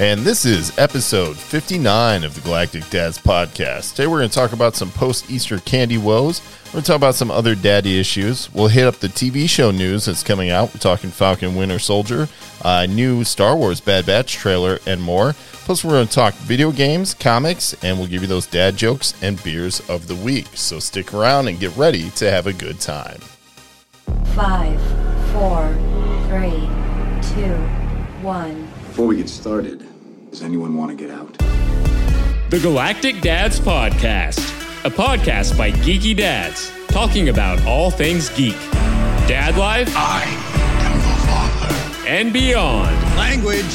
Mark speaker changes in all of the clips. Speaker 1: And this is episode 59 of the Galactic Dads podcast. Today we're going to talk about some post Easter candy woes. We're going to talk about some other daddy issues. We'll hit up the TV show news that's coming out. We're talking Falcon Winter Soldier, uh, new Star Wars Bad Batch trailer, and more. Plus, we're going to talk video games, comics, and we'll give you those dad jokes and beers of the week. So stick around and get ready to have a good time.
Speaker 2: Five, four, three, two, one.
Speaker 3: Before we get started, does anyone want to get out?
Speaker 4: The Galactic Dads Podcast, a podcast by geeky dads talking about all things geek, dad life,
Speaker 5: I am the father.
Speaker 4: and beyond.
Speaker 5: Language.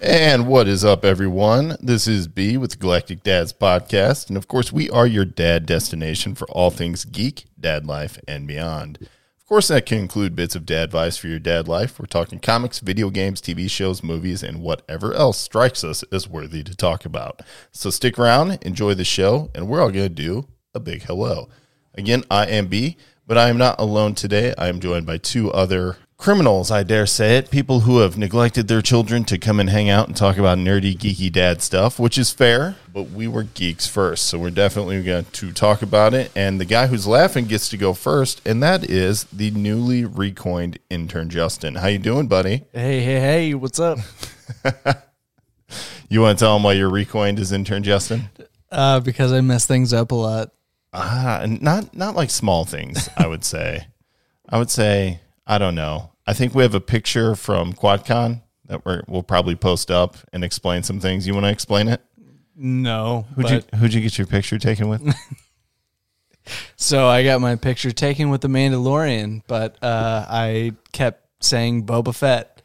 Speaker 1: And what is up, everyone? This is B with the Galactic Dads Podcast. And of course, we are your dad destination for all things geek, dad life, and beyond. Of course, that can include bits of dad advice for your dad life. We're talking comics, video games, TV shows, movies, and whatever else strikes us as worthy to talk about. So stick around, enjoy the show, and we're all going to do a big hello. Again, I am B, but I am not alone today. I am joined by two other criminals, I dare say it, people who have neglected their children to come and hang out and talk about nerdy, geeky dad stuff, which is fair, but we were geeks first. So we're definitely going to talk about it. And the guy who's laughing gets to go first, and that is the newly recoined intern, Justin. How you doing, buddy?
Speaker 6: Hey, hey, hey, what's up?
Speaker 1: You want to tell him why you're recoined as intern, Justin?
Speaker 6: Uh, because I mess things up a lot.
Speaker 1: Ah, and not not like small things. I would say, I would say, I don't know. I think we have a picture from QuadCon that we're, we'll probably post up and explain some things. You want to explain it?
Speaker 6: No.
Speaker 1: Who'd you Who'd you get your picture taken with?
Speaker 6: so I got my picture taken with the Mandalorian, but uh, I kept saying Boba Fett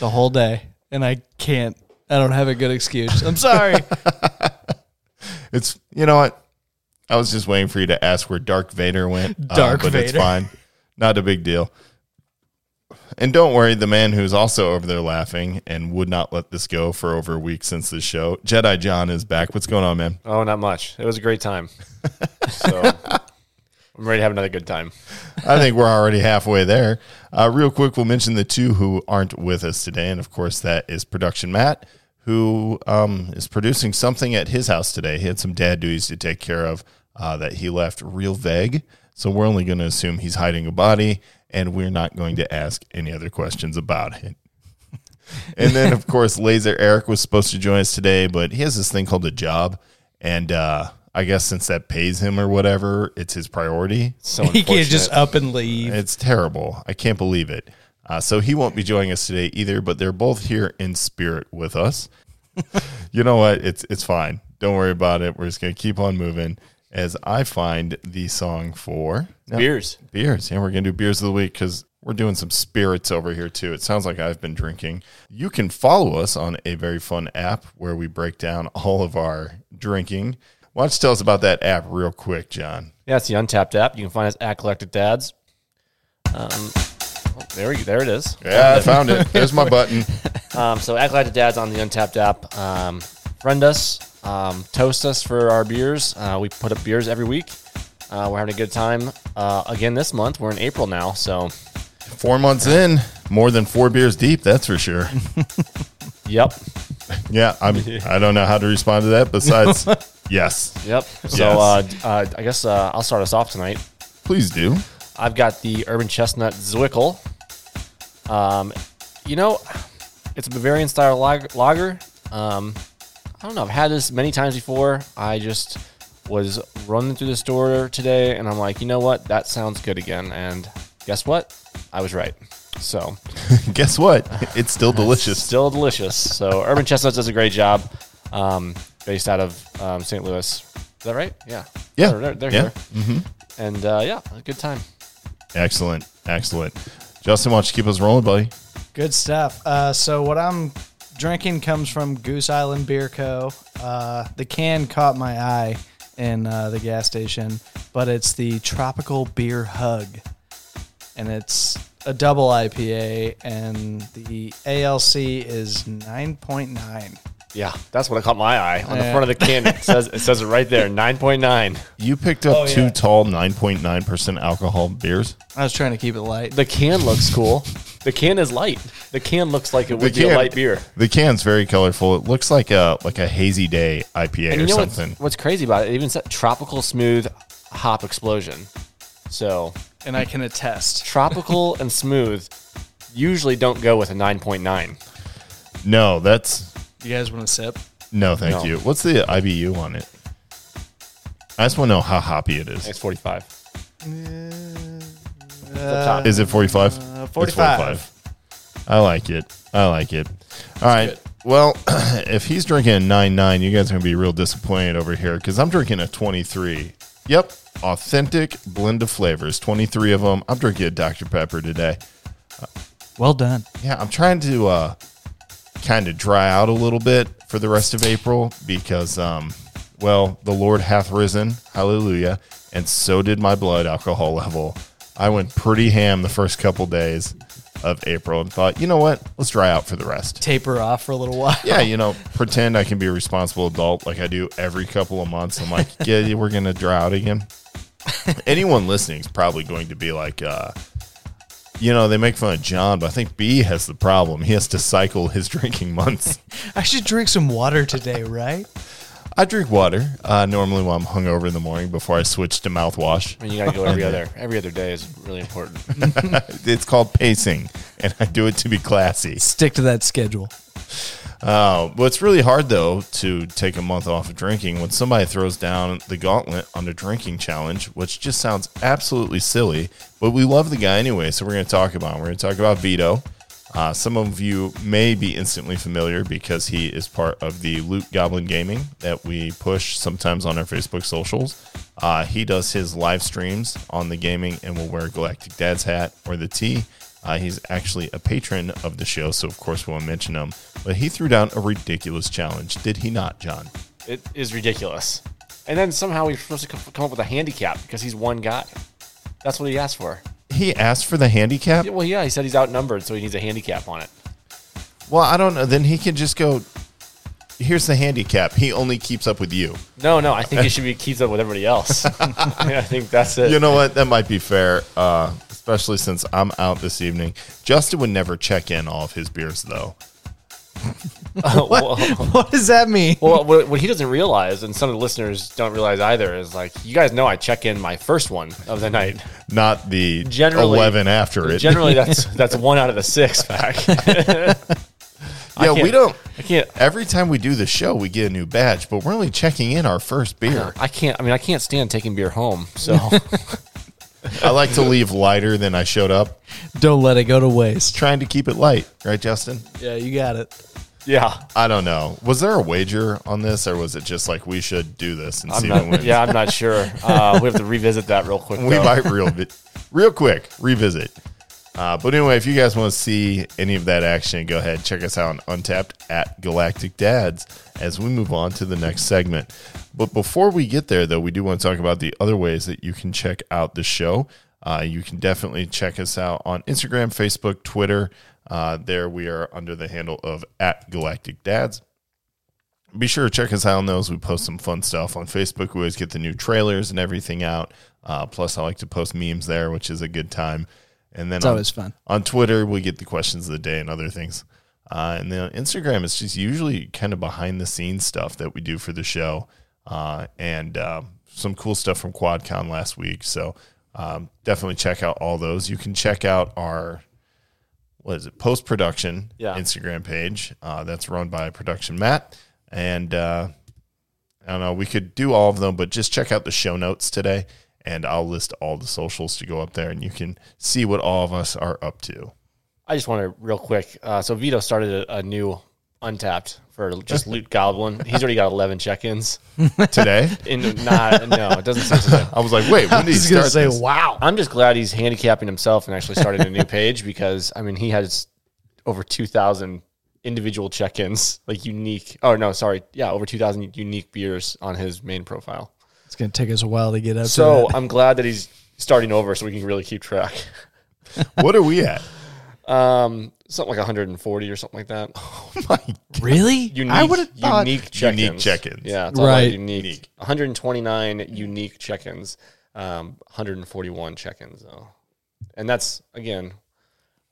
Speaker 6: the whole day, and I can't. I don't have a good excuse. I'm sorry.
Speaker 1: it's you know what. I was just waiting for you to ask where Dark Vader went. uh,
Speaker 6: Dark
Speaker 1: but it's
Speaker 6: Vader.
Speaker 1: fine. Not a big deal. And don't worry, the man who's also over there laughing and would not let this go for over a week since the show, Jedi John is back. What's going on, man?
Speaker 7: Oh, not much. It was a great time. So I'm ready to have another good time.
Speaker 1: I think we're already halfway there. Uh, real quick, we'll mention the two who aren't with us today, and of course, that is production Matt, who um, is producing something at his house today. He had some dad duties to take care of uh, that he left real vague, so we're only going to assume he's hiding a body, and we're not going to ask any other questions about it. And then, of course, Laser Eric was supposed to join us today, but he has this thing called a job, and uh, I guess since that pays him or whatever, it's his priority.
Speaker 7: So
Speaker 6: he can't just
Speaker 7: unfortunate.
Speaker 6: up and leave.
Speaker 1: It's terrible. I can't believe it. Uh, so he won't be joining us today either, but they're both here in spirit with us. you know what? It's it's fine. Don't worry about it. We're just gonna keep on moving as I find the song for No,
Speaker 7: beers.
Speaker 1: beers, and we're gonna do beers of the week because we're doing some spirits over here too. It sounds like I've been drinking. You can follow us on a very fun app where we break down all of our drinking. Why don't you tell us about that app real quick, John?
Speaker 7: Yeah, it's the Untapped app. You can find us at Collected Dads. Um, oh, there, we, there it is.
Speaker 1: Yeah, I found it. There's my button.
Speaker 7: Um, so at Collected Dads on the Untapped app. Um, friend us. Um, toast us for our beers. Uh, we put up beers every week. Uh, we're having a good time. Uh, again this month. We're in April now, so
Speaker 1: Four months in, more than four beers deep, that's for sure.
Speaker 7: yep,
Speaker 1: Yeah, I'm. I don't know how to respond to that. Besides, yes,
Speaker 7: yep. So uh, d- uh, I guess uh, I'll start us off tonight.
Speaker 1: please do.
Speaker 7: I've got the Urban Chestnut Zwickel. Um, you know, it's a Bavarian style lag- lager. Um, I don't know. I've had this many times before. I just was running through the store today, and I'm like, you know what? That sounds good again. And guess what? I was right. So
Speaker 1: Guess what? It's still delicious.
Speaker 7: still delicious. So Urban Chestnuts does a great job. Um, based out of um, St. Louis. Is that right? Yeah.
Speaker 1: Yeah.
Speaker 7: They're, they're
Speaker 1: Yeah. Mm-hmm.
Speaker 7: here. And uh, yeah, a good time.
Speaker 1: Excellent, excellent. Justin, why don't you keep us rolling, buddy?
Speaker 6: Good stuff. Uh, so what I'm drinking comes from Goose Island Beer Co. Uh, the can caught my eye in uh, the gas station, but it's the Tropical Beer Hug, and it's a double IPA, and the ALC is 9.9.
Speaker 7: Yeah, that's what caught my eye on the
Speaker 6: Yeah.
Speaker 7: front of the can. It says it says it right there, nine point nine.
Speaker 1: You picked up
Speaker 6: Oh,
Speaker 1: two
Speaker 6: yeah.
Speaker 1: tall 9.9% alcohol beers.
Speaker 6: I was trying to keep it light.
Speaker 7: The can looks cool. The can is light. The can looks like it would be a light beer.
Speaker 1: The can's very colorful. It looks like a like a hazy day IPA or
Speaker 7: what's,
Speaker 1: something.
Speaker 7: what's crazy about it? It even said tropical smooth hop explosion. So
Speaker 6: and I can attest.
Speaker 7: tropical and smooth usually don't go with a nine point nine.
Speaker 1: No, that's
Speaker 6: You guys want to sip?
Speaker 1: no, thank
Speaker 7: No.
Speaker 1: you. What's the IBU on it? I just want to know how hoppy it is.
Speaker 7: It's forty five.
Speaker 1: Is it 45? It's
Speaker 6: 45.
Speaker 1: I like it. I like it. All right. Well, if he's drinking a 9.9, you guys are going to be real disappointed over here because I'm drinking a 23. Yep. Authentic blend of flavors. 23 of them. I'm drinking a Dr. Pepper today.
Speaker 6: Well done.
Speaker 1: Yeah, I'm trying to uh, kind of dry out a little bit for the rest of April because, um, well, the Lord hath risen, hallelujah, and so did my blood alcohol level. I went pretty ham the first couple days of April and thought, you know what, let's dry out for the rest.
Speaker 6: Taper off for a little while.
Speaker 1: Yeah, you know, pretend I can be a responsible adult like I do every couple of months. I'm like, yeah, we're gonna dry out again. Anyone listening is probably going to be like, uh, you know, they make fun of John, but I think B has the problem. He has to cycle his drinking months.
Speaker 6: I should drink some water today, right?
Speaker 1: I drink water uh, normally when I'm hungover in the morning before I switch to mouthwash.
Speaker 7: I mean, you gotta go every other every other day is really important.
Speaker 1: It's called pacing, and I do it to be classy.
Speaker 6: Stick to that schedule.
Speaker 1: Uh, well, it's really hard though to take a month off of drinking when somebody throws down the gauntlet on the drinking challenge, which just sounds absolutely silly. But we love the guy anyway, so we're going to talk about him. We're going to talk about Vito. Uh, some of you may be instantly familiar because he is part of the Loot Goblin Gaming that we push sometimes on our Facebook socials. Uh, he does his live streams on the gaming and will wear Galactic Dad's hat or the tee. Uh, he's actually a patron of the show, so of course we won't mention him. But he threw down a ridiculous challenge, did he not, John?
Speaker 7: It is ridiculous. And then somehow he's supposed to co- come up with a handicap because he's one guy. That's what he asked for.
Speaker 1: He asked for the handicap.
Speaker 7: Yeah, well, yeah, he said he's outnumbered, so he needs a handicap on it.
Speaker 1: Well, I don't know. Then he can just go. Here's the handicap. He only keeps up with you.
Speaker 7: No, no, I think he should be keeps up with everybody else. Yeah, I think that's it.
Speaker 1: You know what? That might be fair, uh, especially since I'm out this evening. Justin would never check in all of his beers, though.
Speaker 7: well,
Speaker 6: What does that mean?
Speaker 7: well, what, what he doesn't realize, and some of the listeners don't realize either, is like you guys know I check in my first one of the night.
Speaker 1: Not the
Speaker 7: Generally-
Speaker 1: eleven after it.
Speaker 7: Generally, that's that's one out of the six pack.
Speaker 1: yeah,
Speaker 7: can't-
Speaker 1: we don't.
Speaker 7: I can't.
Speaker 1: Every time we do the show, we get a new badge, but we're only checking in our first beer.
Speaker 7: I can't. I mean, I can't stand taking beer home. So
Speaker 1: I like to leave lighter than I showed up.
Speaker 6: Don't let it go to waste.
Speaker 1: Trying to keep it light, right, Justin?
Speaker 6: Yeah, you got it.
Speaker 7: yeah,
Speaker 1: I don't know. Was there a wager on this, or was it just like we should do this and
Speaker 7: I'm
Speaker 1: see what
Speaker 7: not,
Speaker 1: wins?
Speaker 7: yeah, I'm not sure. Uh, we have to revisit that real quick.
Speaker 1: we
Speaker 7: though.
Speaker 1: might real real quick revisit. Uh, but anyway, if you guys want to see any of that action, go ahead check us out on Untapped at Galactic Dads as we move on to the next segment. But before we get there, though, we do want to talk about the other ways that you can check out the show. Uh, you can definitely check us out on Instagram, Facebook, Twitter. Uh, there we are under the handle of at Galactic Dads be sure to check us out on those. We post some fun stuff on Facebook. We always get the new trailers and everything out. Uh, plus, I like to post memes there, which is a good time. And then
Speaker 6: It's
Speaker 1: on,
Speaker 6: always fun.
Speaker 1: on Twitter, we get the questions of the day and other things. Uh, and then on Instagram, it's just usually kind of behind the scenes stuff that we do for the show uh, and uh, some cool stuff from QuadCon last week. So um, definitely check out all those. You can check out our what is it post production
Speaker 7: Yeah.
Speaker 1: Instagram page uh, that's run by production Matt and uh, I don't know we could do all of them but just check out the show notes today and I'll list all the socials to go up there and you can see what all of us are up to.
Speaker 7: I just want to real quick. Uh, so Vito started a, a new untapped for just loot goblin. He's already got 11 check-ins.
Speaker 1: Today
Speaker 7: And not no, it doesn't seem so.
Speaker 1: I was like wait when did he
Speaker 6: He's going
Speaker 1: start
Speaker 6: to say,
Speaker 1: this?
Speaker 6: wow.
Speaker 7: I'm just glad he's handicapping himself and actually started a new page because I mean he has over 2,000 individual check-ins, like unique. Oh no, sorry, yeah, over 2,000 unique beers on his main profile.
Speaker 6: It's going to take us a while to get up to
Speaker 7: So
Speaker 1: uh,
Speaker 7: I'm glad that he's starting over so we can really keep track.
Speaker 1: what are we at
Speaker 7: Um, something like 140 or something like that.
Speaker 1: My
Speaker 6: Really?
Speaker 7: Unique,
Speaker 1: I would've thought-
Speaker 7: unique check-ins.
Speaker 1: Unique check-ins.
Speaker 7: Yeah, it's all about
Speaker 6: Right.
Speaker 7: Unique. 129 unique check-ins. Um, 141 check-ins though, and that's again,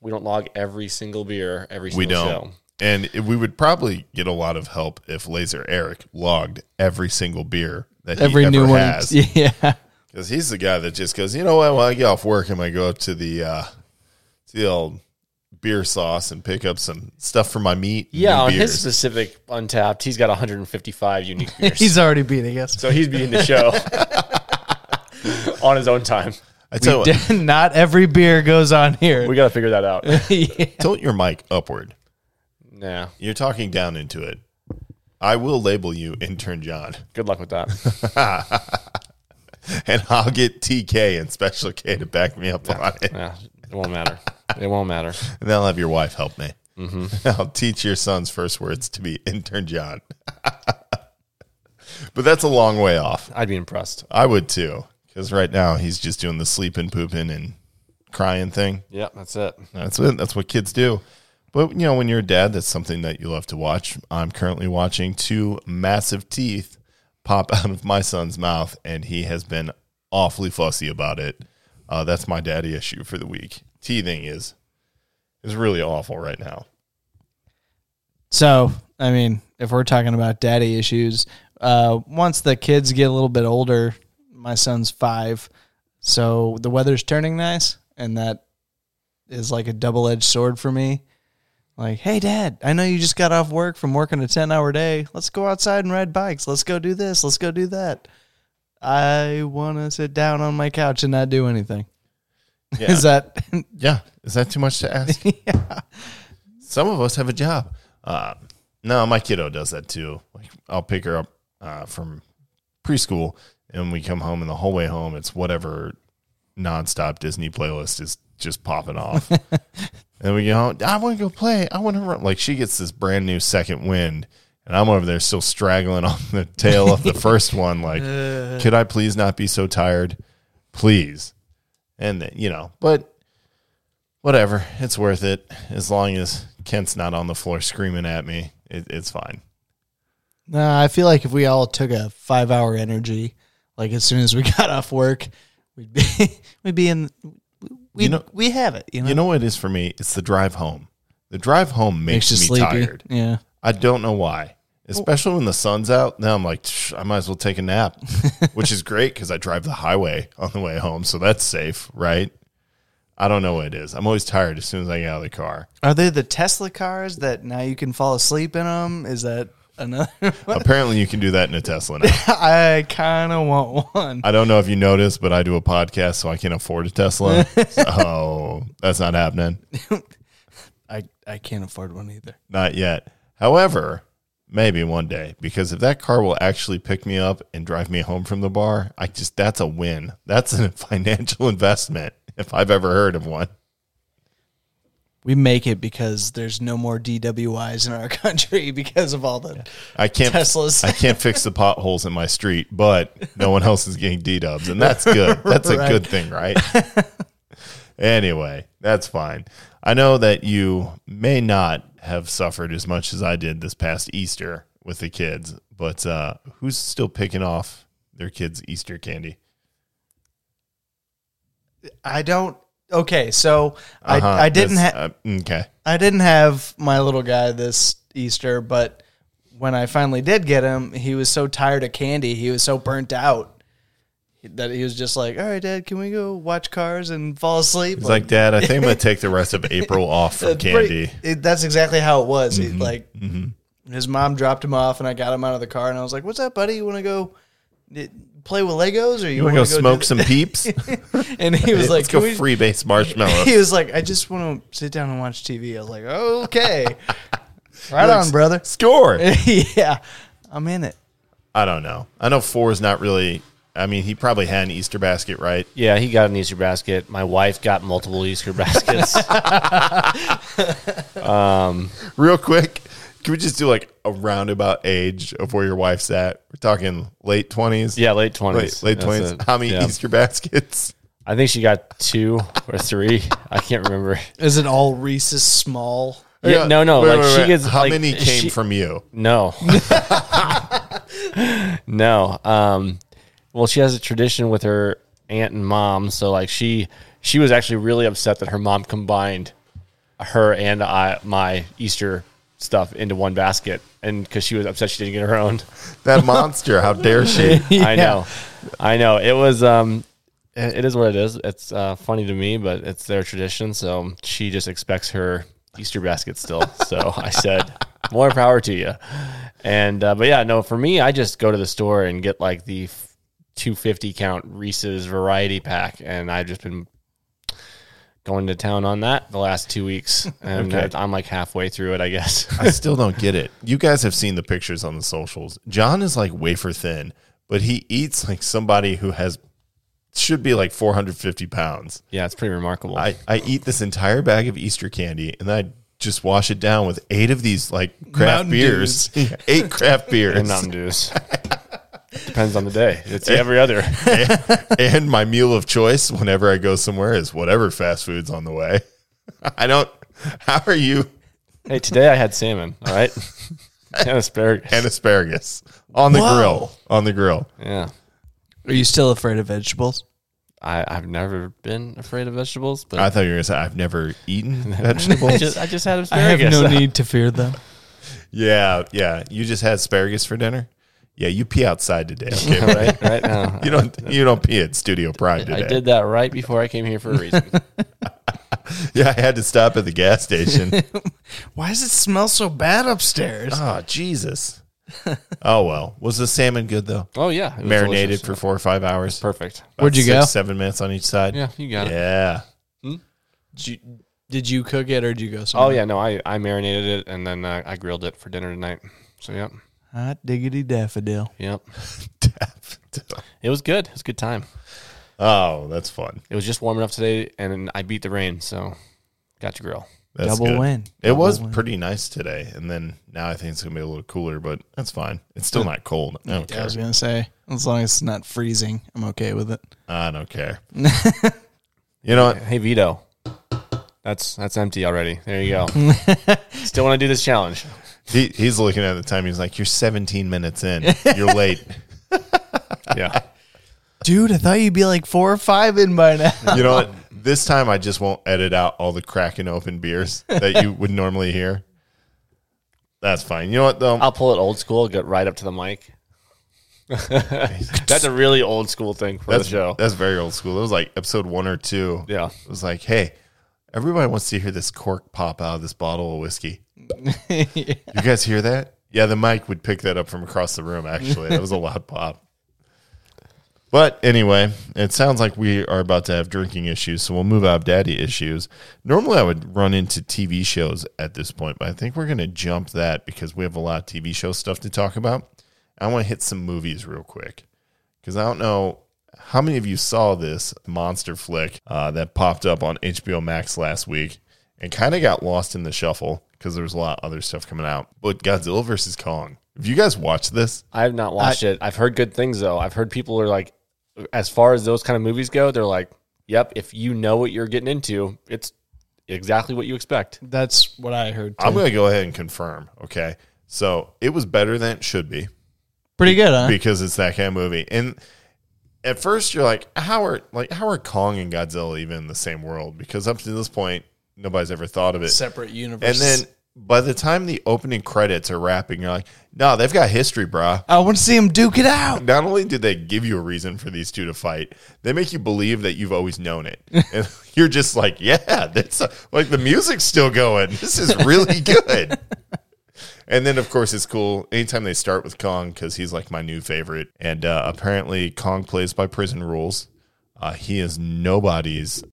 Speaker 7: we don't log every single beer every single
Speaker 1: we don't.
Speaker 7: show.
Speaker 1: And it- we would probably get a lot of help if Laser Eric logged every single beer that
Speaker 6: Every
Speaker 1: he ever
Speaker 6: new one.
Speaker 1: has.
Speaker 6: Yeah.
Speaker 1: Because he's the guy that just goes, you know what? When I get off work, I'm going to go up to the, uh, to the old beer sauce and pick up some stuff for my meat. and
Speaker 7: Yeah,
Speaker 1: new
Speaker 7: on his
Speaker 1: beers.
Speaker 7: specific Untapped, he's got 155 unique beers.
Speaker 6: He's already beating us.
Speaker 7: so he's beating the show on his own time.
Speaker 1: I tell you, what,
Speaker 6: Not every beer goes on here.
Speaker 7: We got to figure that out.
Speaker 1: tilt your mic upward.
Speaker 7: nah,
Speaker 1: You're talking down into it. I will label you intern John,
Speaker 7: good luck with that.
Speaker 1: and I'll get TK and Special K to back me up on it.
Speaker 7: Nah, it won't matter. It won't matter.
Speaker 1: And then I'll have your wife help me.
Speaker 7: Mm-hmm.
Speaker 1: I'll teach your son's first words to be intern John. but that's a long way off.
Speaker 7: I'd be impressed.
Speaker 1: I would too, because right now he's just doing the sleeping, pooping, and crying thing.
Speaker 7: Yeah, that's it.
Speaker 1: That's it. That's what kids do. But you know, when you're a dad, that's something that you love to watch. I'm currently watching two massive teeth pop out of my son's mouth, and he has been awfully fussy about it. Uh, that's my daddy issue for the week. Teething is is really awful right now.
Speaker 6: So, I mean, if we're talking about daddy issues, uh, once the kids get a little bit older, my son's five, so the weather's turning nice, and that is like a double edged sword for me. Like, hey, dad, I know you just got off work from working a 10 hour day. Let's go outside and ride bikes. Let's go do this. Let's go do that. I want to sit down on my couch and not do anything.
Speaker 1: Yeah.
Speaker 6: Is that
Speaker 1: Yeah, is that too much to ask? Some of us have a job. Uh, no, my kiddo does that too. Like I'll pick her up uh, from preschool, and we come home, and the whole way home, it's whatever nonstop Disney playlist is just popping off. and we go, I want to go play. I want to run. Like she gets this brand new second wind. And I'm over there still straggling on the tail of the first one. Like, could I please not be so tired? Please. And, then, you know, but whatever. It's worth it as long as Kent's not on the floor screaming at me. It, it's fine.
Speaker 6: No, I feel like if we all took a five hour energy, like as soon as we got off work, we'd be we'd be in we
Speaker 1: You know-
Speaker 6: we have it, you know.
Speaker 1: You know what it is for me? It's the drive home. The drive home makes, me tired.
Speaker 6: Yeah.
Speaker 1: I don't know why. Especially when the sun's out. Now I'm like, "Tsh, I might as well take a nap, which is great because I drive the highway on the way home. So that's safe, right? I don't know what it is. I'm always tired as soon as I get out of the car.
Speaker 6: Are they the Tesla cars that now you can fall asleep in them? Is that another?
Speaker 1: Apparently, you can do that in a Tesla now.
Speaker 6: I kind of want one.
Speaker 1: I don't know if you noticed, but I do a podcast, so I can't afford a Tesla. so that's not happening.
Speaker 6: I I can't afford one either.
Speaker 1: Not yet. However, maybe one day, because if that car will actually pick me up and drive me home from the bar, I just that's a win. That's a financial investment if I've ever heard of one.
Speaker 6: We make it because there's no more DWIs in our country because of all the
Speaker 1: I can't
Speaker 6: Teslas.
Speaker 1: I can't fix the potholes in my street, but no one else is getting D dubs, and that's good. That's a
Speaker 6: Right.
Speaker 1: good thing, right? anyway, that's fine. I know that you may not have suffered as much as I did this past Easter with the kids, but uh, who's still picking off their kids' Easter candy?
Speaker 6: I don't. Okay, so
Speaker 1: Uh-huh,
Speaker 6: I I didn't
Speaker 1: this-
Speaker 6: have.
Speaker 1: uh, okay.
Speaker 6: I didn't have my little guy this Easter, but when I finally did get him, he was so tired of candy. He was so burnt out that he was just like, "All right, Dad, can we go watch Cars and fall asleep?"
Speaker 1: It's like, Dad, I think I'm gonna take the rest of April off from
Speaker 6: that's
Speaker 1: candy.
Speaker 6: pretty-
Speaker 1: Mm-hmm.
Speaker 6: it- that's exactly how it was. He, like his mom dropped him off, and I got him out of the car, and I was like, "What's up, buddy? You want to go?" eh, Play with Legos, or you,
Speaker 1: You want to go smoke some peeps?
Speaker 6: some? And he was like,
Speaker 1: Let's go
Speaker 6: "Can we-
Speaker 1: freebase marshmallows.
Speaker 6: He was like, "I just want to sit down and watch TV." I was like, "Okay, right on, brother."
Speaker 1: Score.
Speaker 6: yeah, I'm in it.
Speaker 1: I don't know. I know four is not really. I mean, he probably had an Easter basket, right?
Speaker 7: Yeah, he got an Easter basket. My wife got multiple Easter baskets.
Speaker 1: Real quick, can we just do like a roundabout age of where your wife's at? We're talking late twenties.
Speaker 7: yeah, late 20s.
Speaker 1: late late
Speaker 7: That's
Speaker 1: twenties.
Speaker 7: it.
Speaker 1: How many
Speaker 7: Yeah.
Speaker 1: Easter baskets?
Speaker 7: I think she got two or three. I can't remember.
Speaker 6: Is it all Reese's small?
Speaker 7: Yeah, no, no.
Speaker 1: Wait,
Speaker 7: like
Speaker 1: wait,
Speaker 7: she
Speaker 1: wait.
Speaker 7: gets
Speaker 1: How
Speaker 7: like,
Speaker 1: many came
Speaker 7: she-
Speaker 1: from you?
Speaker 7: No. no. Um, well, she has a tradition with her aunt and mom, so like she she was actually really upset that her mom combined her and I my Easter stuff into one basket, and because she was upset she didn't get her own.
Speaker 1: That monster! How dare she?
Speaker 7: I know, I know. It was um, it it is what it is. It's uh, funny to me, but it's their tradition, so she just expects her Easter basket still. so I said, more power to you. And uh, but yeah, no, for me, I just go to the store and get like the f- 250 count Reese's variety pack, and I've just been going to town on that the last two weeks, and
Speaker 1: Okay.
Speaker 7: uh, I'm like halfway through it, I guess.
Speaker 1: I still don't get it. You guys have seen the pictures on the socials. John is like wafer thin, but he eats like somebody who has should be like 450 pounds.
Speaker 7: yeah, it's pretty remarkable.
Speaker 1: I, I eat this entire bag of Easter candy and I just wash it down with eight of these like craft
Speaker 6: Mountain
Speaker 1: beers. eight craft beers.
Speaker 7: and Mountain Dews. It Depends on the day. It's every other.
Speaker 1: and my meal of choice whenever I go somewhere is whatever fast food's on the way. I don't. How are you
Speaker 7: Hey, today I had salmon. All right, and asparagus.
Speaker 1: and asparagus on the
Speaker 6: Whoa.
Speaker 1: grill? On the grill.
Speaker 7: yeah,
Speaker 6: Are you still afraid of vegetables?
Speaker 7: I, I've never been afraid of vegetables, but
Speaker 1: I
Speaker 7: I,
Speaker 1: thought you were going to say I've never eaten vegetables.
Speaker 7: just I just had
Speaker 6: I have
Speaker 7: asparagus.
Speaker 6: no need to fear them.
Speaker 1: yeah, yeah. You just had asparagus for dinner. Yeah, you pee outside today. Okay, right?
Speaker 7: right, right now.
Speaker 1: You don't. You don't pee at Studio Prime today.
Speaker 7: I did that right before I came here for a reason.
Speaker 1: Yeah, I had to stop at the gas station.
Speaker 6: Why does it smell so bad upstairs?
Speaker 1: oh Jesus. Oh well. Was the salmon good though?
Speaker 7: Oh yeah, it was
Speaker 1: Marinated
Speaker 7: delicious.
Speaker 1: for four or five hours.
Speaker 7: perfect.
Speaker 1: About
Speaker 6: Where'd you
Speaker 1: six,
Speaker 6: go?
Speaker 1: Seven minutes on each side.
Speaker 7: Yeah, you got it.
Speaker 1: Yeah.
Speaker 6: Did you, did you cook it or did you go somewhere?
Speaker 7: Oh yeah, no, I, I marinated it and then uh, I grilled it for dinner tonight. So yep,
Speaker 6: Hot diggity daffodil.
Speaker 7: yep, it was good. It was a good time.
Speaker 1: oh, that's fun.
Speaker 7: It was just warm enough today, and I beat the rain, so got to grill.
Speaker 1: That's
Speaker 6: Double
Speaker 1: good.
Speaker 6: win.
Speaker 1: It
Speaker 6: Double
Speaker 1: was
Speaker 6: win.
Speaker 1: pretty nice today, and then now I think it's gonna be a little cooler, but that's fine. It's still not cold. I don't
Speaker 6: Yeah, I
Speaker 1: care.
Speaker 6: was gonna say, as long as it's not freezing, I'm okay with it.
Speaker 1: I don't care. you know what?
Speaker 7: Hey Vito. That's that's empty already. There you go. Still want to do this challenge.
Speaker 1: He, he's looking at the time. He's like, "You're 17 minutes in. You're late."
Speaker 7: Yeah.
Speaker 6: Dude, I thought you'd be like four or five in by now.
Speaker 1: you know what? This time I just won't edit out all the cracking open beers that you would normally hear. That's fine. You know what though?
Speaker 7: I'll pull it old school, get right up to the mic. that's a really old school thing for
Speaker 1: that's
Speaker 7: the show.
Speaker 1: that's very old school. It was like episode one or two.
Speaker 7: Yeah.
Speaker 1: it was like, hey, everybody wants to hear this cork pop out of this bottle of whiskey. You guys hear that? Yeah, the mic would pick that up from across the room. Actually, that was a loud pop. But anyway, it sounds like we are about to have drinking issues, so we'll move out of daddy issues. Normally, I would run into TV shows at this point, but I think we're going to jump that because we have a lot of TV show stuff to talk about. I want to hit some movies real quick because I don't know how many of you saw this monster flick uh, that popped up on HBO Max last week and kind of got lost in the shuffle because there was a lot of other stuff coming out. But Godzilla versus Kong. Have you guys watched this?
Speaker 7: I have not watched it. I've heard good things though. I've heard people are like as far as those kind of movies go, they're like, Yep, if you know what you're getting into, it's exactly what you expect.
Speaker 6: That's what I heard.
Speaker 1: I'm going to go ahead and confirm. Okay. So it was better than it should be
Speaker 6: Pretty good, huh?
Speaker 1: because it's that kind of movie. And at first you're like, how are like how are Kong and Godzilla even in the same world? Because up to this point, nobody's ever thought of it.
Speaker 6: Separate universe.
Speaker 1: And then by the time the opening credits are wrapping, you're like, no, they've got history, brah.
Speaker 6: I want to see him duke it out.
Speaker 1: Not only did they give you a reason for these two to fight, they make you believe that you've always known it. And you're just like, yeah, that's like the music's still going. This is really good. And then, of course, it's cool anytime they start with Kong because he's like my new favorite. And uh, apparently, Kong plays by prison rules. Uh, he is nobody's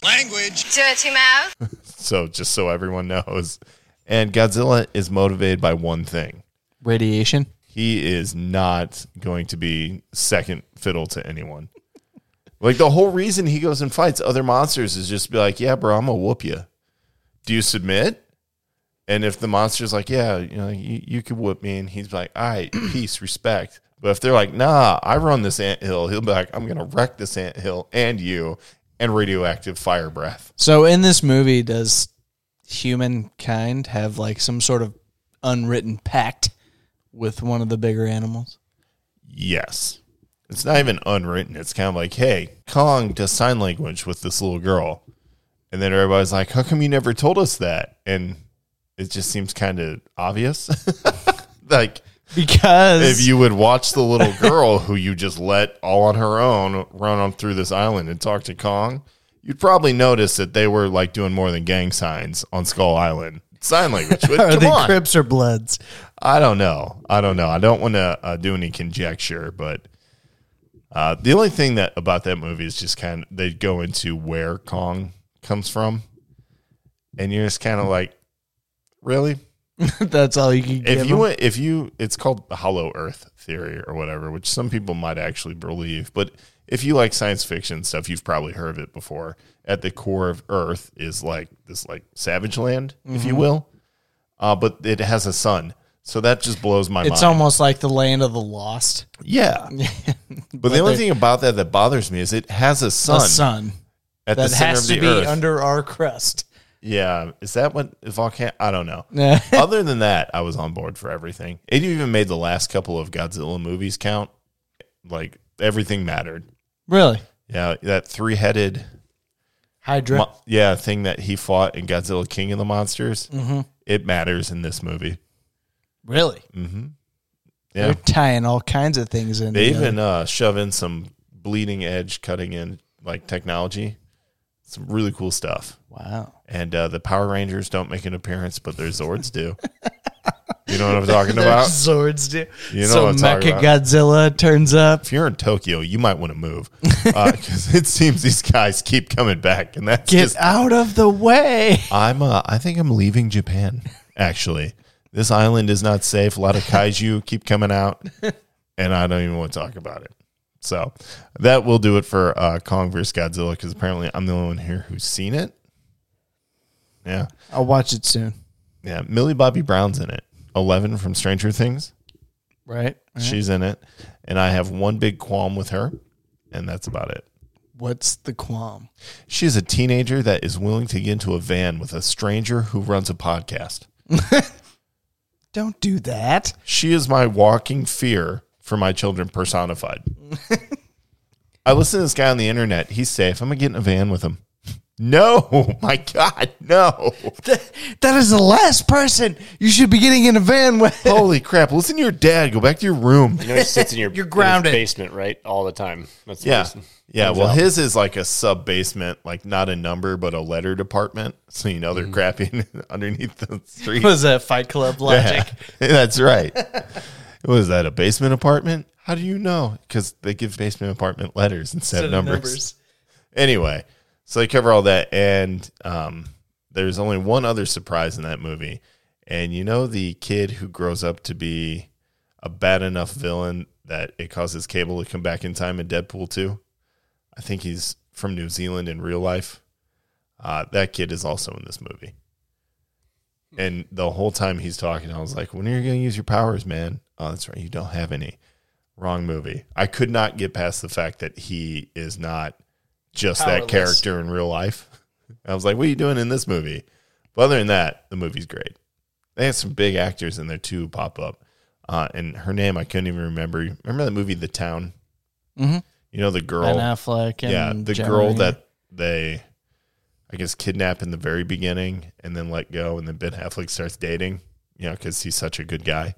Speaker 8: Dirty mouth.
Speaker 1: so just so everyone knows. And Godzilla is motivated by one thing.
Speaker 6: Radiation.
Speaker 1: He is not going to be second fiddle to anyone. like the whole reason he goes and fights other monsters is just be like, yeah, bro, I'm gonna whoop you. Do you submit? And if the monster's like, yeah, you know, you, you could whoop me, and he's like, all right, peace, respect. But if they're like, nah, I run this ant hill, he'll be like, I'm gonna wreck this ant hill and you and radioactive fire breath.
Speaker 6: So in this movie, does humankind have like some sort of unwritten pact with one of the bigger animals?
Speaker 1: Yes. It's not even unwritten. It's kind of like, hey, Kong does sign language with this little girl. And then everybody's like, how come you never told us that? And it just seems kind of obvious. like,
Speaker 6: Because
Speaker 1: if you would watch the little girl who you just let all on her own run on through this island and talk to Kong, you'd probably notice that they were like doing more than gang signs on Skull Island. Sign language. but
Speaker 6: are
Speaker 1: come
Speaker 6: they
Speaker 1: on.
Speaker 6: Crips or Bloods?
Speaker 1: I don't know. I don't know. I don't want to uh, do any conjecture, but uh, the only thing that about that movie is just kind of they go into where Kong comes from, and you're just kind of like, really?
Speaker 6: That's all you can give
Speaker 1: if you
Speaker 6: them?
Speaker 1: went, if you it's called the hollow earth theory or whatever which some people might actually believe but if you like science fiction stuff you've probably heard of it before at the core of earth is like this like savage land if
Speaker 6: Mm-hmm.
Speaker 1: you will uh, but it has a sun so that just blows my
Speaker 6: It's
Speaker 1: mind
Speaker 6: almost like the land of the lost.
Speaker 1: yeah but, the only
Speaker 6: they-
Speaker 1: thing about that that bothers me is it has a sun,
Speaker 6: A sun
Speaker 1: at
Speaker 6: that
Speaker 1: the center
Speaker 6: has
Speaker 1: of the
Speaker 6: to be
Speaker 1: earth
Speaker 6: under our crust.
Speaker 1: yeah is that what volcano i don't know
Speaker 6: Yeah.
Speaker 1: other than that, I was on board for everything. It even made the last couple of Godzilla movies count. Like everything mattered.
Speaker 6: really?
Speaker 1: Yeah, that three-headed,
Speaker 6: Hydra.
Speaker 1: mo- yeah, thing that he fought in Godzilla King of the Monsters. Mm-hmm. It matters in this movie.
Speaker 6: really?
Speaker 1: Yeah,
Speaker 6: They're tying all kinds of things in.
Speaker 1: they
Speaker 6: together.
Speaker 1: even uh, shove in some bleeding edge, cutting in like technology. Some really cool stuff.
Speaker 6: wow.
Speaker 1: And uh, the Power Rangers don't make an appearance, but their Zords do. you know what I'm talking
Speaker 6: Their
Speaker 1: about?
Speaker 6: Zords do.
Speaker 1: You know
Speaker 6: so
Speaker 1: what I'm talking
Speaker 6: Mecha Godzilla turns up.
Speaker 1: if you're in Tokyo, you might want to move because it seems these guys keep coming back, and that's
Speaker 6: Get
Speaker 1: just
Speaker 6: out of the way.
Speaker 1: I'm. Uh, I think I'm leaving Japan. Actually, this island is not safe. A lot of kaiju keep coming out, and I don't even want to talk about it. So that will do it for uh, Kong vs Godzilla because apparently I'm the only one here who's seen it. Yeah,
Speaker 6: I'll watch it soon.
Speaker 1: yeah. Millie Bobby Brown's in it. Eleven from Stranger Things.
Speaker 6: Right?
Speaker 1: She's in it, and I have one big qualm with her, and that's about it.
Speaker 6: What's the qualm?
Speaker 1: She is a teenager that is willing to get into a van with a stranger who runs a podcast.
Speaker 6: Don't do that.
Speaker 1: She is my walking fear for my children personified. I listen to this guy on the internet. He's safe. I'm going to get in a van with him. No, my God, no.
Speaker 6: That is the last person you should be getting in a van with.
Speaker 1: Holy crap. Listen to your dad. Go back to your room.
Speaker 7: You know, he sits in your
Speaker 6: You're
Speaker 7: in his
Speaker 6: grounded.
Speaker 7: basement, right, all the time. That's the
Speaker 1: Yeah.
Speaker 7: reason.
Speaker 1: Yeah.
Speaker 7: Turns
Speaker 1: Well,
Speaker 7: out.
Speaker 1: his is like a sub basement, like not a number, but a letter department. So, you know, they're crapping underneath the street.
Speaker 6: Was that Fight Club logic?
Speaker 1: Yeah, that's right. Was that a basement apartment? How do you know? Because they give basement apartment letters instead of numbers. Anyway, so they cover all that, and um, there's only one other surprise in that movie, and you know the kid who grows up to be a bad enough villain that it causes Cable to come back in time in Deadpool two. I think he's from New Zealand in real life. Uh, that kid is also in this movie. And the whole time he's talking, I was like, when are you going to use your powers, man? Oh, that's right. You don't have any. Wrong movie. I could not get past the fact that he is not just that
Speaker 6: Powerless.
Speaker 1: character in real life. I was like, what are you doing in this movie? But other than that, the movie's great. They had some big actors in there too pop up. Uh, and her name, I couldn't even remember. Remember that movie, The Town? Mm-hmm. You know, the girl
Speaker 6: Ben Affleck and
Speaker 1: yeah the
Speaker 6: John
Speaker 1: girl
Speaker 6: Reno.
Speaker 1: that they i guess kidnap in the very beginning and then let go and then ben affleck starts dating you know because he's such a good guy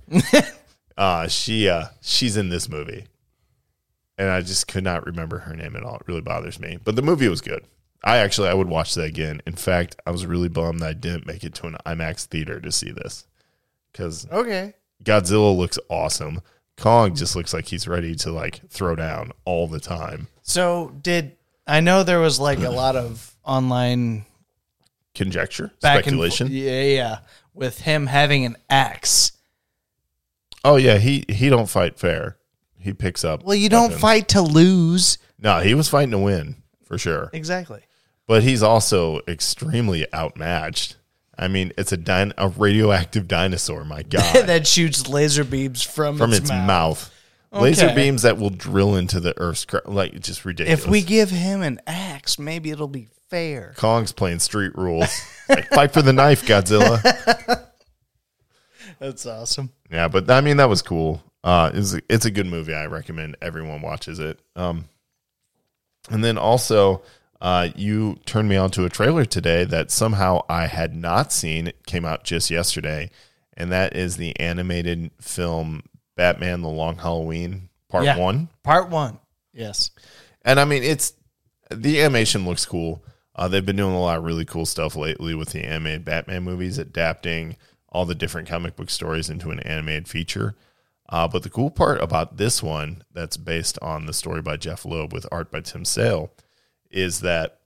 Speaker 1: uh she uh she's in this movie and i just could not remember her name at all it really bothers me but the movie was good i actually i would watch that again in fact i was really bummed that i didn't make it to an imax theater to see this because
Speaker 6: Okay.
Speaker 1: godzilla looks awesome kong just looks like he's ready to like throw down all the time
Speaker 6: So did I know there was like a lot of online
Speaker 1: conjecture,
Speaker 6: back
Speaker 1: speculation.
Speaker 6: and fo- yeah, yeah, with him having an axe.
Speaker 1: oh yeah, he he don't fight fair. He picks up.
Speaker 6: Well, you don't
Speaker 1: weapons.
Speaker 6: fight to lose.
Speaker 1: No, he was fighting to win for sure.
Speaker 6: Exactly.
Speaker 1: But he's also extremely outmatched. I mean, it's a din- a radioactive dinosaur. My God,
Speaker 6: that shoots laser beams from,
Speaker 1: from
Speaker 6: its,
Speaker 1: its
Speaker 6: mouth.
Speaker 1: mouth. Laser
Speaker 6: Okay.
Speaker 1: beams that will drill into the Earth's cra- like it's just ridiculous.
Speaker 6: If we give him an axe, maybe it'll be fair.
Speaker 1: Kong's playing street rules, like, fight for the knife, Godzilla.
Speaker 6: That's awesome.
Speaker 1: Yeah, but I mean that was cool. Uh, it's it's a good movie. I recommend everyone watches it. Um, and then also, uh, you turned me on to a trailer today that somehow I had not seen. It came out just yesterday, and that is the animated film Batman: The Long Halloween Part
Speaker 6: Yeah.
Speaker 1: One.
Speaker 6: Part one. Yes.
Speaker 1: And I mean, it's the animation looks cool. Uh, they've been doing a lot of really cool stuff lately with the animated Batman movies, adapting all the different comic book stories into an animated feature. Uh, but the cool part about this one, that's based on the story by Jeff Loeb with art by Tim Sale, is that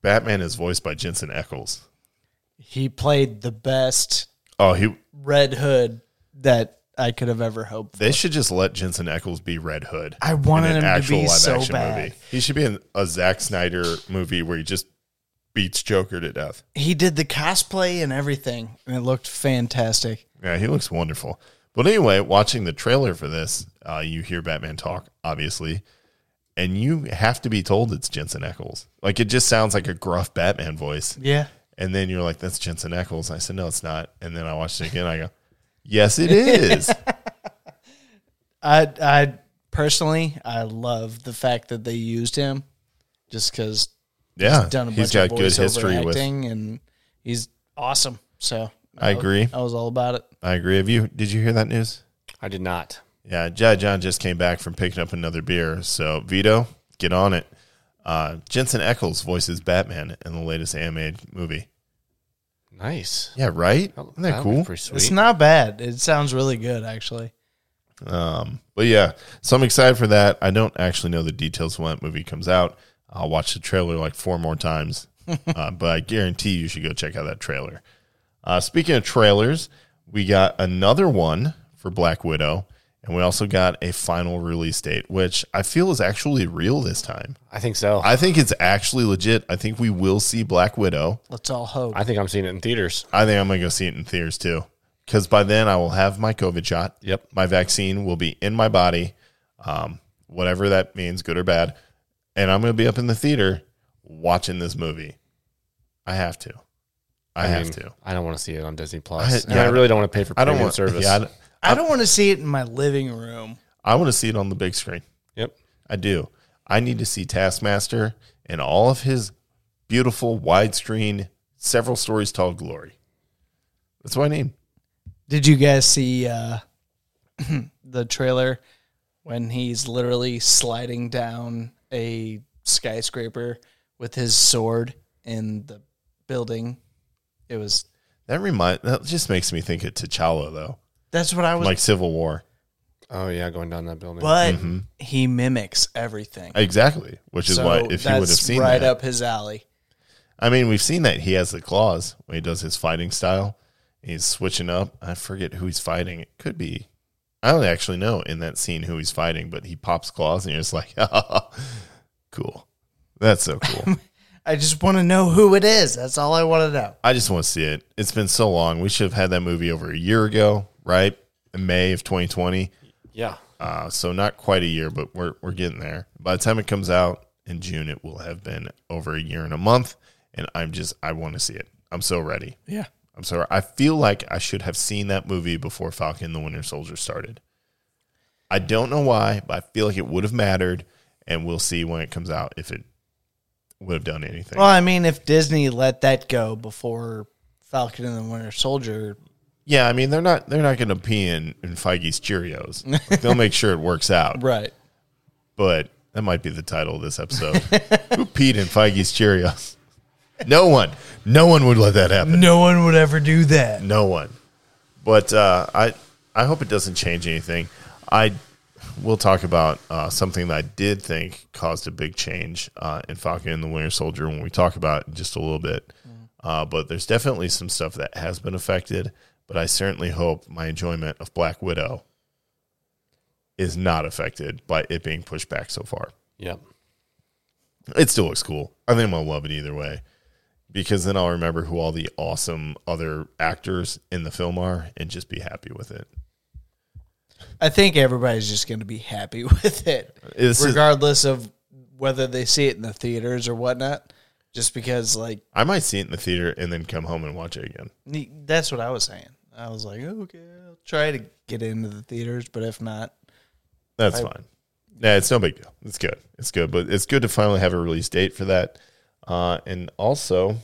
Speaker 1: Batman is voiced by Jensen Eccles.
Speaker 6: He played the best
Speaker 1: Oh, he.
Speaker 6: Red Hood that I could have ever hoped.
Speaker 1: They should just let Jensen Eccles be Red Hood.
Speaker 6: I
Speaker 1: in an
Speaker 6: wanted him to
Speaker 1: actual
Speaker 6: be so
Speaker 1: live-action
Speaker 6: bad.
Speaker 1: He should be in a Zack Snyder movie where he just beats Joker to death.
Speaker 6: He did the cosplay and everything, and it looked fantastic.
Speaker 1: Yeah, he looks wonderful. But anyway, watching the trailer for this, uh, you hear Batman talk, obviously, and you have to be told it's Jensen Eccles. Like it just sounds like a gruff Batman voice.
Speaker 6: Yeah.
Speaker 1: And then you're like, that's Jensen Eccles. I said, no, it's not. And then I watched it again. I go, yes, it is.
Speaker 6: I I personally I love the fact that they used him just because
Speaker 1: yeah.
Speaker 6: done a bunch
Speaker 1: he's got
Speaker 6: of
Speaker 1: good
Speaker 6: voiceover
Speaker 1: history with.
Speaker 6: acting and he's awesome. So
Speaker 1: I agree.
Speaker 6: I was all about it.
Speaker 1: I agree. Have you? Did you hear that news?
Speaker 7: I did not.
Speaker 1: Yeah, Jai John just came back from picking up another beer. So Vito, get on it. Uh, Jensen Eccles voices Batman in the latest animated movie.
Speaker 7: Nice.
Speaker 1: Yeah, right.
Speaker 7: That-
Speaker 1: Isn't that
Speaker 7: would be
Speaker 1: cool?
Speaker 7: Pretty sweet.
Speaker 6: It's not bad. It sounds really good actually.
Speaker 1: Um, but yeah, so I'm excited for that. I don't actually know the details when that movie comes out. I'll watch the trailer like four more times, uh, but I guarantee you should go check out that trailer. Uh, speaking of trailers, we got another one for Black Widow, and we also got a final release date, which I feel is actually real this time.
Speaker 7: I think so. I,
Speaker 1: I think it's actually legit. I think we will see Black Widow.
Speaker 6: Let's all hope.
Speaker 7: think I'm seeing it in theaters.
Speaker 1: I think I'm gonna go see it in theaters too, because by then I will have my COVID shot.
Speaker 7: Yep.
Speaker 1: my vaccine will be in my body, um, whatever that means, good or bad, and I'm gonna be up in the theater watching this movie. I have to. I, have
Speaker 7: mean,
Speaker 1: to.
Speaker 7: I don't want to see it on Disney Plus.
Speaker 1: I-
Speaker 7: I,
Speaker 1: yeah,
Speaker 7: I really don't want to pay for
Speaker 1: I don't
Speaker 7: premium
Speaker 1: want
Speaker 7: service.
Speaker 1: Yeah, I don't-
Speaker 6: I don't want to see it in my living room.
Speaker 1: I, want to see it on the big screen.
Speaker 7: yep.
Speaker 1: I do. I need to see Taskmaster in all of his beautiful widescreen, several stories tall glory. That's what I need.
Speaker 6: Did you guys see uh, the trailer when he's literally sliding down a skyscraper with his sword in the building? It was.
Speaker 1: That remind that just makes me think of T'Challa though,
Speaker 6: That's what I was.
Speaker 1: like Civil War.
Speaker 7: Oh yeah, going down that building.
Speaker 6: but he mimics everything.
Speaker 1: Exactly, which is why if you would have
Speaker 6: that's
Speaker 1: seen
Speaker 6: right
Speaker 1: that,
Speaker 6: up his alley.
Speaker 1: I mean, we've seen that he has the claws when he does his fighting style. He's switching up. I forget who he's fighting. It could be. I don't actually know in that scene who he's fighting, but he pops claws and you're just like, cool. That's so cool.
Speaker 6: I just want to know who it is. That's all I want to know.
Speaker 1: I just want to see it. It's been so long. We should have had that movie over a year ago, right? In May of 2020.
Speaker 7: yeah.
Speaker 1: Uh, so not quite a year, but we're we're getting there. By the time it comes out in June, it will have been over a year and a month. And I'm just I want to see it. I'm so ready.
Speaker 6: Yeah.
Speaker 1: I'm sorry. I feel like I should have seen that movie before Falcon and the Winter Soldier started. I don't know why, but I feel like it would have mattered, and we'll see when it comes out if it would have done anything.
Speaker 6: Well, I mean, if Disney let that go before Falcon and the Winter Soldier,
Speaker 1: yeah, I mean they're not they're not going to pee in, in Feige's Cheerios. Like, they'll make sure it works out.
Speaker 6: right?
Speaker 1: but that might be the title of this episode. Who peed in Feige's Cheerios? No one. No one would let that happen.
Speaker 6: No one would ever do that.
Speaker 1: No one. But uh, I I hope it doesn't change anything. I will talk about uh, something that I did think caused a big change uh, in Falcon and the Winter Soldier when we talk about it in just a little bit. Uh, but there's definitely some stuff that has been affected. But I certainly hope my enjoyment of Black Widow is not affected by it being pushed back so far
Speaker 7: Yep.
Speaker 1: it still looks cool. I think I'm gonna love it either way. Because then I'll remember who all the awesome other actors in the film are and just be happy with it.
Speaker 6: I think everybody's just going to be happy with it,
Speaker 9: This is-
Speaker 6: regardless of whether they see it in the theaters or whatnot. Just because, like,
Speaker 1: I might see it in the theater and then come home and watch it again.
Speaker 6: ne- that's what I was saying. I was like, okay, I'll try to get into the theaters, but if not,
Speaker 1: That's fine. Yeah, it's no big deal. It's good. It's good, but it's good to finally have a release date for that. Uh, and also,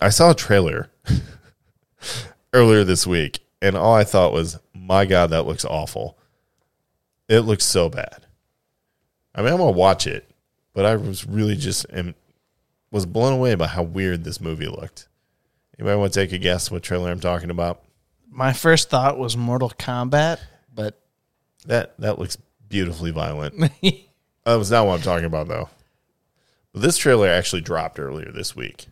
Speaker 1: I saw a trailer earlier this week, and all I thought was, "My God, that looks awful." It looks so bad. I mean, I'm gonna watch it, but I was really just am, was blown away by how weird this movie looked. Anybody want to take a guess what trailer I'm talking about?
Speaker 6: my first thought was Mortal Kombat, but
Speaker 1: That that looks beautifully violent. That was not what I'm talking about, though. But this trailer actually dropped earlier this week.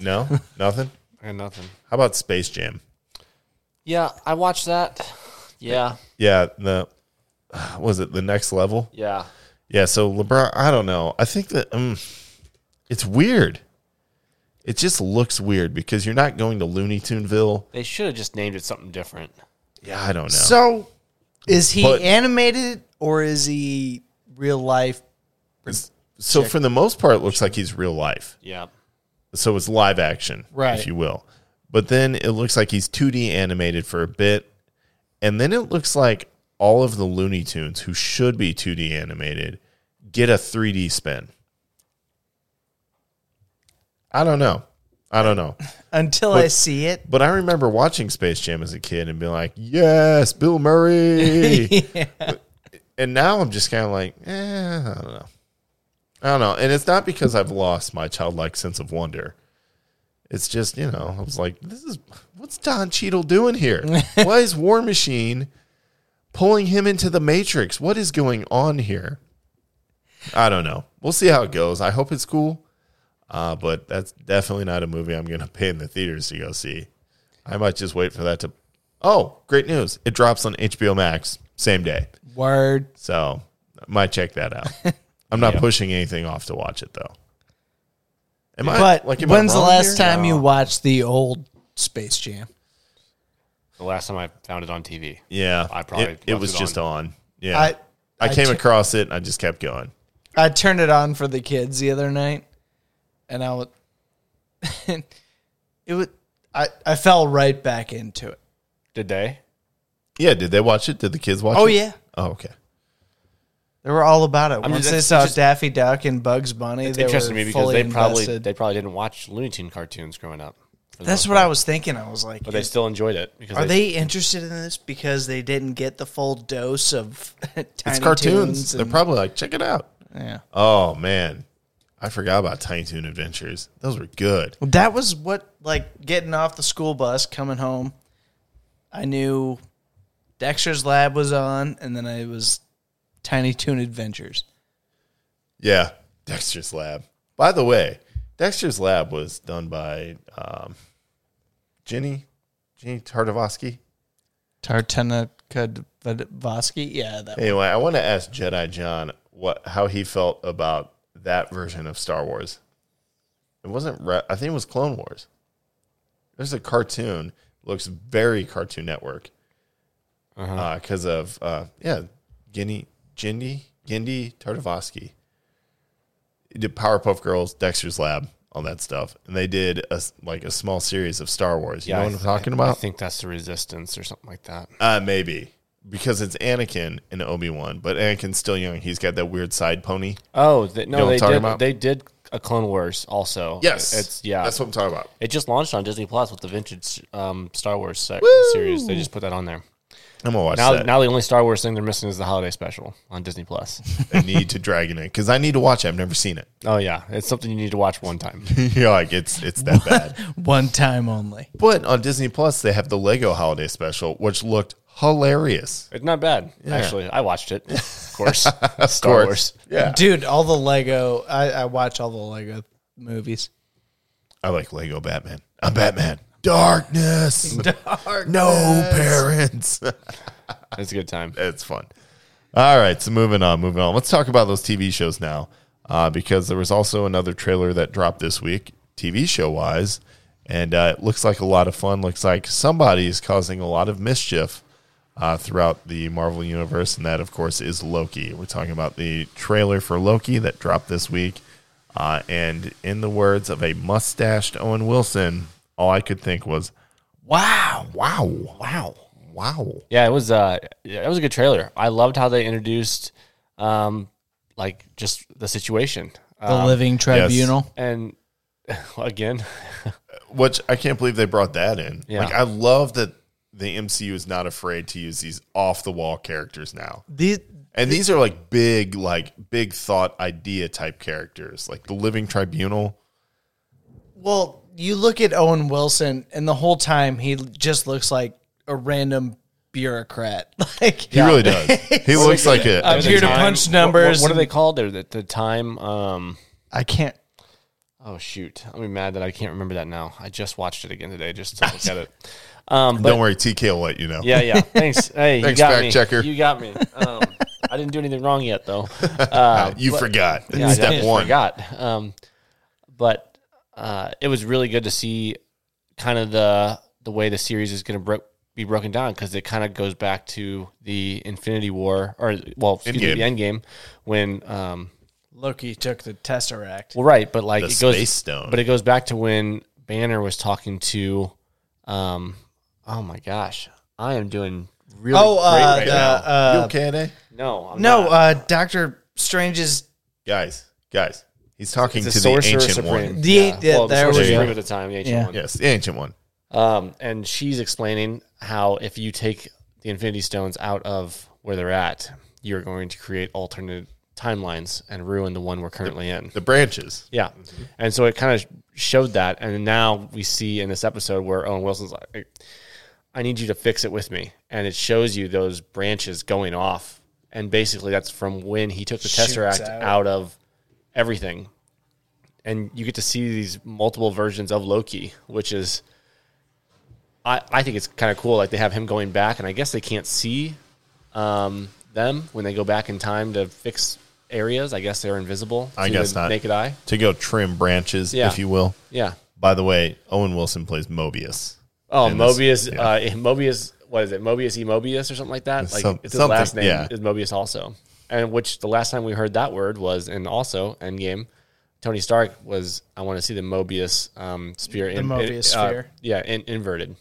Speaker 1: No, nothing.
Speaker 7: I got nothing.
Speaker 1: How about Space Jam?
Speaker 7: Yeah, I watched that. Yeah,
Speaker 1: Yeah, the was it the next level?
Speaker 7: yeah.
Speaker 1: Yeah. So LeBron, I don't know. I think that um, it's weird. It just looks weird because you're not going to Looney Tuneville.
Speaker 7: They should have just named it something different.
Speaker 1: Yeah, I don't know.
Speaker 6: so is he
Speaker 1: But-
Speaker 6: animated or is he real life?
Speaker 1: so for the most part, it looks like he's real life.
Speaker 7: Yeah,
Speaker 1: so it's live action,
Speaker 6: Right.
Speaker 1: if you will. But then it looks like he's 2D animated for a bit, and then it looks like all of the Looney Tunes who should be 2D animated get a 3D spin. I don't know. I don't know.
Speaker 6: Until I see it,
Speaker 1: But I remember watching Space Jam as a kid and being like, "Yes, Bill Murray." And now I'm just kind of like, eh, I don't know. I don't know. And it's not because I've lost my childlike sense of wonder. It's just, you know, I was like, this is what's Don Cheadle doing here? Why is War Machine pulling him into the Matrix? What is going on here? I don't know. We'll see how it goes. I hope it's cool. Uh, but that's definitely not a movie I'm going to pay in the theaters to go see. I might just wait for that to. Oh, great news! It drops on HBO Max same day,
Speaker 6: word.
Speaker 1: so I might check that out. I'm not pushing anything off to watch it though. Am I?
Speaker 6: But
Speaker 1: am I
Speaker 6: when's the
Speaker 1: wrong
Speaker 6: last
Speaker 1: here?
Speaker 6: time you watched the old Space Jam?
Speaker 7: the last time I found it on TV.
Speaker 1: Yeah,
Speaker 7: I probably
Speaker 1: it,
Speaker 7: left
Speaker 1: it was
Speaker 7: it
Speaker 1: just on. Yeah, I,
Speaker 6: I- I
Speaker 1: came
Speaker 6: t-
Speaker 1: across it and I just kept going.
Speaker 6: I turned it on for the kids the other night, and I would, it would, I, I fell right back into it.
Speaker 7: Did they?
Speaker 1: Yeah, did they watch it? Did the kids watch
Speaker 6: Oh
Speaker 1: it?
Speaker 6: yeah,
Speaker 1: Oh okay.
Speaker 6: they were all about it. Once
Speaker 7: just-
Speaker 6: they
Speaker 7: it's
Speaker 6: saw
Speaker 7: just-
Speaker 6: Daffy Duck and Bugs Bunny,
Speaker 7: It's
Speaker 6: they
Speaker 7: interesting
Speaker 6: were
Speaker 7: to me because
Speaker 6: fully
Speaker 7: they probably
Speaker 6: invested.
Speaker 7: they probably didn't watch Looney Tune cartoons growing up. for the
Speaker 6: That's
Speaker 7: most
Speaker 6: what I
Speaker 7: part.
Speaker 6: was thinking. I was like,
Speaker 7: But they still enjoyed it because
Speaker 6: are they interested in this because they didn't get the full dose of Tiny
Speaker 1: It's cartoons.
Speaker 6: Toons
Speaker 1: They're
Speaker 6: and-
Speaker 1: probably like, check it out.
Speaker 6: yeah.
Speaker 1: Oh man, I forgot about Tiny Toon Adventures. Those were good.
Speaker 6: Well, that was what like getting off the school bus, coming home. I knew Dexter's Lab was on, and then I was Tiny Toon Adventures.
Speaker 1: Yeah, Dexter's Lab. By the way, Dexter's Lab was done by um, Jenny Jenny Tartovsky.
Speaker 6: Tartana Kadvosky, yeah, that
Speaker 1: Anyway, I want to ask Jedi John what how he felt about that version of Star Wars. It wasn't. Re- I think it was Clone Wars. There's a cartoon. Looks very Cartoon Network. Because of uh, yeah, Ginny Gindy Gindy Tartovsky. It did Powerpuff Girls, Dexter's Lab, all that stuff, and they did a s- like a small series of Star Wars. You know
Speaker 7: I
Speaker 1: what I'm
Speaker 7: th-
Speaker 1: talking
Speaker 7: I-
Speaker 1: about?
Speaker 7: I think that's the Resistance or something like that.
Speaker 1: Uh, maybe because it's Anakin and Obi Wan, but Anakin's still young. He's got that weird side pony.
Speaker 7: Oh th-
Speaker 1: know
Speaker 7: no,
Speaker 1: what I'm
Speaker 7: they
Speaker 1: talking
Speaker 7: did.
Speaker 1: about?
Speaker 7: They did a Clone Wars also. it's yeah.
Speaker 1: That's what I'm talking about.
Speaker 7: it just launched on Disney Plus with the vintage um, Star Wars se- series. They just put that on there.
Speaker 1: I'm gonna watch
Speaker 7: Now,
Speaker 1: that.
Speaker 7: now the only Star Wars thing they're missing is the holiday special on Disney Plus.
Speaker 1: I need to Dragon it because I need to watch it. I've never seen it.
Speaker 7: oh yeah, it's something you need to watch one time.
Speaker 1: You're like it's it's that bad.
Speaker 6: one time only.
Speaker 1: But on Disney Plus, they have the Lego Holiday Special, which looked hilarious.
Speaker 7: It's not bad actually. I watched it, of course. Star
Speaker 1: course.
Speaker 7: Wars.
Speaker 1: Yeah,
Speaker 6: Dude, all the Lego. I, I watch all the Lego movies.
Speaker 1: I like Lego Batman. I'm Batman. Darkness. No parents.
Speaker 7: It's a good time.
Speaker 1: it's fun. All right, so moving on, moving on. Let's talk about those TV shows now, uh, because there was also another trailer that dropped this week, TV show wise, and uh, it looks like a lot of fun. Looks like somebody is causing a lot of mischief uh, throughout the Marvel universe, and that, of course, is Loki. We're talking about the trailer for Loki that dropped this week, uh, and in the words of a mustached Owen Wilson, all I could think was, "Wow, wow, wow, wow."
Speaker 7: Yeah, it was uh yeah, it was a good trailer. I loved how they introduced um like just the situation.
Speaker 6: The
Speaker 7: Um,
Speaker 6: Living Tribunal.
Speaker 7: and again,
Speaker 1: Which I can't believe they brought that in.
Speaker 7: Yeah.
Speaker 1: Like I love that the MCU is not afraid to use these off the wall characters now.
Speaker 6: These
Speaker 1: And these are like big, like big thought idea type characters, like the Living Tribunal.
Speaker 6: Well, you look at Owen Wilson, and the whole time he just looks like a random bureaucrat. Like
Speaker 1: He really does. He looks like it.
Speaker 6: I'm here to punch numbers.
Speaker 7: What, what are they called? They're the, the time um
Speaker 6: I can't.
Speaker 7: oh shoot. I'm mad that I can't remember that now. I just watched it again today just to look at it. Um but
Speaker 1: Don't worry, TK will let you know.
Speaker 7: yeah, yeah. Thanks. Hey,
Speaker 1: Thanks,
Speaker 7: you got
Speaker 1: fact
Speaker 7: me.
Speaker 1: checker.
Speaker 7: You got me. Um, I didn't do anything wrong yet though.
Speaker 1: Uh, you forgot.
Speaker 7: Yeah, I
Speaker 1: Step
Speaker 7: definitely
Speaker 1: one.
Speaker 7: Forgot. Um, but uh, it was really good to see kind of the the way the series is going to bro- be broken down because it kind of goes back to the Infinity War or well, excuse me,
Speaker 1: Endgame.
Speaker 7: the Endgame when. Um,
Speaker 6: Loki took the Tesseract.
Speaker 7: well, right, but like
Speaker 1: The
Speaker 7: it goes,
Speaker 1: Space Stone.
Speaker 7: but it goes back to when Banner was talking to, um, oh my gosh, I am doing really
Speaker 6: Oh,
Speaker 7: great
Speaker 6: uh,
Speaker 7: right
Speaker 6: the,
Speaker 7: now.
Speaker 6: uh,
Speaker 1: you okay today?
Speaker 7: No, I'm
Speaker 6: no,
Speaker 7: not.
Speaker 6: uh, Doctor Strange's
Speaker 1: Guys, guys. He's talking
Speaker 7: It's
Speaker 1: to
Speaker 7: the
Speaker 1: the
Speaker 7: Sorcerer
Speaker 1: ancient
Speaker 7: Supreme.
Speaker 1: one.
Speaker 6: The- yeah,
Speaker 7: well, the
Speaker 6: there we
Speaker 7: Sorcerer
Speaker 6: go.
Speaker 7: Supreme at the time, the ancient
Speaker 6: Yeah.
Speaker 7: one.
Speaker 1: Yes, the ancient one.
Speaker 7: Um, and she's explaining how if you take the Infinity Stones out of where they're at, you're going to create alternate timelines and ruin the one we're currently in.
Speaker 1: The branches.
Speaker 7: Yeah. And so it kind of showed that. And now we see in this episode where Owen Wilson's like, I need you to fix it with me. And it shows you those branches going off. And basically, that's from when he took the
Speaker 6: Shoots
Speaker 7: Tesseract
Speaker 6: out.
Speaker 7: out. of everything. And you get to see these multiple versions of Loki, which is, I, I think it's kind of cool. Like they have him going back, and I guess they can't see um, them when they go back in time to fix areas. I guess they're invisible.
Speaker 1: I
Speaker 7: to
Speaker 1: guess
Speaker 7: the
Speaker 1: not.
Speaker 7: Naked eye.
Speaker 1: To go trim branches,
Speaker 7: Yeah.
Speaker 1: if you will.
Speaker 7: Yeah.
Speaker 1: By the way, Owen Wilson plays Mobius.
Speaker 7: Oh,
Speaker 1: And this-
Speaker 7: Mobius.
Speaker 1: yeah.
Speaker 7: Uh, Mobius. What is it? Mobius E. Mobius or something like that. Like
Speaker 1: Some-
Speaker 7: it's his
Speaker 1: something,
Speaker 7: last name
Speaker 1: yeah.
Speaker 7: is Mobius also. And which the last time we heard that word was in also Endgame. Tony Stark was. I want to see the Mobius um, sphere. The
Speaker 6: Mobius sphere.
Speaker 7: Yeah, in, inverted.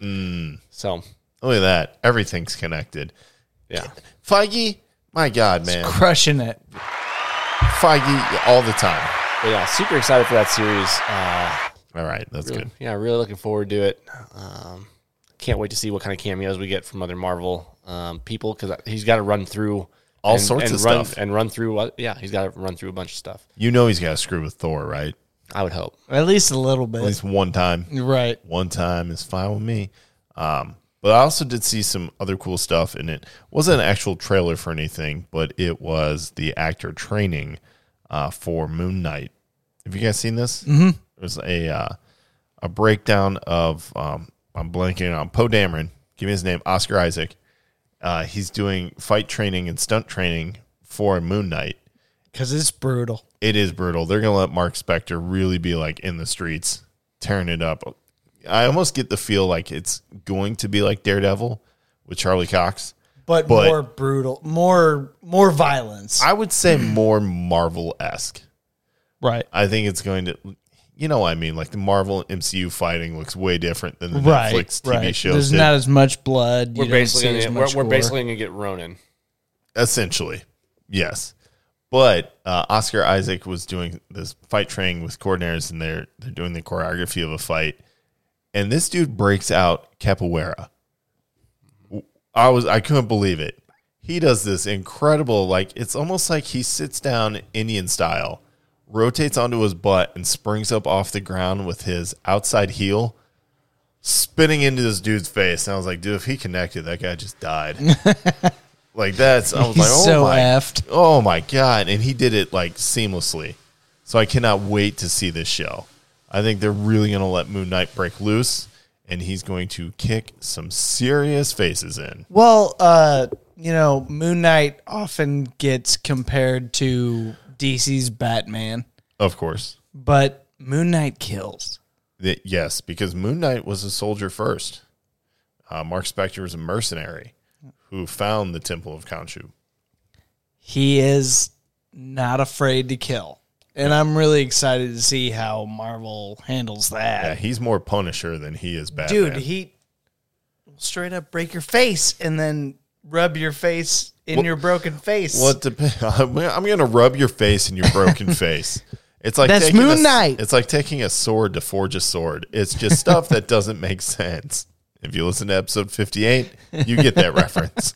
Speaker 1: Mm.
Speaker 7: So
Speaker 1: Look at that. Everything's connected.
Speaker 7: yeah,
Speaker 1: Feige, my God, man.
Speaker 6: crushing it.
Speaker 1: Feige all the time.
Speaker 7: but yeah, super excited for that series. Uh,
Speaker 1: All right, that's
Speaker 7: really-
Speaker 1: good.
Speaker 7: yeah, really looking forward to it. Um, can't wait to see what kind of cameos we get from other Marvel um, people because he's got to run through
Speaker 1: All
Speaker 7: and-
Speaker 1: sorts
Speaker 7: and
Speaker 1: of
Speaker 7: run,
Speaker 1: stuff.
Speaker 7: and run through. what- Yeah, he's got to run through a bunch of stuff.
Speaker 1: You know he's got to screw with Thor, right?
Speaker 7: I would hope.
Speaker 6: At least a little bit.
Speaker 1: At least one time.
Speaker 6: right.
Speaker 1: One time is fine with me. Um, but I also did see some other cool stuff, and it wasn't an actual trailer for anything, but it was the actor training uh, for Moon Knight. Have you guys seen this? Mm-hmm. It was a uh, a breakdown of um, I'm blanking on Poe Dameron. Give me his name, Oscar Isaac. Uh, he's doing fight training and stunt training for Moon Knight.
Speaker 6: Because it's brutal.
Speaker 1: it is brutal. They're gonna let Mark Spector really be like in the streets, tearing it up. I almost get the feel like it's going to be like Daredevil with Charlie Cox.
Speaker 6: But,
Speaker 1: But-
Speaker 6: more brutal. More more violence.
Speaker 1: I would say more Marvel esque.
Speaker 6: right.
Speaker 1: I think it's going to, you know, what I mean, like the Marvel MCU fighting looks way different than the
Speaker 6: Right.
Speaker 1: Netflix TV
Speaker 6: right.
Speaker 1: shows.
Speaker 6: There's
Speaker 1: did,
Speaker 6: not as much blood.
Speaker 7: We're
Speaker 6: you don't see
Speaker 7: basically
Speaker 6: as
Speaker 7: gonna,
Speaker 6: much
Speaker 7: we're, we're
Speaker 6: gore.
Speaker 7: basically gonna get Ronan.
Speaker 1: essentially, yes. But uh, Oscar Isaac was doing this fight training with coordinators, and they're they're doing the choreography of a fight, and this dude breaks out capoeira. I was I couldn't believe it. He does this incredible like it's almost like he sits down Indian style, rotates onto his butt and springs up off the ground with his outside heel spinning into this dude's face. And I was like, dude, if he connected, that guy just died. like that's I was
Speaker 6: He's
Speaker 1: like, oh
Speaker 6: so
Speaker 1: my,
Speaker 6: effed.
Speaker 1: oh my god! And he did it like seamlessly. So I cannot wait to see this show. I think they're really going to let Moon Knight break loose, and he's going to kick some serious faces in.
Speaker 6: Well, uh, you know, Moon Knight often gets compared to DC's Batman,
Speaker 1: Of course.
Speaker 6: but Moon Knight kills.
Speaker 1: That yes, because Moon Knight was a soldier first. Uh, Mark Spector was a mercenary who found the Temple of Khonshu.
Speaker 6: He is not afraid to kill. And I'm really excited to see how Marvel handles
Speaker 1: Yeah,
Speaker 6: that.
Speaker 1: he's more Punisher than he is Batman.
Speaker 6: Dude, he straight up break your face and then rub your face in your broken face.
Speaker 1: Well, it depends. I'm going to rub your face in your broken face. It's like
Speaker 6: That's
Speaker 1: taking
Speaker 6: Moon
Speaker 1: a s-
Speaker 6: Knight.
Speaker 1: It's like taking a sword to forge a sword. It's just stuff that doesn't make sense. If you listen to episode 58, you get that reference.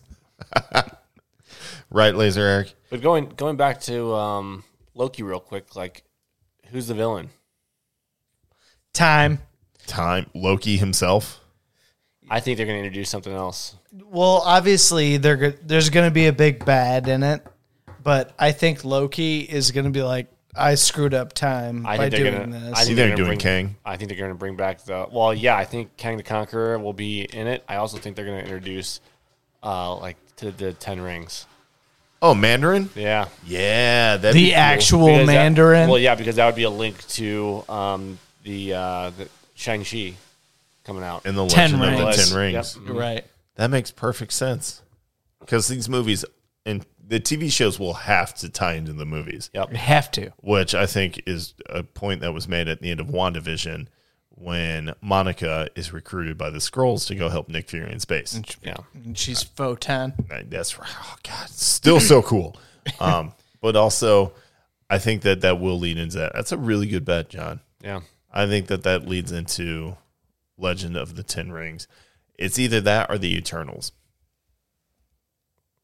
Speaker 1: right, Laser Eric?
Speaker 7: But going going back to um, Loki real quick, like who's the villain?
Speaker 6: Time.
Speaker 1: Time. Loki himself.
Speaker 7: I think they're going to introduce something else.
Speaker 6: Well, obviously they're, go- there's going to be a big bad in it, but I think Loki is going to be like, I screwed up time
Speaker 7: I
Speaker 6: by
Speaker 7: think they're
Speaker 6: doing
Speaker 7: gonna,
Speaker 6: this.
Speaker 7: I think
Speaker 1: You
Speaker 7: they're
Speaker 1: think
Speaker 7: gonna
Speaker 1: they're doing
Speaker 7: bring,
Speaker 1: Kang?
Speaker 7: I think they're going to bring back the. Well, yeah, I think Kang the Conqueror will be in it. I also think they're going to introduce, uh, like to the Ten Rings.
Speaker 1: Oh, Mandarin?
Speaker 7: Yeah,
Speaker 1: Yeah. That'd
Speaker 6: the
Speaker 1: be cool.
Speaker 6: actual
Speaker 7: Because that-
Speaker 6: Mandarin.
Speaker 7: well, yeah, because that would be a link to um, the, uh, the Shang Chi coming out.
Speaker 1: In the
Speaker 6: Ten
Speaker 1: Legend of the
Speaker 6: Rings.
Speaker 1: Ten Rings.
Speaker 7: Yep.
Speaker 6: You're right.
Speaker 1: That makes perfect sense. Because these movies and the TV shows will have to tie into the movies.
Speaker 6: You have to.
Speaker 1: which I think is a point that was made at the end of WandaVision when Monica is recruited by the Scrolls to go help Nick Fury in space.
Speaker 7: yeah,
Speaker 6: And she's Photon.
Speaker 1: Like, That's right. Oh, God. Still so cool. Um, but also, I think that that will lead into that. That's a really good bet, John.
Speaker 7: yeah.
Speaker 1: I think that that leads into Legend of the Ten Rings. It's either that or the Eternals.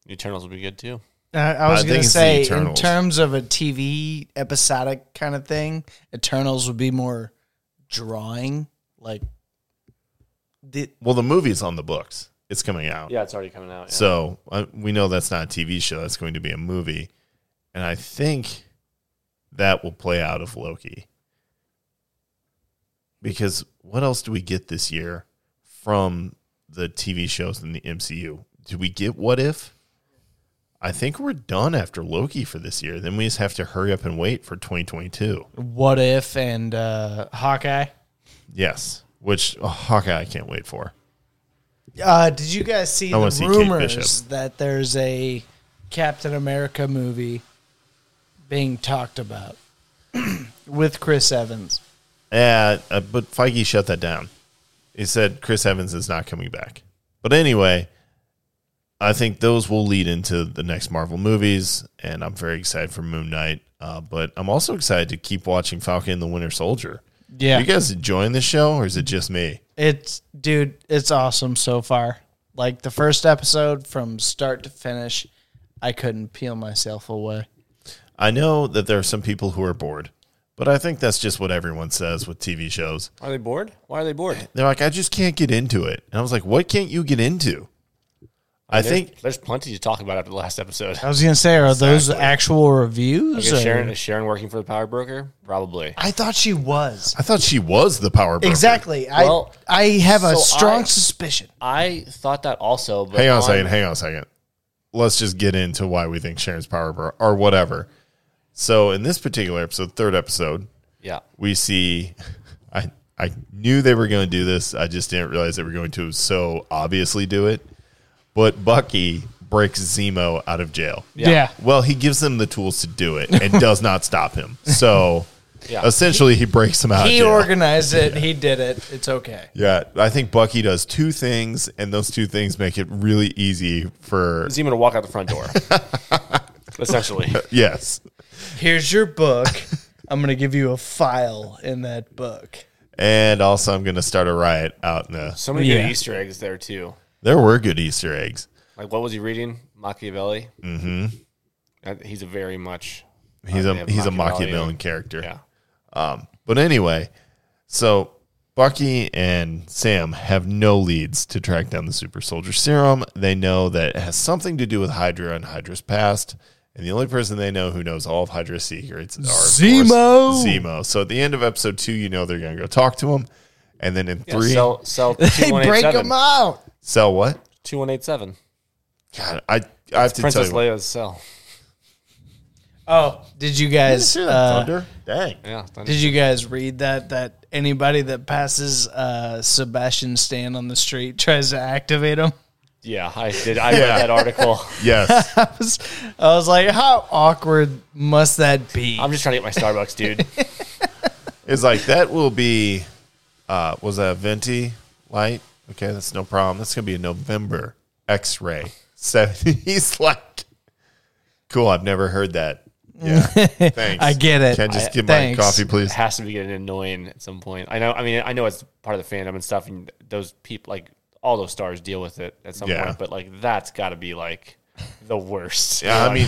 Speaker 7: Eternals will be good too.
Speaker 6: Uh, I
Speaker 1: I
Speaker 6: was going
Speaker 1: think
Speaker 6: to
Speaker 1: it's the
Speaker 6: say, in
Speaker 1: Eternals.
Speaker 6: terms of a TV episodic kind of thing, Eternals would be more drawing, like the
Speaker 1: Well, the movie's on the books. It's coming out.
Speaker 7: Yeah, it's already coming out. Yeah.
Speaker 1: So uh, we know that's not a TV show. That's going to be a movie, and I think that will play out of Loki. Because what else do we get this year from the TV shows in the MCU? Do we get What If? I think we're done after Loki for this year. Then we just have to hurry up and wait for 2022.
Speaker 6: what if and uh, Hawkeye.
Speaker 1: Yes, which oh, Hawkeye I can't wait for.
Speaker 6: Uh, did you guys see
Speaker 1: I wanna
Speaker 6: the
Speaker 1: see Kate
Speaker 6: rumors
Speaker 1: Bishop.
Speaker 6: that there's a Captain America movie being talked about with Chris Evans?
Speaker 1: Yeah, uh, but Feige shut that down. He said Chris Evans is not coming back. But anyway, I think those will lead into the next Marvel movies, and I'm very excited for Moon Knight. Uh, but I'm also excited to keep watching Falcon and the Winter Soldier.
Speaker 6: Yeah.
Speaker 1: you guys enjoying this show, or is it just me?
Speaker 6: It's dude, it's awesome so far. Like the first episode from start to finish, I couldn't peel myself away.
Speaker 1: I know that there are some people who are bored, but I think that's just what everyone says with TV shows.
Speaker 7: Are they bored? Why are they bored?
Speaker 1: They're like, I just can't get into it. And I was like, what can't you get into? I think
Speaker 7: There's plenty to talk about after the last episode.
Speaker 6: I was gonna say, are those actual reviews?
Speaker 7: Is
Speaker 6: or-
Speaker 7: Sharon, is Sharon working for the power broker? Probably.
Speaker 6: I thought she was
Speaker 1: I thought she was the power broker.
Speaker 6: exactly.
Speaker 7: Well,
Speaker 6: I I have a
Speaker 7: so
Speaker 6: strong
Speaker 7: I-
Speaker 6: suspicion.
Speaker 7: I thought that also. But
Speaker 1: hang on a second. Hang on a second. Let's just get into why we think Sharon's power bro- or whatever. So in this particular episode, third episode,
Speaker 7: Yeah.
Speaker 1: we see. I I knew they were going to do this. I just didn't realize they were going to so obviously do it. But Bucky breaks Zemo out of jail.
Speaker 7: Yeah.
Speaker 1: Well, he gives them the tools to do it and does not stop him. So
Speaker 7: Yeah.
Speaker 1: essentially, he breaks them out.
Speaker 6: He
Speaker 1: of jail.
Speaker 6: organized it. He did it. It's okay.
Speaker 1: yeah, I think Bucky does two things, and those two things make it really easy for
Speaker 7: Zeman to walk out the front door. Essentially.
Speaker 1: yes.
Speaker 6: Here's your book. I'm gonna give you a file in that book.
Speaker 1: And also, I'm going to start a riot out in the.
Speaker 7: So many
Speaker 6: Yeah.
Speaker 7: good Easter eggs there, too.
Speaker 1: There were good Easter eggs.
Speaker 7: Like, what was he reading? Machiavelli? Mm
Speaker 1: Mm-hmm.
Speaker 7: hmm. He's a very much.
Speaker 1: He's
Speaker 7: uh,
Speaker 1: a
Speaker 7: they have
Speaker 1: he's a
Speaker 7: Machiavelli.
Speaker 1: Machiavellian character.
Speaker 7: Yeah.
Speaker 1: But anyway, so Bucky and Sam have no leads to track down the super soldier serum. They know that it has something to do with Hydra and Hydra's past. And the only person they know who knows all of Hydra's secrets are of course,
Speaker 6: Zemo.
Speaker 1: Zemo. So at the end of episode two, you know they're going to go talk to him. And then in
Speaker 7: Yeah,
Speaker 1: three,
Speaker 7: Sell, sell
Speaker 6: They break
Speaker 7: 2187.
Speaker 6: him out.
Speaker 1: sell what?
Speaker 7: 2187.
Speaker 1: God, I, I have to tell
Speaker 7: Princess
Speaker 1: you.
Speaker 7: Leia's cell.
Speaker 6: Oh, did you guys?
Speaker 1: Hear that
Speaker 6: uh,
Speaker 1: thunder? Dang.
Speaker 7: Yeah.
Speaker 6: did you guys read that? That anybody that passes uh, Sebastian Stan on the street tries to activate him.
Speaker 7: yeah, I did. I
Speaker 9: Yeah.
Speaker 7: read that article.
Speaker 9: Yes.
Speaker 6: I was, I was like, how awkward must that be?
Speaker 7: I'm just trying to get my Starbucks, dude.
Speaker 1: It's like that will be uh was that a venti light? Okay, that's no problem. That's gonna be a November X ray. Seven he's like Cool, I've never heard that. Yeah. Thanks.
Speaker 6: I get it.
Speaker 1: Can I just
Speaker 6: I-
Speaker 1: get
Speaker 6: thanks.
Speaker 1: my coffee, please?
Speaker 7: It has to be getting annoying at some point. I know. I mean, I know it's part of the fandom and stuff, and those people, like all those stars, deal with it at some
Speaker 1: Yeah.
Speaker 7: point. But like, that's got to be like the worst.
Speaker 1: Yeah, I mean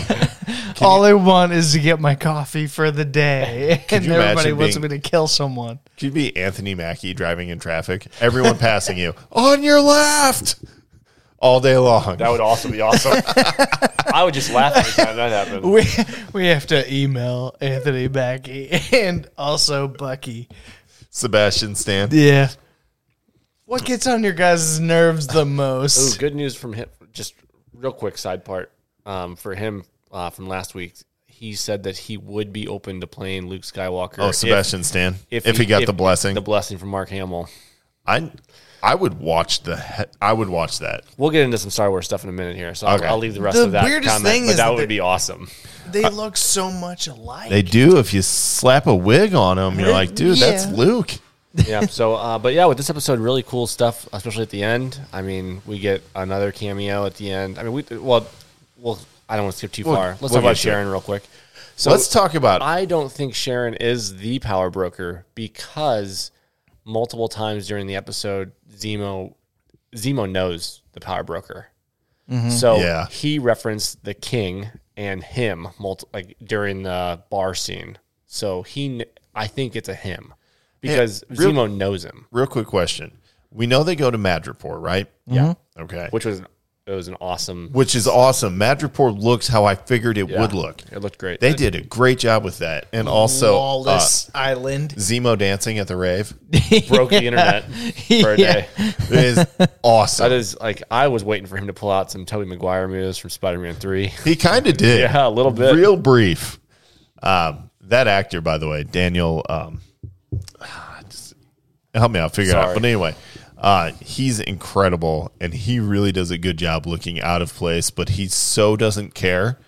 Speaker 6: All I want is to get my coffee for the day, and
Speaker 1: you
Speaker 6: everybody
Speaker 1: imagine
Speaker 6: wants
Speaker 1: being-
Speaker 6: me to kill someone.
Speaker 1: could you be Anthony Mackie driving in traffic? Everyone passing you. On your left. All day long.
Speaker 7: that would also be awesome. I would just laugh every time that happened.
Speaker 6: We we have to email Anthony Mackey and also Bucky.
Speaker 1: Sebastian Stan.
Speaker 6: Yeah. What gets on your guys' nerves the
Speaker 7: Ooh,
Speaker 6: most?
Speaker 7: good news from him. Just real quick side part um, for him uh, from last week. He said that he would be open to playing Luke Skywalker.
Speaker 1: Oh,
Speaker 7: if-
Speaker 1: Sebastian Stan. If, he, got
Speaker 7: if-
Speaker 1: the blessing.
Speaker 7: the blessing from Mark Hamill.
Speaker 1: I I would watch the he- I would watch that.
Speaker 7: We'll get into some Star Wars stuff in a minute here, so I'll-
Speaker 1: Okay.
Speaker 7: I'll, leave the rest
Speaker 6: The
Speaker 7: of that
Speaker 6: weirdest
Speaker 7: comment.
Speaker 6: thing
Speaker 7: but
Speaker 6: is
Speaker 7: that
Speaker 6: that
Speaker 7: would
Speaker 6: they-
Speaker 7: be awesome.
Speaker 6: They look so much alike.
Speaker 1: They do if you slap a wig on them. You're like, dude, that's
Speaker 6: Yeah.
Speaker 1: Luke.
Speaker 7: yeah. So, uh, but yeah, with this episode, really cool stuff, especially at the end. I mean, we get another cameo at the end. I mean, we well, well, I don't want to skip too
Speaker 1: We'll-
Speaker 7: far. Let's
Speaker 1: we'll
Speaker 7: talk
Speaker 1: get
Speaker 7: about
Speaker 1: to it.
Speaker 7: Sharon real quick. So
Speaker 1: Let's talk about
Speaker 7: I don't think Sharon is the power broker because multiple times during the episode, Zemo Zemo knows the power broker. So
Speaker 1: Mm-hmm. Yeah.
Speaker 7: he referenced the king and him multi- like during the bar scene. So he, kn- I think it's a him because
Speaker 1: real-
Speaker 7: Zemo knows him,
Speaker 1: real quick question. We know they go to Madripoor, right?
Speaker 7: Yeah.
Speaker 1: Okay. Which,
Speaker 7: which was an, it was an awesome.
Speaker 1: is awesome. Madripoor looks how I figured it
Speaker 7: yeah,
Speaker 1: would look.
Speaker 7: It looked great.
Speaker 1: They did a great job with that. And also uh,
Speaker 6: Lawless Island.
Speaker 1: Zemo dancing at the rave
Speaker 7: broke the internet for a
Speaker 6: Yeah.
Speaker 7: day.
Speaker 1: is
Speaker 7: That
Speaker 1: awesome.
Speaker 7: is like I was waiting for him to pull out some Toby Maguire moves from Spider-Man Three.
Speaker 1: he kind of did.
Speaker 7: Yeah, a little bit.
Speaker 1: Real brief. Um, that actor, by the way, Daniel. Um, just help me out, figure it out.
Speaker 7: Sorry.
Speaker 1: But anyway, uh, he's incredible, and he really does a good job looking out of place. But he so doesn't care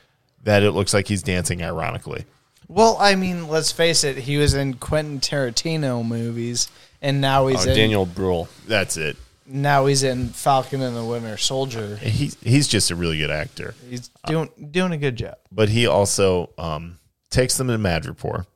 Speaker 1: that it looks like he's dancing ironically.
Speaker 6: Well, I mean, let's face it. He was in Quentin Tarantino movies, and now he's
Speaker 7: Oh,
Speaker 6: in
Speaker 7: Daniel Bruhl.
Speaker 1: That's it.
Speaker 6: now he's in Falcon and the Winter Soldier.
Speaker 1: He's he's just a really good actor.
Speaker 6: He's doing doing a good job.
Speaker 1: But he also um, takes them to Madripoor,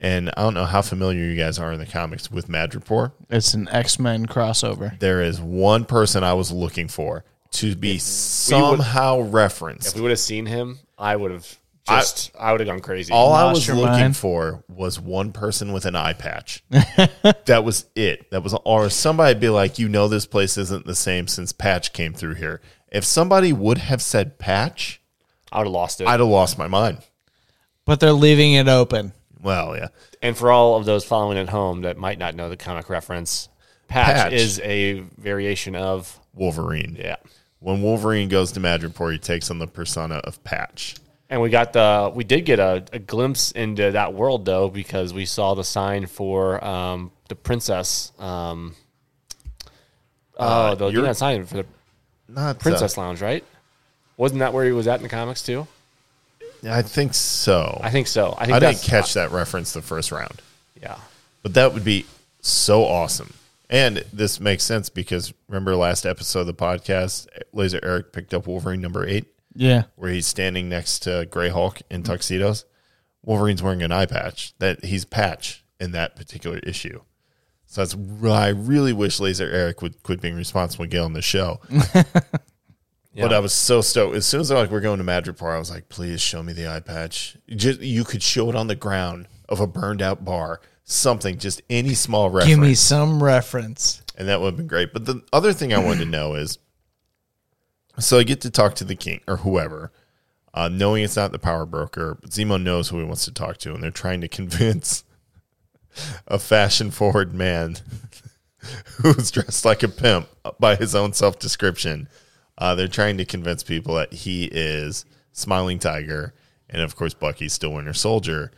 Speaker 1: and I don't know how familiar you guys are in the comics with Madripoor.
Speaker 6: It's an X Men crossover.
Speaker 1: there is one person I was looking for to be somehow
Speaker 7: If
Speaker 1: referenced.
Speaker 7: we would have seen him, I would have just I, would have gone crazy.
Speaker 1: All I
Speaker 6: Lost
Speaker 1: was
Speaker 6: your
Speaker 1: looking
Speaker 6: mind.
Speaker 1: for was one person with an eye patch. that was it. That was or somebody be like, you know, this place isn't the same since Patch came through here. If somebody would have said Patch,
Speaker 7: I would have lost it.
Speaker 1: I'd have lost my mind.
Speaker 6: But they're leaving it open.
Speaker 1: Well, yeah,
Speaker 7: and for all of those following at home that might not know the comic reference, Patch,
Speaker 1: Patch.
Speaker 7: is a variation of
Speaker 1: Wolverine.
Speaker 7: yeah.
Speaker 1: When Wolverine goes to Madripoor, he takes on the persona of Patch.
Speaker 7: And we got the we did get a, a glimpse into that world though because we saw the sign for um, the princess. Um, oh, the you
Speaker 1: you're-
Speaker 7: got a sign for the
Speaker 1: Not uh,
Speaker 7: princess lounge, right? Wasn't that where he was at in the comics too?
Speaker 1: I think so.
Speaker 7: I think so. I think
Speaker 1: I didn't
Speaker 7: that's-
Speaker 1: catch that reference the first round.
Speaker 7: Yeah.
Speaker 1: But that would be so awesome. And this makes sense because remember last episode of the podcast, Laser Eric picked up Wolverine number eight,
Speaker 6: Yeah.
Speaker 1: where he's standing next to Grey Hulk in tuxedos. Wolverine's wearing an eye patch that he's patch in that particular issue. So that's why I really wish Laser Eric would quit being responsible and get on the show. But I was so stoked. As soon as they're like, we're going to Madripoor, I was like, please show me the eye patch. Just, you could show it on the ground of a burned out bar, something, just any small reference.
Speaker 6: Give me some reference.
Speaker 1: and that would have been great. But the other thing I wanted to know is so I get to talk to the king or whoever, uh, knowing it's not the power broker, but Zemo knows who he wants to talk to, and they're trying to convince a fashion forward man who's dressed like a pimp by his own self description. Uh, they're trying to convince people that he is Smiling Tiger and of course Bucky's still Winter Soldier.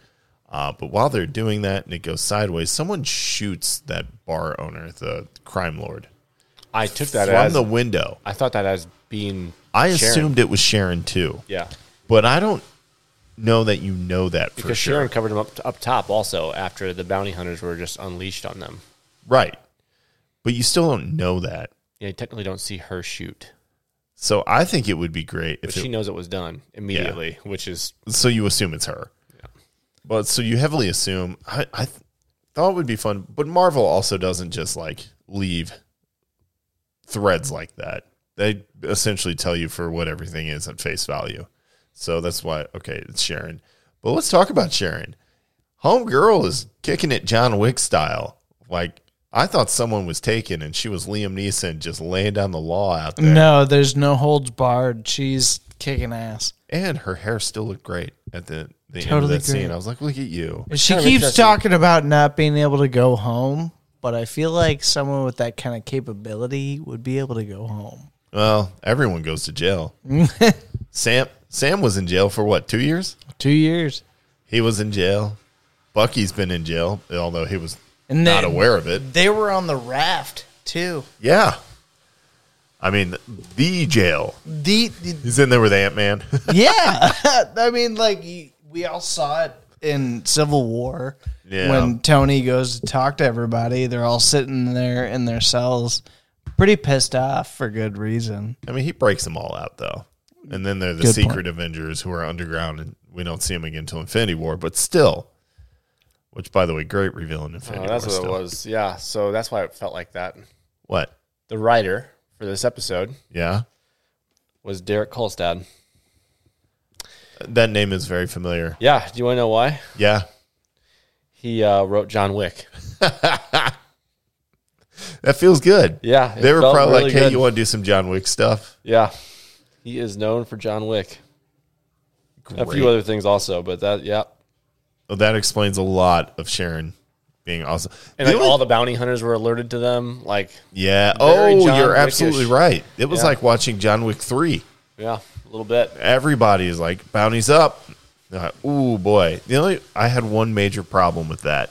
Speaker 1: Uh, but while they're doing that and it goes sideways, someone shoots that bar owner, the crime lord,
Speaker 7: I took that
Speaker 1: from
Speaker 7: as
Speaker 1: the window.
Speaker 7: I thought that as being
Speaker 1: I
Speaker 7: Sharon.
Speaker 1: assumed it was Sharon too,
Speaker 7: yeah
Speaker 1: but I don't know that you know that for
Speaker 7: because
Speaker 1: sure.
Speaker 7: Sharon covered him up up top also after the bounty hunters were just unleashed on them.
Speaker 1: Right, but you still don't know that.
Speaker 7: Yeah, you technically don't see her shoot,
Speaker 1: So I think it would be great
Speaker 7: but
Speaker 1: if it,
Speaker 7: she knows it was done immediately, which is
Speaker 1: so you assume it's her. But so you heavily assume. I, I th- thought it would be fun, but Marvel also doesn't just like leave threads like that. They essentially tell you for what everything is at face value. So that's why okay, it's Sharon. But let's talk about Sharon. Homegirl is kicking it John Wick style. Like I thought someone was taken, and she was Liam Neeson just laying down the law out there.
Speaker 6: No, there's no holds barred. She's kicking ass.
Speaker 1: and her hair still looked great at the, the end of
Speaker 6: Totally
Speaker 1: that scene.
Speaker 6: great.
Speaker 1: I was like, look at you.
Speaker 6: She
Speaker 7: kinda
Speaker 6: keeps
Speaker 7: interesting.
Speaker 6: talking about not being able to go home, but I feel like someone with that kind of capability would be able to go home.
Speaker 1: Well, everyone goes to jail. Sam Sam was in jail for what, two years?
Speaker 6: Two years.
Speaker 1: He was in jail. Bucky's been in jail, although he was
Speaker 6: And
Speaker 1: not
Speaker 6: then-
Speaker 1: aware of it.
Speaker 6: They were on the raft too.
Speaker 1: Yeah. I mean, the jail.
Speaker 6: The, the-
Speaker 1: He's in there with Ant Man.
Speaker 6: yeah, I mean, like y- we all saw it in Civil War
Speaker 1: Yeah.
Speaker 6: when Tony goes to talk to everybody. They're all sitting there in their cells, pretty pissed off for good reason.
Speaker 1: I mean, he breaks them all out, though. And then they're the
Speaker 6: Good
Speaker 1: secret Avengers who are underground, and we don't see them again until Infinity War, but still. Which, by the way, great reveal in Infinity
Speaker 7: oh, that's
Speaker 1: War.
Speaker 7: what it
Speaker 1: still.
Speaker 7: was. Yeah, so that's why it felt like that.
Speaker 1: What?
Speaker 7: The writer for this episode
Speaker 1: Yeah.
Speaker 7: was Derek Kolstad.
Speaker 1: That name is very familiar.
Speaker 7: Yeah, do you want to know why?
Speaker 1: Yeah.
Speaker 7: He uh, wrote John Wick.
Speaker 1: That feels good.
Speaker 7: Yeah, it
Speaker 1: They were
Speaker 7: felt
Speaker 1: probably like,
Speaker 7: really
Speaker 1: hey,
Speaker 7: good.
Speaker 1: you want to do some John Wick stuff?
Speaker 7: Yeah, he is known for John Wick. A
Speaker 1: Great.
Speaker 7: few other things also, but that yeah,
Speaker 1: Well, that explains a lot of Sharon being awesome.
Speaker 7: and
Speaker 1: The
Speaker 7: like
Speaker 1: only-
Speaker 7: all the bounty hunters were alerted to them. Like
Speaker 1: yeah.
Speaker 7: very
Speaker 1: Oh,
Speaker 7: John
Speaker 1: you're
Speaker 7: Wick-ish.
Speaker 1: absolutely right. It was
Speaker 7: Yeah.
Speaker 1: like watching John Wick 3.
Speaker 7: yeah, a little bit.
Speaker 1: Everybody is like, bounties up. Uh, oh, boy. The only I had one major problem with that.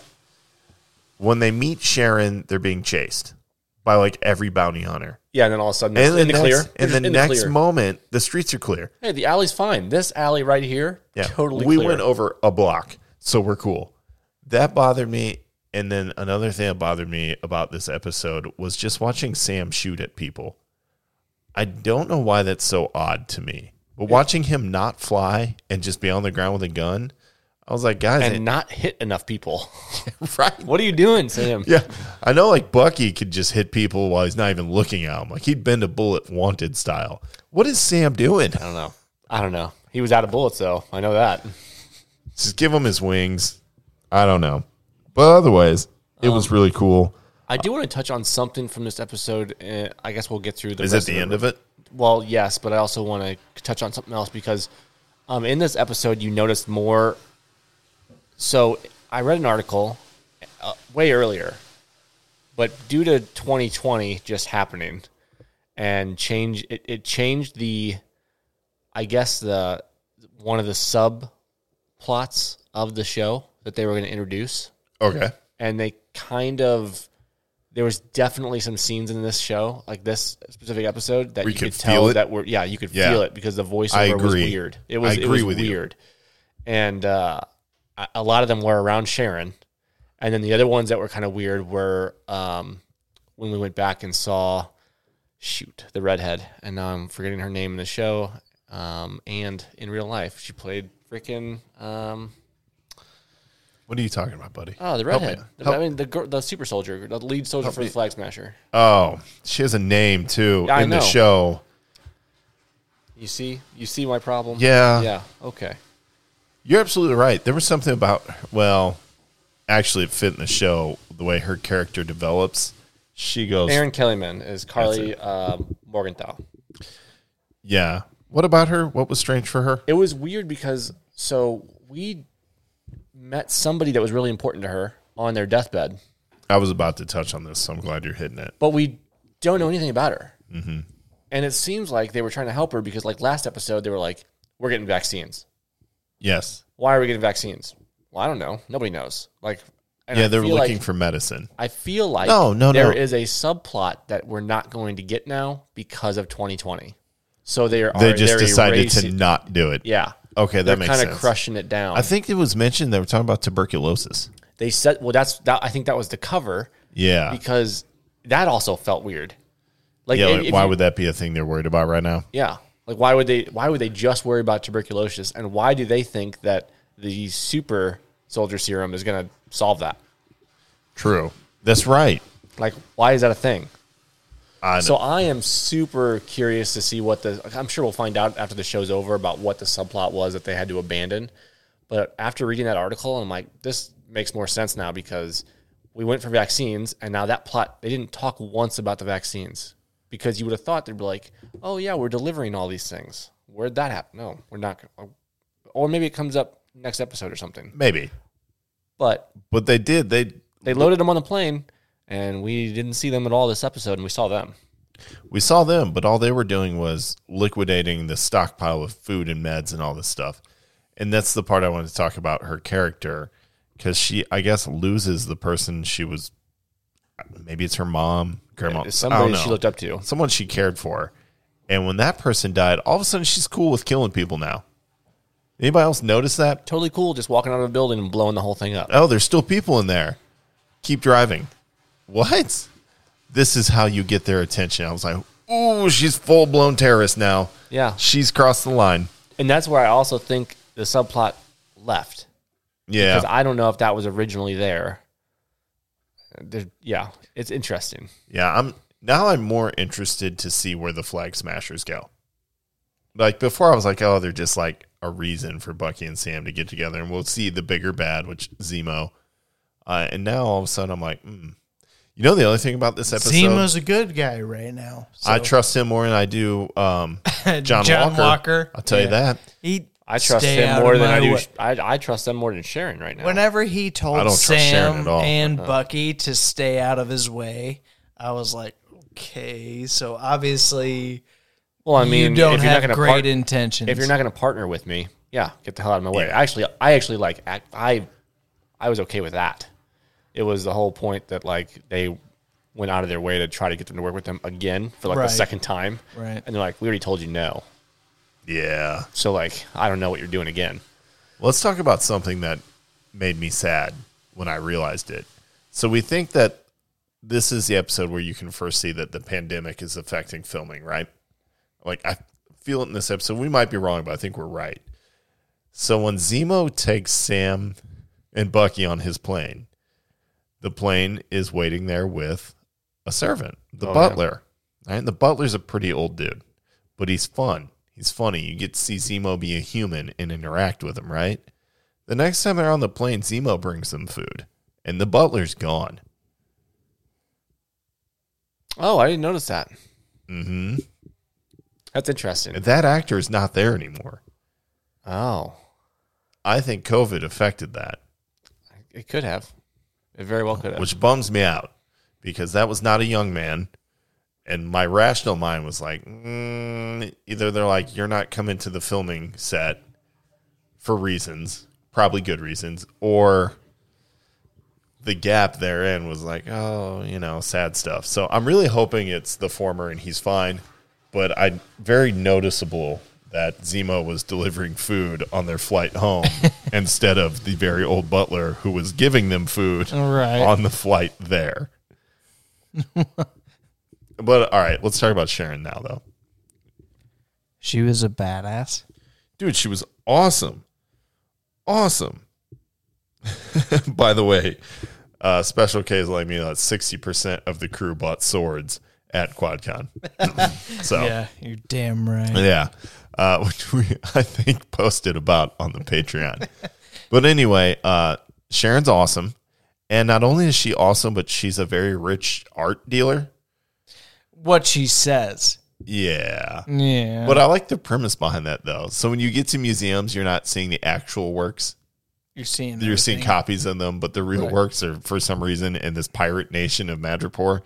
Speaker 1: When they meet Sharon, they're being chased by like every bounty hunter.
Speaker 7: Yeah, and then all of a sudden
Speaker 1: And
Speaker 7: it's
Speaker 1: the,
Speaker 7: in the
Speaker 1: next,
Speaker 7: clear.
Speaker 1: And
Speaker 7: It's
Speaker 1: the
Speaker 7: in
Speaker 1: next
Speaker 7: clear.
Speaker 1: moment, the streets are clear.
Speaker 7: Hey, the alley's fine. This alley right here,
Speaker 1: Yeah.
Speaker 7: totally.
Speaker 1: We
Speaker 7: clear.
Speaker 1: went over a block, so we're cool. That bothered me. And then another thing that bothered me about this episode was just watching Sam shoot at people. I don't know why that's so odd to me. But watching him not fly and just be on the ground with a gun, I was like, guys,
Speaker 7: and not hit enough people.
Speaker 1: right?
Speaker 7: what are you doing, Sam?
Speaker 1: Yeah. I know like Bucky could just hit people while he's not even looking at him. Like he'd bend a bullet wanted style. What is Sam doing?
Speaker 7: I don't know. I don't know. He was out of bullets though. I know that.
Speaker 1: Just give him his wings. I don't know. But otherwise, it
Speaker 7: Um,
Speaker 1: was really cool.
Speaker 7: I do want to touch on something from this episode. Uh, I guess we'll get through the.
Speaker 1: Is
Speaker 7: rest
Speaker 1: that the end of it?
Speaker 7: Well, yes, but I also want to touch on something else because um, in this episode, you noticed more. So I read an article uh, way earlier, but due to 2020 just happening and change, it, it changed the, I guess the one of the subplots of the show that they were going to introduce
Speaker 1: Okay.
Speaker 7: and they kind of there was definitely some scenes in this show, like this specific episode, that
Speaker 1: We
Speaker 7: you
Speaker 1: could
Speaker 7: could, tell
Speaker 1: feel it.
Speaker 7: that were yeah, you could
Speaker 1: Yeah.
Speaker 7: feel it because the
Speaker 1: I
Speaker 7: voiceover was
Speaker 1: agree.
Speaker 7: weird. It was
Speaker 1: I
Speaker 7: it was
Speaker 1: agree with you.
Speaker 7: weird, and uh, a- a lot of them were around Sharon, and then the other ones that were kind of weird were um, when we went back and saw shoot the redhead, and now I'm forgetting her name in the show, um, and in real life she played freaking um,
Speaker 1: What are you talking about, buddy?
Speaker 7: Oh, the
Speaker 1: Help
Speaker 7: redhead.
Speaker 1: me.
Speaker 7: The-
Speaker 1: Help-
Speaker 7: I mean, the girl, the super soldier, the lead soldier for the Flag Smasher.
Speaker 1: Oh, she has a name too
Speaker 7: Yeah, I
Speaker 1: in the
Speaker 7: know.
Speaker 1: show.
Speaker 7: You see, you see my problem.
Speaker 1: Yeah.
Speaker 7: yeah. Okay.
Speaker 1: You're absolutely right. There was something about well, actually it fit in the show the way her character develops. She goes
Speaker 7: Aaron Kellyman is Carly
Speaker 1: it.
Speaker 7: um, Morgenthau.
Speaker 1: Yeah. What about her? What was strange for her?
Speaker 7: It was weird because so we met somebody that was really important to her on their deathbed,
Speaker 1: I was about to touch on this, so I'm glad you're hitting it.
Speaker 7: but we don't know anything about her. Mm-hmm. And it seems like they were trying to help her because, like last episode, they were like, "We're getting vaccines.
Speaker 1: Yes.
Speaker 7: Why are we getting vaccines? Well, I don't know. Nobody knows. Like, and
Speaker 1: yeah,
Speaker 7: I
Speaker 1: they're
Speaker 7: feel
Speaker 1: looking
Speaker 7: like-
Speaker 1: for medicine.
Speaker 7: I feel like
Speaker 1: No, no,
Speaker 7: there
Speaker 1: no.
Speaker 7: is a subplot that we're not going to get now because of 2020. So they are
Speaker 1: They just
Speaker 7: they're
Speaker 1: decided to
Speaker 7: erasing-
Speaker 1: not do it.
Speaker 7: Yeah.
Speaker 1: Okay, that
Speaker 7: they're
Speaker 1: makes
Speaker 7: kind of
Speaker 1: sense.
Speaker 7: crushing it down.
Speaker 1: I think it was mentioned they were talking about tuberculosis.
Speaker 7: they said, well, that's that. I think that was the cover
Speaker 1: Yeah.
Speaker 7: because that also felt weird. Like,
Speaker 1: yeah,
Speaker 7: and
Speaker 1: like,
Speaker 7: if
Speaker 1: why
Speaker 7: you-
Speaker 1: would that be a thing they're worried about right now?
Speaker 7: Yeah. Like why would they why would they just worry about tuberculosis and why do they think that the super soldier serum is going to solve that?
Speaker 1: True. That's right.
Speaker 7: Like why is that a thing?
Speaker 1: I know.
Speaker 7: So I am super curious to see what the I'm sure we'll find out after the show's over about what the subplot was that they had to abandon. But after reading that article, I'm like this makes more sense now because we went for vaccines and now that plot they didn't talk once about the vaccines because you would have thought they'd be like, "Oh yeah, we're delivering all these things." Where'd that happen? No, we're not gonna- or maybe it comes up next episode or something.
Speaker 1: Maybe.
Speaker 7: But
Speaker 1: But they did. They
Speaker 7: they loaded them on the plane and we didn't see them at all this episode and we saw them.
Speaker 1: we saw them, but all they were doing was liquidating the stockpile of food and meds and all this stuff. And that's the part I wanted to talk about her character because she, I guess, loses the person she was. Maybe it's her mom, grandma.
Speaker 7: It's
Speaker 1: I don't
Speaker 7: somebody
Speaker 1: know.
Speaker 7: she looked up to.
Speaker 1: someone she cared for. And when that person died, all of a sudden she's cool with killing people now. Anybody else notice that?
Speaker 7: totally cool just walking out of a building and blowing the whole thing up.
Speaker 1: Oh, there's still people in there. Keep driving. What? This is how you get their attention. I was like, ooh, she's full blown terrorist now.
Speaker 7: Yeah.
Speaker 1: She's crossed the line.
Speaker 7: And that's where I also think the subplot left
Speaker 1: Yeah.
Speaker 7: because I don't know if that was originally there. There- yeah, it's interesting.
Speaker 1: yeah. I'm now I'm more interested to see where the flag smashers go. Like before I was like, oh, they're just like a reason for Bucky and Sam to get together and we'll see the bigger bad, which Zemo. Uh, and now all of a sudden I'm like, hmm. You know the only thing about this episode
Speaker 6: Zemo's a good guy right now. So
Speaker 1: I trust him more than I do um, John, Walker. I'll tell you
Speaker 6: Yeah.
Speaker 1: that.
Speaker 6: He
Speaker 7: I trust
Speaker 6: stay out
Speaker 7: him more
Speaker 6: of
Speaker 7: than I
Speaker 6: my
Speaker 7: do.
Speaker 6: way.
Speaker 7: I, I trust them more than Sharon right now.
Speaker 6: Whenever he
Speaker 1: I
Speaker 6: told
Speaker 1: don't trust Sharon
Speaker 6: Sam
Speaker 1: at all.
Speaker 6: and
Speaker 7: Uh-huh.
Speaker 6: Bucky to stay out of his way, I was like, okay, so obviously
Speaker 7: well, I mean,
Speaker 6: you don't
Speaker 7: if you're
Speaker 6: have
Speaker 7: not going to
Speaker 6: great
Speaker 7: part-
Speaker 6: intentions.
Speaker 7: if you're not going to partner with me, yeah, get the hell out of my way.
Speaker 1: Yeah.
Speaker 7: Actually, I actually like act, I I was okay with that. It was the whole point that like they went out of their way to try to get them to work with them again for like
Speaker 6: Right.
Speaker 7: the second time.
Speaker 6: Right.
Speaker 7: And they're like, we already told you no.
Speaker 1: Yeah.
Speaker 7: So like, I don't know what you're doing again.
Speaker 1: Let's talk about something that made me sad when I realized it. So we think that this is the episode where you can first see that the pandemic is affecting filming, right? Like I feel it in this episode. We might be wrong, but I think we're right. So when Zemo takes Sam and Bucky on his plane, the plane is waiting there with a servant, the butler. Right? The butler's a pretty old dude, but he's fun. He's funny. You get to see Zemo be a human and interact with him, right? The next time they're on the plane, Zemo brings them food, and the butler's gone.
Speaker 7: Oh, I didn't notice that. Mm-hmm. That's interesting.
Speaker 1: That actor is not there anymore.
Speaker 7: Oh,
Speaker 1: I think COVID affected that,
Speaker 7: it could have. It very well could have.
Speaker 1: which bums me out because that was not a young man. And my rational mind was like, mm, either they're like, you're not coming to the filming set for reasons, probably good reasons, or the gap therein was like, oh, you know, sad stuff. So I'm really hoping it's the former and he's fine, but I very noticeable that Zemo was delivering food on their flight home instead of the very old butler who was giving them food
Speaker 6: Right.
Speaker 1: on the flight there. but all right, let's talk about Sharon now though.
Speaker 6: she was a badass.
Speaker 1: Dude, she was awesome. Awesome. By the way, uh, Special K is letting me know that 60% of the crew bought swords at QuadCon.
Speaker 7: Oh.
Speaker 1: so, yeah.
Speaker 6: Yeah, you're damn right.
Speaker 1: Uh, which we, I think, posted about on the Patreon. but anyway, uh, Sharon's awesome. And not only is she awesome, but she's a very rich art dealer.
Speaker 6: What she says.
Speaker 1: Yeah.
Speaker 6: Mm-hmm. Yeah.
Speaker 1: But I like the premise behind that, though. So when you get to museums, you're not seeing the actual works.
Speaker 6: you're seeing
Speaker 1: you're seeing
Speaker 6: everything.
Speaker 1: copies in them, but the real works are for some reason in this pirate nation of Madripoor.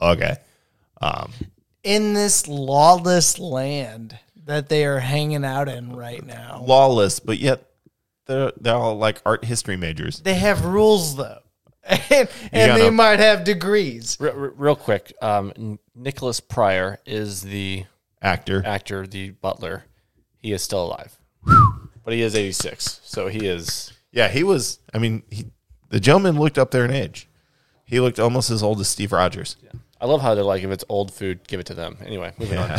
Speaker 1: Okay.
Speaker 6: in this lawless land that they are hanging out in right now.
Speaker 1: Lawless, but yet they're, they're all like art history majors.
Speaker 6: They have rules though, and, and they
Speaker 1: gotta-
Speaker 6: might have degrees.
Speaker 7: Re- re- real quick, um, Nicholas Pryor is the
Speaker 1: Actor.
Speaker 7: actor, the butler. He is still alive, but he is 86, so he is.
Speaker 1: Yeah, he was. I mean, he, the gentleman looked up there in age. He looked almost as old as Steve Rogers.
Speaker 7: I love how they're like, if it's old food, give it to them. Anyway, moving on.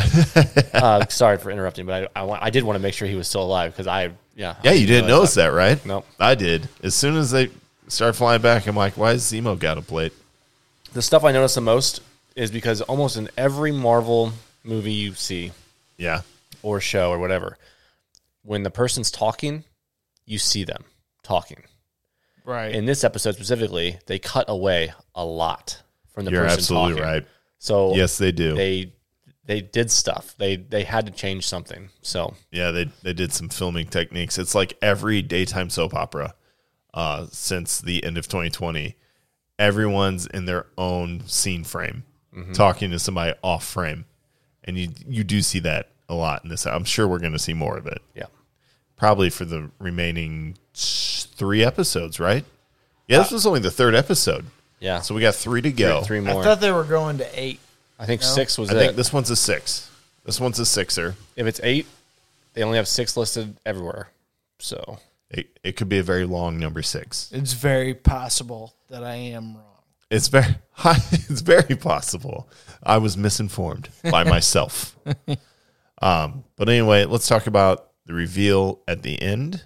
Speaker 7: uh, sorry for interrupting, but I, I, wa- I did want to make sure he was still alive because I, yeah,
Speaker 1: Yeah, you didn't notice that, right?
Speaker 7: Nope.
Speaker 1: I did. As soon as they started flying back, I'm like, why is Zemo got a plate?
Speaker 7: The stuff I notice the most is because almost in every Marvel movie you see,
Speaker 1: Yeah.
Speaker 7: or show or whatever, when the person's talking, you see them talking.
Speaker 6: Right.
Speaker 7: In this episode specifically, they cut away a lot from the
Speaker 1: You're
Speaker 7: person
Speaker 1: absolutely
Speaker 7: talking.
Speaker 1: right.
Speaker 7: So
Speaker 1: Yes, they do.
Speaker 7: they they did stuff. They they had to change something. So
Speaker 1: yeah, they, they did some filming techniques. It's like every daytime soap opera uh, since the end of 2020. Everyone's in their own scene frame,
Speaker 7: Mm-hmm.
Speaker 1: talking to somebody off frame. And you, you do see that a lot in this. I'm sure we're going to see more of it.
Speaker 7: yeah,
Speaker 1: probably for the remaining s- three episodes, right? Yeah, this was only the third episode,
Speaker 7: yeah.
Speaker 1: so we got three to go.
Speaker 7: Uh, three, three
Speaker 6: I
Speaker 7: more. I,
Speaker 6: thought they were going to eight.
Speaker 7: think six was
Speaker 1: I
Speaker 7: it.
Speaker 1: think this one's a six. This one's a sixer.
Speaker 7: if it's eight, they only have six listed everywhere. So
Speaker 1: It, it could be a very long number six.
Speaker 6: It's very possible that I am wrong.
Speaker 1: It's very it's very possible. I was misinformed by myself. um, but anyway, let's talk about the reveal at the end.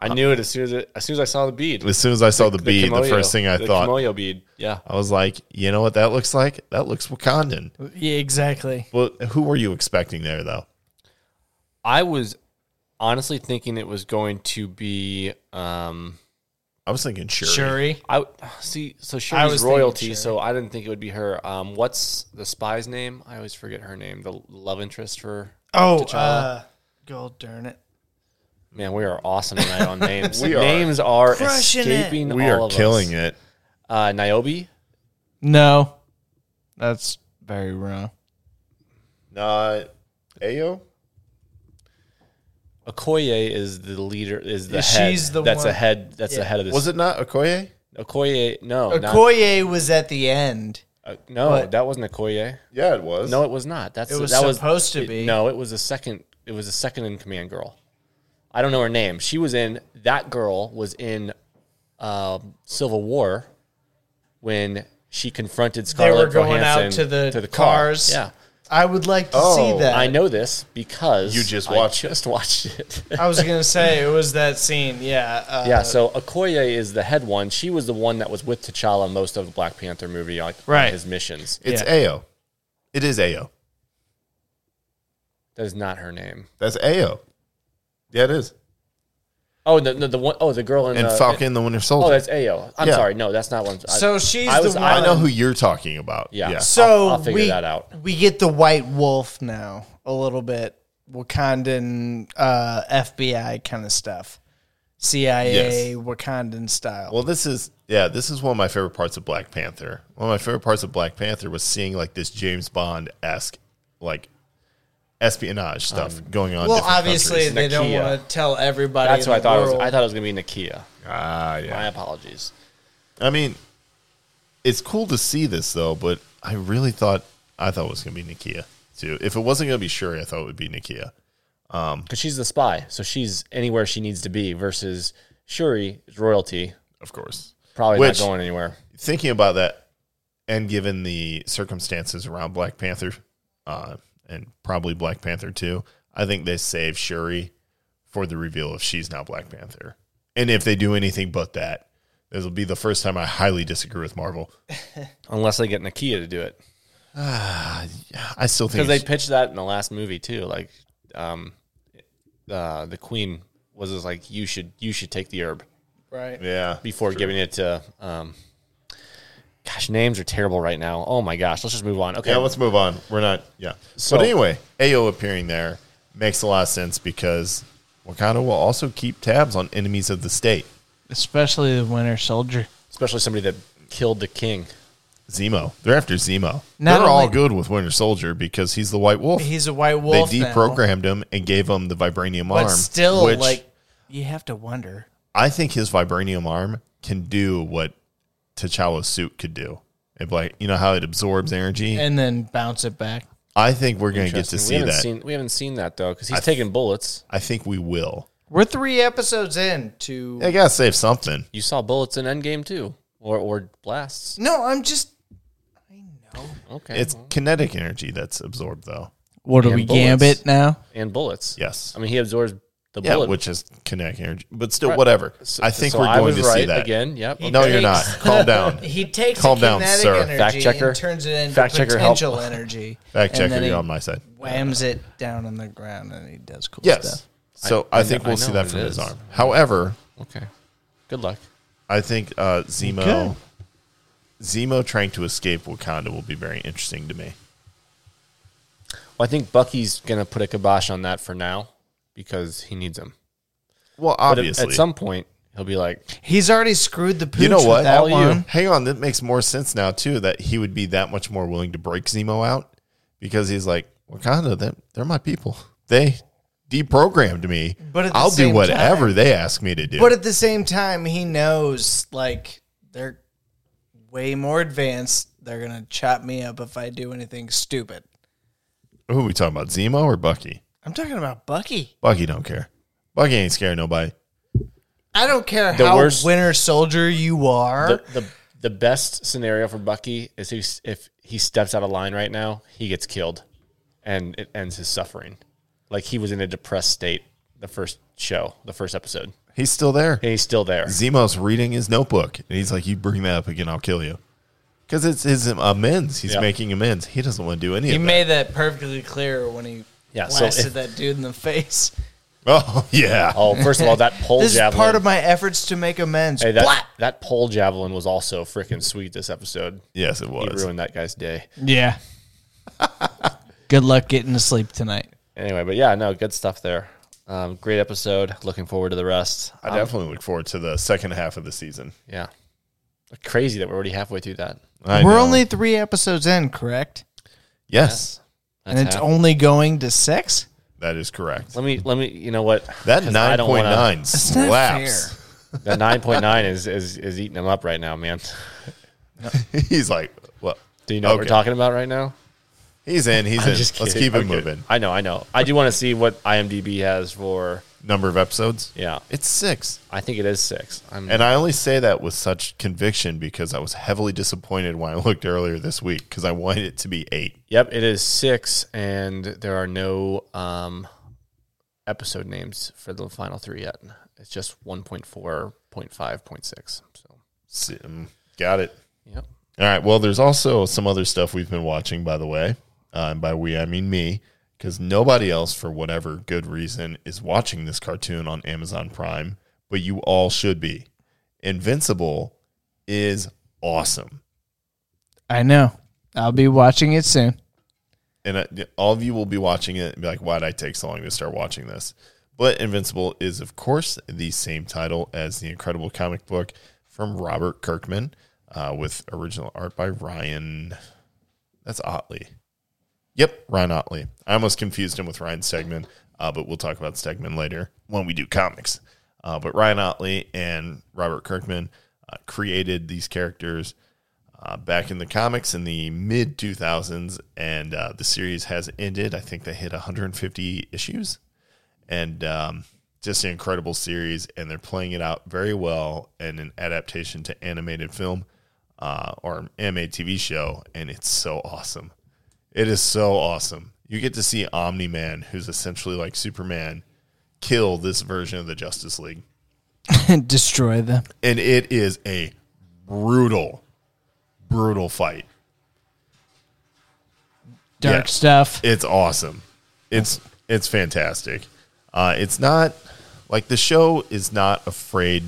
Speaker 7: I knew it as soon as it, as soon as I saw the uh, bead.
Speaker 1: As soon as I saw the, bead, the
Speaker 7: kimono-
Speaker 1: first thing I
Speaker 7: the
Speaker 1: thought,
Speaker 7: kimono bead. Yeah,
Speaker 1: I was like, you know what that looks like? That looks Wakandan.
Speaker 6: Yeah, exactly.
Speaker 1: Well, who were you expecting there though?
Speaker 7: I was honestly thinking it was going to be. Um,
Speaker 1: I was thinking Shuri.
Speaker 6: Shuri.
Speaker 7: I see. So
Speaker 6: I
Speaker 7: Shuri's
Speaker 6: was thinking
Speaker 7: royalty.
Speaker 6: Shuri.
Speaker 7: So I didn't think it would be her. Um, what's the spy's name? I always forget her name. The love interest for.
Speaker 6: Oh, uh, gold darn it.
Speaker 7: Man, we are awesome tonight on names.
Speaker 1: We are
Speaker 7: names are
Speaker 6: crushing it.
Speaker 7: escaping.
Speaker 1: We
Speaker 7: all
Speaker 1: are
Speaker 7: of
Speaker 1: killing
Speaker 7: us.
Speaker 1: it.
Speaker 7: Uh, Niobe.
Speaker 6: No, that's very wrong.
Speaker 1: Not Ayo.
Speaker 7: Okoye is the leader. Is the
Speaker 6: Yeah,
Speaker 7: head.
Speaker 6: she's the
Speaker 7: that's
Speaker 6: one-
Speaker 7: a head. That's the
Speaker 6: Yeah.
Speaker 7: head of this.
Speaker 1: Was it not Okoye?
Speaker 7: Okoye? No, not-
Speaker 6: Okoye was at the end.
Speaker 7: uh, no,
Speaker 6: What?
Speaker 7: that wasn't Okoye.
Speaker 1: Yeah, it was.
Speaker 7: No, it was not. That's
Speaker 6: It was
Speaker 7: that
Speaker 6: supposed to
Speaker 7: it-
Speaker 6: be.
Speaker 7: no, it was a second. It was a second in command girl. I don't know her name. She was in that girl was in um, Civil War when she confronted Scarlett
Speaker 6: were going out
Speaker 7: Johansson
Speaker 6: to the
Speaker 7: car.
Speaker 6: cars.
Speaker 7: Yeah,
Speaker 6: I would like to
Speaker 1: Oh,
Speaker 6: see that.
Speaker 7: I know this because
Speaker 1: You just
Speaker 7: I
Speaker 1: watched
Speaker 7: just watched it.
Speaker 6: I was gonna say it was that scene. Yeah. Uh,
Speaker 7: yeah, so Okoye is the head one. She was the one that was with T'Challa most of the Black Panther movie, like on
Speaker 6: Right.
Speaker 7: his missions.
Speaker 1: it's
Speaker 6: Yeah.
Speaker 1: Ayo. It is Ayo.
Speaker 7: That is not her name.
Speaker 1: That's Ayo. Yeah, it is.
Speaker 7: Oh, the, the, the one oh the girl in
Speaker 1: And
Speaker 7: the,
Speaker 1: Falcon and the Winter Soldier.
Speaker 7: Oh, that's Ayo. I'm
Speaker 1: Yeah.
Speaker 7: sorry. No, that's not one. I-
Speaker 6: So she's
Speaker 7: I was-
Speaker 6: the one.
Speaker 1: I know who you're talking about.
Speaker 7: Yeah.
Speaker 6: So
Speaker 7: I'll- I'll figure
Speaker 6: we,
Speaker 7: that out.
Speaker 6: We get the White Wolf now a little bit. Wakandan uh, FBI kind of stuff. CIA
Speaker 1: Yes.
Speaker 6: Wakandan style.
Speaker 1: Well, this is yeah, this is one of my favorite parts of Black Panther. One of my favorite parts of Black Panther was seeing like this James Bond esque like espionage stuff going on. in
Speaker 6: Well,
Speaker 1: different
Speaker 6: obviously
Speaker 1: countries.
Speaker 6: they don't
Speaker 7: Nakia.
Speaker 6: want to tell everybody.
Speaker 7: That's
Speaker 6: in
Speaker 7: what I
Speaker 6: the
Speaker 7: thought. It was,
Speaker 6: world.
Speaker 7: I thought it was gonna be Nakia.
Speaker 1: Ah, yeah.
Speaker 7: My apologies.
Speaker 1: I mean, it's cool to see this though, but I really thought I thought it was gonna be Nakia too. If it wasn't gonna be Shuri, I thought it would be Nakia.
Speaker 7: Because she's the spy, so she's anywhere she needs to be. Versus Shuri is royalty,
Speaker 1: Of course.
Speaker 7: probably
Speaker 1: Which-
Speaker 7: not going anywhere.
Speaker 1: Thinking about that, and given the circumstances around Black Panther, uh, and probably Black Panther too, I think they save Shuri for the reveal if she's now Black Panther. And if they do anything but that, this will be the first time I highly disagree with Marvel.
Speaker 7: Unless they get Nakia to do it,
Speaker 1: I still think
Speaker 7: because they
Speaker 1: it's-
Speaker 7: pitched that in the last movie too. Like, um, uh, the Queen was just like, "You should, you should take the herb
Speaker 6: right.
Speaker 1: yeah.
Speaker 7: before giving it to." Um, gosh, names are terrible right now. Oh my gosh, let's just move on. Okay,
Speaker 1: Yeah, let's move on. We're not. Yeah.
Speaker 7: So-
Speaker 1: but anyway, Ayo appearing there makes a lot of sense because Wakanda will also keep tabs on enemies of the state.
Speaker 6: Especially the Winter Soldier.
Speaker 7: especially somebody that killed the king.
Speaker 1: Zemo. They're after Zemo.
Speaker 6: Not
Speaker 1: They're all
Speaker 6: only-
Speaker 1: good with Winter Soldier because he's the White Wolf.
Speaker 6: He's a White
Speaker 1: they
Speaker 6: Wolf. now,
Speaker 1: deprogrammed him and gave him the vibranium
Speaker 6: but
Speaker 1: arm.
Speaker 6: still,
Speaker 1: which
Speaker 6: like you have to wonder
Speaker 1: I think his vibranium arm can do what T'Challa's suit could do. It like you know how it absorbs energy.
Speaker 10: and then bounce it back.
Speaker 1: I think we're going to get
Speaker 7: Interesting.
Speaker 1: to
Speaker 7: we
Speaker 1: see
Speaker 7: haven't
Speaker 1: that.
Speaker 7: Seen, we haven't seen that though because he's taking bullets.
Speaker 1: I think we will.
Speaker 6: We're three episodes in to.
Speaker 1: I gotta save something.
Speaker 7: You saw bullets in Endgame too, or or blasts.
Speaker 6: No, I'm just.
Speaker 7: Okay,
Speaker 1: It's
Speaker 6: Mm-hmm.
Speaker 1: kinetic energy that's absorbed though.
Speaker 10: What do
Speaker 7: And
Speaker 10: we
Speaker 7: bullets.
Speaker 10: gambit now?
Speaker 7: and bullets.
Speaker 1: Yes.
Speaker 7: I mean he absorbs the
Speaker 1: Yeah,
Speaker 7: bullet.
Speaker 1: which is kinetic energy, but still,
Speaker 7: Right.
Speaker 1: whatever.
Speaker 7: So-
Speaker 1: I think
Speaker 7: so
Speaker 1: we're
Speaker 7: I
Speaker 1: going
Speaker 7: was
Speaker 1: to see
Speaker 7: right
Speaker 1: that
Speaker 7: again. Yep.
Speaker 1: No, you're not. Calm down.
Speaker 10: He takes
Speaker 1: Calm
Speaker 10: a
Speaker 1: down,
Speaker 10: kinetic
Speaker 1: sir.
Speaker 10: energy
Speaker 7: Fact checker.
Speaker 10: and turns it into
Speaker 7: Fact checker, help.
Speaker 10: potential energy.
Speaker 1: Fact
Speaker 10: and
Speaker 1: checker,
Speaker 10: then
Speaker 1: you're
Speaker 10: he
Speaker 1: on my side.
Speaker 10: Whams it down on the ground and he does cool
Speaker 1: Yes.
Speaker 10: stuff.
Speaker 1: So I,
Speaker 7: I
Speaker 1: think
Speaker 7: kn-
Speaker 1: we'll
Speaker 7: I
Speaker 1: see
Speaker 7: know
Speaker 1: that
Speaker 7: it
Speaker 1: from his
Speaker 7: is.
Speaker 1: arm. However,
Speaker 7: Okay. Good luck.
Speaker 1: I think uh, Zemo,
Speaker 6: Okay.
Speaker 1: Zemo trying to escape Wakanda will be very interesting to me.
Speaker 7: Well, I think Bucky's gonna put a kibosh on that for now because he needs him.
Speaker 1: Well,
Speaker 7: But at-
Speaker 1: obviously,
Speaker 7: at some point he'll be like,
Speaker 6: He's already screwed the pooch
Speaker 1: you know
Speaker 6: with
Speaker 1: what?
Speaker 6: that
Speaker 7: All you.
Speaker 6: one.
Speaker 1: Hang on, that makes more sense now too. That he would be that much more willing to break Zemo out because he's like Wakanda. That they're my people. They deprogrammed me.
Speaker 6: But at the
Speaker 1: I'll do
Speaker 6: same
Speaker 1: whatever
Speaker 6: time-
Speaker 1: they ask me to do.
Speaker 10: But at the same time, he knows like they're way more advanced. They're gonna chop me up if I do anything stupid.
Speaker 1: Who are we talking about? Zemo or Bucky?
Speaker 10: I'm talking about Bucky.
Speaker 1: Bucky don't care. Bucky ain't scared of nobody.
Speaker 10: I don't care
Speaker 7: The
Speaker 10: how
Speaker 7: worst-
Speaker 10: Winter Soldier you are.
Speaker 7: the, the the best scenario for Bucky is he, if he steps out of line right now, he gets killed, and it ends his suffering. Like he was in a depressed state the first show, the first episode,
Speaker 1: He's still there.
Speaker 7: and he's still there.
Speaker 1: Zemo's reading his notebook, and he's like, "You bring that up again, I'll kill you." Because it's his amends. He's
Speaker 7: Yeah.
Speaker 1: making amends. He doesn't want to do any
Speaker 10: he
Speaker 1: of
Speaker 10: made that perfectly clear when he
Speaker 7: Yeah, so
Speaker 10: blasted
Speaker 7: if-
Speaker 10: that dude in the face.
Speaker 1: that. Oh yeah.
Speaker 7: Oh, first of all, that pole
Speaker 10: This
Speaker 7: javelin.
Speaker 10: is part of my efforts to make amends.
Speaker 7: Hey,
Speaker 10: Blah!
Speaker 7: that, that pole javelin was also freaking sweet this episode.
Speaker 1: Yes, it
Speaker 7: He
Speaker 1: was.
Speaker 7: ruined that guy's day.
Speaker 10: Yeah. Good luck getting to sleep tonight.
Speaker 7: Anyway, but yeah, no, good stuff there. Um, great episode. Looking forward to the rest.
Speaker 1: I definitely look forward to the second half of the season.
Speaker 7: Yeah. Crazy that we're already halfway through that.
Speaker 1: I
Speaker 10: We're
Speaker 1: know.
Speaker 10: only three episodes in, correct?
Speaker 1: yes,
Speaker 7: That's
Speaker 10: and it's
Speaker 7: half.
Speaker 10: only going to six.
Speaker 1: that is correct.
Speaker 7: Let me let me you know what
Speaker 1: That
Speaker 7: 'Cause I
Speaker 1: nine
Speaker 7: don't
Speaker 1: point
Speaker 7: wanna-
Speaker 1: nine
Speaker 10: That's not
Speaker 1: slaps.
Speaker 7: That nine point nine is, is is eating him up right now, man.
Speaker 1: he's like, "What?
Speaker 7: Do you know what we're
Speaker 1: Okay.
Speaker 7: talking about right now?
Speaker 1: He's in. He's in.
Speaker 7: I'm just
Speaker 1: Let's
Speaker 7: kidding.
Speaker 1: keep it
Speaker 7: I'm kidding.
Speaker 1: moving."
Speaker 7: I know, I know. I do want to see what IMDb has for.
Speaker 1: Number of episodes.
Speaker 7: Yeah,
Speaker 1: It's six.
Speaker 7: I think it is six. I'm,
Speaker 1: And I only say that with such conviction because I was heavily disappointed when I looked earlier this week because I wanted it to be eight.
Speaker 7: yep, it is six, and there are no um, episode names for the final three yet. It's just 1.4, 0.5, 0.6. So,
Speaker 1: S- um, Got it.
Speaker 7: yep.
Speaker 1: All right. Well, there's also some other stuff we've been watching, by the way. Uh, and by we, I mean me, because nobody else, for whatever good reason, is watching this cartoon on Amazon Prime, but you all should be. Invincible is awesome.
Speaker 10: I know. I'll be watching it soon.
Speaker 1: And uh, all of you will be watching it and be like, why did I take so long to start watching this? But Invincible is, of course, the same title as the incredible comic book from Robert Kirkman uh, with original art by Ryan. That's Otley. Yep, Ryan Otley. I almost confused him with Ryan Stegman, uh, but we'll talk about Stegman later when we do comics. Uh, but Ryan Otley and Robert Kirkman uh, created these characters uh, back in the comics in the mid 2000s, and uh, the series has ended. I think they hit 150 issues, and um, just an incredible series. And they're playing it out very well in an adaptation to animated film uh, or animated TV show, and it's so awesome. It is so awesome. You get to see Omni Man, who's essentially like Superman, kill this version of the Justice League
Speaker 10: Destroy them.
Speaker 1: and it is a brutal, brutal fight.
Speaker 10: Dark
Speaker 1: Yeah.
Speaker 10: stuff.
Speaker 1: It's awesome. It's it's fantastic. Uh, it's not like the show is not afraid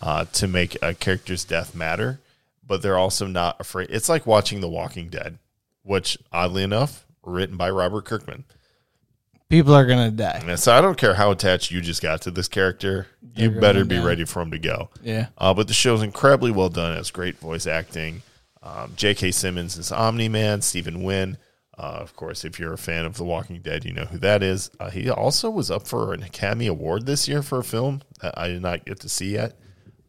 Speaker 1: uh, to make a character's death matter, but they're also not afraid. It's like watching The Walking Dead, which oddly enough, written by Robert Kirkman.
Speaker 10: People are gonna die.
Speaker 1: And so I don't care how attached you just got to this character, you better be ready for him to go.
Speaker 10: Yeah.
Speaker 1: Uh, but the show's incredibly well done. It has great voice acting. Um, J.K. Simmons is Omni Man. Stephen Wynn Uh, of course, if you're a fan of The Walking Dead, you know who that is. Uh, he also was up for an Academy Award this year for a film that I did not get to see yet.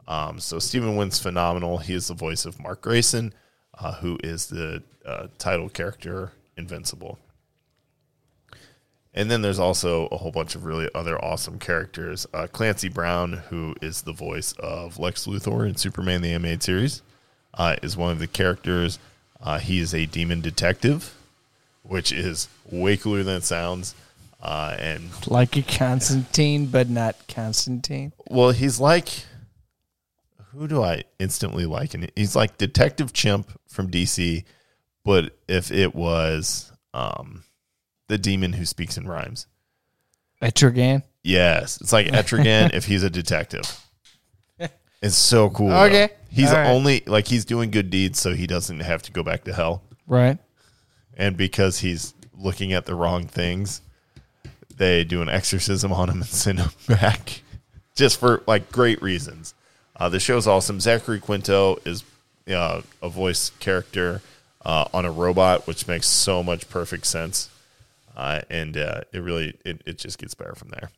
Speaker 1: Um, so Stephen Wynn's phenomenal. He is the voice of Mark Grayson, uh, who is the uh, title character Invincible. And then there's also a whole bunch of really other awesome characters. Uh, Clancy Brown, who is the voice of Lex Luthor in Superman the Animated Series, uh, is one of the characters. Uh, he is a demon detective, which is way cooler than it sounds. Uh, and
Speaker 6: Like a Constantine, but not Constantine.
Speaker 1: well, he's like who do I instantly like? And he's like Detective Chimp from DC, but if it was um, the demon who speaks in rhymes,
Speaker 6: Etrigan.
Speaker 1: yes, it's like Etrigan if he's a detective. It's so cool. though.
Speaker 6: Okay.
Speaker 1: he's
Speaker 6: All right.
Speaker 1: only like he's doing good deeds, so he doesn't have to go back to hell.
Speaker 6: Right.
Speaker 1: And because he's looking at the wrong things, they do an exorcism on him and send him back just for like great reasons. Uh, the show's awesome. Zachary Quinto is uh, a voice character uh, on a robot, which makes so much perfect sense. Uh, and uh, it really it, it just gets better from there.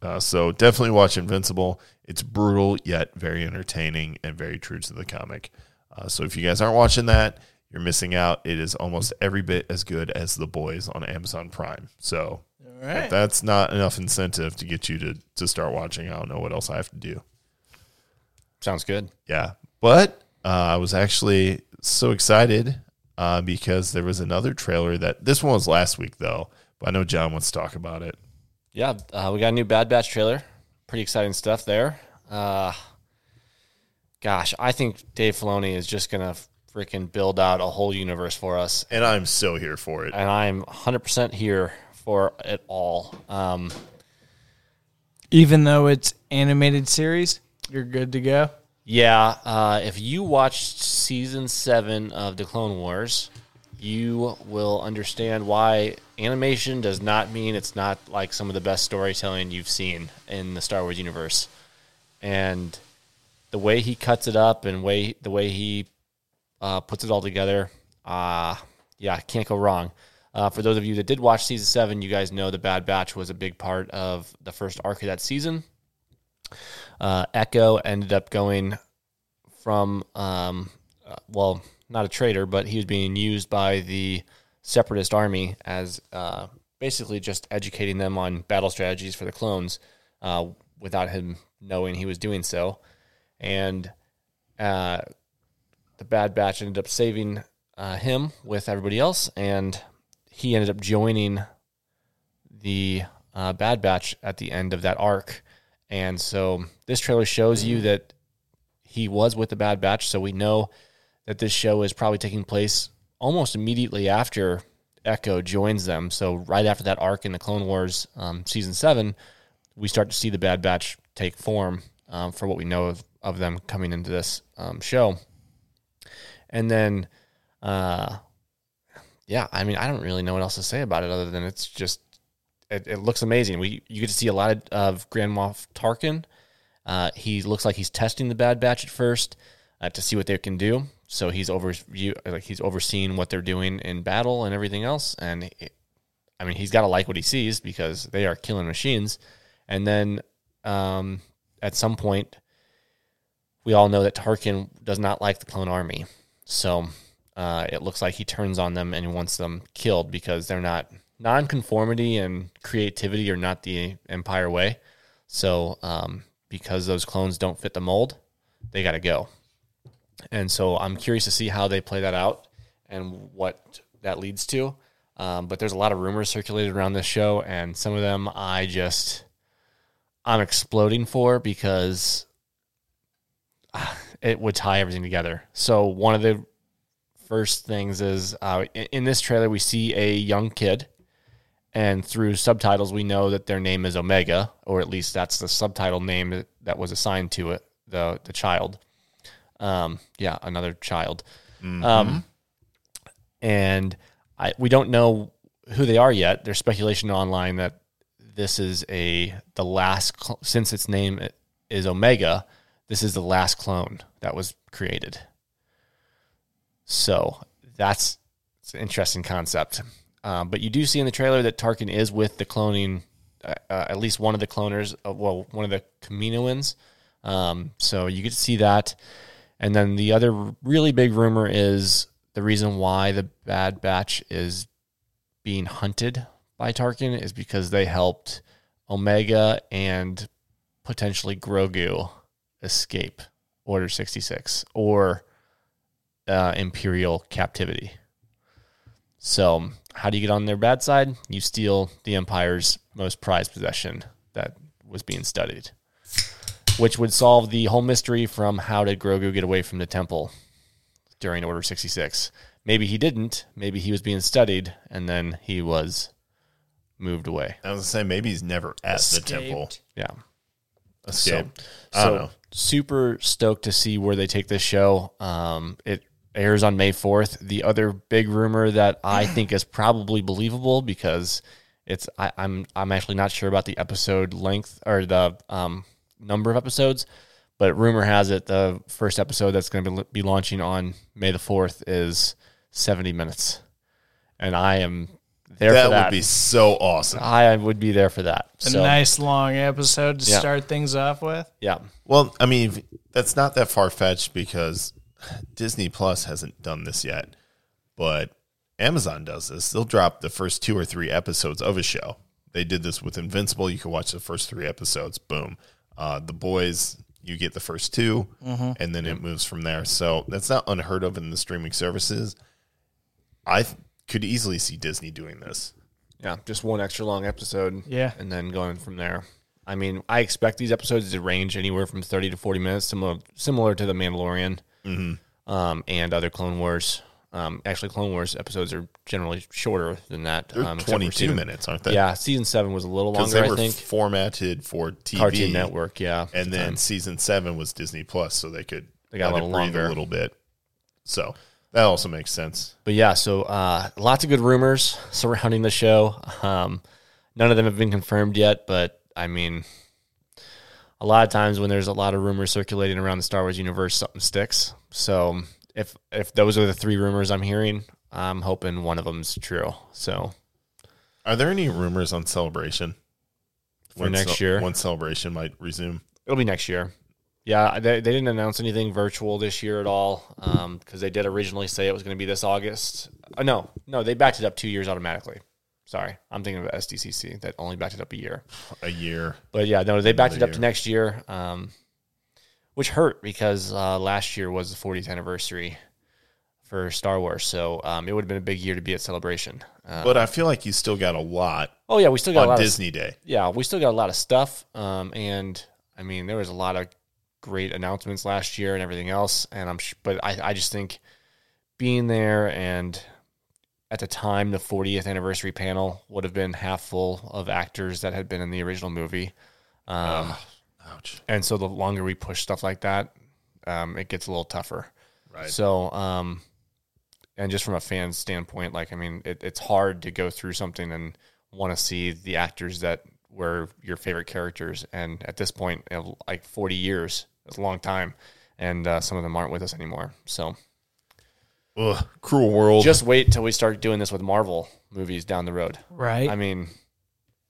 Speaker 1: Uh, so definitely watch Invincible. It's brutal yet very entertaining and very true to the comic. Uh, so if you guys aren't watching that, you're missing out. It is almost every bit as good as The Boys on Amazon Prime. So if that's not enough incentive to get you to to start watching, I don't know what else I have to do.
Speaker 7: Sounds good.
Speaker 1: Yeah, but uh, I was actually so excited uh, because there was another trailer that this one was last week though. But I know John wants to talk about it.
Speaker 7: Yeah, uh, we got a new Bad Batch trailer. Pretty exciting stuff there. Uh, gosh, I think Dave Filoni is just gonna freaking build out a whole universe for us,
Speaker 1: and I'm so here for it.
Speaker 7: and I'm 100% here for it all. Um,
Speaker 6: Even though it's animated series, you're good to go.
Speaker 7: Yeah, uh, if you watched season seven of the Clone Wars, you will understand why animation does not mean it's not like some of the best storytelling you've seen in the Star Wars universe. And the way he cuts it up and way the way he uh, puts it all together, uh, yeah, can't go wrong. Uh, for those of you that did watch season seven, you guys know the Bad Batch was a big part of the first arc of that season uh, Echo ended up going from, um, uh, well, not a traitor, but he was being used by the separatist army as uh, basically just educating them on battle strategies for the clones uh, without him knowing he was doing so. And uh, the Bad Batch ended up saving uh, him with everybody else, and he ended up joining the uh, Bad Batch at the end of that arc. And so this trailer shows you that he was with the Bad Batch. So we know that this show is probably taking place almost immediately after Echo joins them. So right after that arc in the Clone Wars um, season seven, we start to see the Bad Batch take form um, for what we know of, of them coming into this um, show. And then, uh, yeah, I mean, I don't really know what else to say about it other than it's just it, it looks amazing. We you get to see a lot of, of Grand Moff Tarkin. Uh, he looks like he's testing the Bad Batch at first uh, to see what they can do. So he's overview like he's overseeing what they're doing in battle and everything else. And it- I mean, he's got to like what he sees because they are killing machines. And then um, at some point, we all know that Tarkin does not like the clone army. So uh, it looks like he turns on them and wants them killed because they're not nonconformity and creativity are not the Empire way. So um, because those clones don't fit the mold, they got to go. And so I'm curious to see how they play that out and what that leads to. Um, but there's a lot of rumors circulated around this show, and some of them I just I'm exploding for because it would tie everything together. So one of the first things is uh, in, in this trailer we see a young kid, and through subtitles we know that their name is Omega, or at least that's the subtitle name that- that was assigned to it the the child. Um, yeah, another child. Um, and I we don't know who they are yet. There's speculation online that this is a the last cl- since its name is Omega. This is the last clone that was created. So that's It's an interesting concept. Um, but you do see in the trailer that Tarkin is with the cloning, uh, uh, at least one of the cloners, uh, well, one of the Kaminoans. Um, so you get to see that. And then the other really big rumor is the reason why the Bad Batch is being hunted by Tarkin is because they helped Omega and potentially Grogu escape Order 66 or uh, Imperial captivity. So, how do you get on their bad side? You steal the Empire's most prized possession that was being studied, which would solve the whole mystery from how did Grogu get away from the temple during Order 66. Maybe he didn't. Maybe he was being studied and then he was moved away.
Speaker 1: I was gonna say maybe he's never at the temple.
Speaker 7: Yeah.
Speaker 1: Escaped. I don't
Speaker 7: So
Speaker 1: know.
Speaker 7: super stoked to see where they take this show. Um, it airs on May fourth. The other big rumor that I think is probably believable because it's I, I'm I'm actually not sure about the episode length or the um, number of episodes, but rumor has it the first episode that's going to be launching on May the fourth is seventy minutes, and I am there
Speaker 1: That
Speaker 7: for that.
Speaker 1: would be so awesome.
Speaker 7: I would be there for that.
Speaker 6: A
Speaker 7: So,
Speaker 6: nice long episode to
Speaker 7: Yeah.
Speaker 6: start things off with.
Speaker 7: Yeah.
Speaker 1: Well, I mean, if- that's not that far fetched because Disney Plus hasn't done this yet, but Amazon does this. They'll drop the first two or three episodes of a show. They did this with Invincible. You can watch the first three episodes. Boom. Uh, the Boys, you get the first two, and then it moves from there. So that's not unheard of in the streaming services. I th- could easily see Disney doing this.
Speaker 7: Yeah, just one extra long episode.
Speaker 6: Yeah.
Speaker 7: And then going from there. I mean, I expect these episodes to range anywhere from 30 to 40 minutes, similar, similar to The Mandalorian
Speaker 1: Mm-hmm.
Speaker 7: um, and other Clone Wars. Um, actually, Clone Wars episodes are generally shorter than that.
Speaker 1: They're
Speaker 7: um, except for
Speaker 1: 22
Speaker 7: season-
Speaker 1: minutes, aren't they?
Speaker 7: Yeah, season seven was a little
Speaker 1: Because
Speaker 7: longer,
Speaker 1: they
Speaker 7: I
Speaker 1: were
Speaker 7: think.
Speaker 1: formatted for TV.
Speaker 7: Cartoon Network, yeah. at
Speaker 1: and
Speaker 7: the
Speaker 1: then
Speaker 7: time.
Speaker 1: season seven was Disney Plus, so they could
Speaker 7: They got a
Speaker 1: let
Speaker 7: little
Speaker 1: it breathe
Speaker 7: longer.
Speaker 1: a little bit. So that also makes sense.
Speaker 7: But yeah, so uh, lots of good rumors surrounding the show. Um, none of them have been confirmed yet, but I mean, a lot of times when there's a lot of rumors circulating around the Star Wars universe, something sticks. So um, if if those are the three rumors I'm hearing, I'm hoping one of them's true. So
Speaker 1: Are there any rumors on celebration
Speaker 7: For next
Speaker 1: ce-
Speaker 7: year?
Speaker 1: When celebration might resume?
Speaker 7: it'll be next year. Yeah, they, they didn't announce anything virtual this year at all because they did originally say it was going to be this August. Uh, no, no, they backed it up two years automatically. Sorry, I'm thinking of SDCC that only backed it up a year.
Speaker 1: A year.
Speaker 7: But yeah, no, they backed it up to next year, um, which hurt because uh, last year was the 40th anniversary for Star Wars, so um, it would have been a big year to be at Celebration. Uh,
Speaker 1: But I feel like you still got a lot
Speaker 7: oh yeah, we still got a
Speaker 1: on
Speaker 7: lot of
Speaker 1: Disney Day.
Speaker 7: yeah, we still got a lot of stuff. Um, and I mean, there was a lot of great announcements last year and everything else. And I'm, sh- but I, I just think being there and at the time, the 40th anniversary panel would have been half full of actors that had been in the original movie. Um,
Speaker 1: ouch.
Speaker 7: And so the longer we push stuff like that, um, it gets a little tougher.
Speaker 1: Right.
Speaker 7: So, um, and just from a fan standpoint, like I mean, it, it's hard to go through something and want to see the actors that were your favorite characters. And at this point, you know, like forty years, it's a long time, and uh, some of them aren't with us anymore. So
Speaker 1: Ugh, cruel world.
Speaker 7: just wait till we start doing this with Marvel movies down the road.
Speaker 6: Right.
Speaker 7: I mean,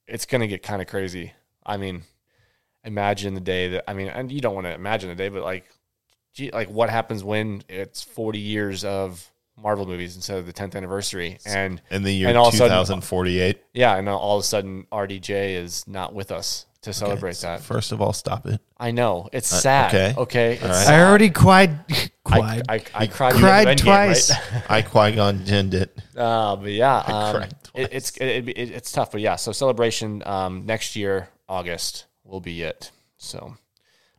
Speaker 7: it's going to get kind of crazy. I mean, imagine the day that I mean, and you don't want to imagine the day, but like, gee, like what happens when it's 40 years of Marvel movies instead of the 10th anniversary, and
Speaker 1: in the year
Speaker 7: and all of a sudden-
Speaker 1: 2048.
Speaker 7: yeah, and all of a sudden RDJ is not with us to celebrate that.
Speaker 1: First of all, stop it.
Speaker 7: I know it's sad.
Speaker 1: Uh, okay.
Speaker 7: Okay, okay, it's
Speaker 1: right.
Speaker 11: I
Speaker 7: sad.
Speaker 11: already cried.
Speaker 7: I,
Speaker 11: cried.
Speaker 7: I, I cried,
Speaker 11: cried
Speaker 7: at the Endgame,
Speaker 11: twice.
Speaker 7: right?
Speaker 1: I Qui Gon Jinned it.
Speaker 7: Uh, but yeah, um,
Speaker 1: cried
Speaker 7: it, it's it, it, it's tough, but yeah. So celebration um, next year, August will be it. So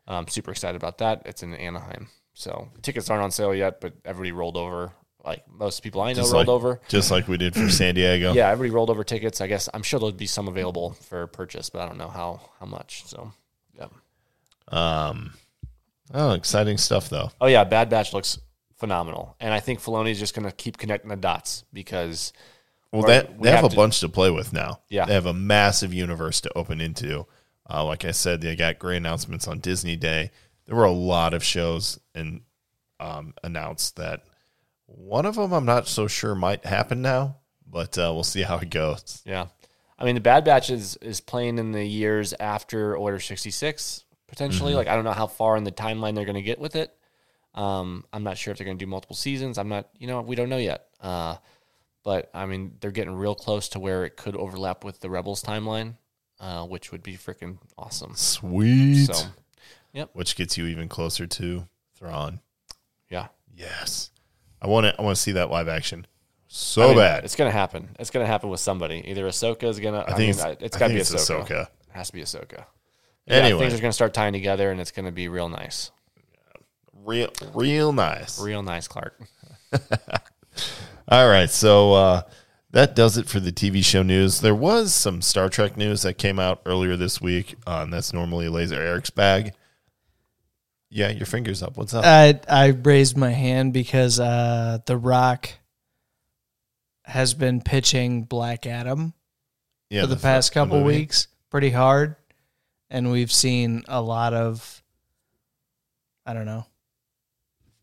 Speaker 7: um, super excited about that. It's in Anaheim. So tickets aren't on sale yet, but everybody rolled over. Like most people I know
Speaker 1: Just
Speaker 7: rolled
Speaker 1: like,
Speaker 7: over.
Speaker 1: just like we did for San Diego.
Speaker 7: Yeah, everybody rolled over tickets. I guess I'm sure there'll be some available for purchase, but I don't know how how much. So yeah.
Speaker 1: Um. Oh, exciting stuff though.
Speaker 7: Oh yeah, Bad Batch looks phenomenal, and I think Filoni is just going to keep connecting the dots because
Speaker 1: Well,
Speaker 7: Or
Speaker 1: that,
Speaker 7: we
Speaker 1: they have,
Speaker 7: have
Speaker 1: a
Speaker 7: to-
Speaker 1: bunch to play with now.
Speaker 7: Yeah.
Speaker 1: they have a massive universe to open into. Uh, like I said, they got great announcements on Disney Day. There were a lot of shows and um, announced that One of them I'm not so sure might happen now, but uh, we'll see how it goes.
Speaker 7: Yeah. I mean, the Bad Batch is, is playing in the years after Order 66, potentially.
Speaker 1: Mm-hmm.
Speaker 7: Like, I don't know how far in the timeline they're going to get with it. Um, I'm not sure if they're going to do multiple seasons. I'm not, you know, we don't know yet. Uh, but I mean, they're getting real close to where it could overlap with the Rebels timeline, uh, which would be freaking awesome.
Speaker 1: Sweet.
Speaker 7: So,
Speaker 1: Which gets you even closer to Thrawn.
Speaker 7: yeah.
Speaker 1: Yes. I want to I want to see that live action so
Speaker 7: I mean,
Speaker 1: bad.
Speaker 7: It's going to happen. It's going to happen with somebody. Either Ahsoka is going to, I,
Speaker 1: think
Speaker 7: mean,
Speaker 1: it's-
Speaker 7: I- it's
Speaker 1: I
Speaker 7: got to
Speaker 1: think
Speaker 7: be
Speaker 1: it's
Speaker 7: Ahsoka.
Speaker 1: Ahsoka.
Speaker 7: It has to be Ahsoka. Yeah,
Speaker 1: anyway,
Speaker 7: things are going to start tying together and it's going to be real nice.
Speaker 1: real real nice.
Speaker 7: Real nice, Clark.
Speaker 1: All right, so uh, that does it for the TV show news. There was some Star Trek news that came out earlier this week, uh, and that's normally Laser Eric's bag. Yeah, your fingers up. What's up?
Speaker 6: I I raised my hand because uh, the Rock has been pitching Black Adam
Speaker 1: yeah,
Speaker 6: for the
Speaker 1: that's
Speaker 6: past
Speaker 1: the
Speaker 6: couple
Speaker 1: movie.
Speaker 6: weeks pretty hard, and we've seen a lot of I don't know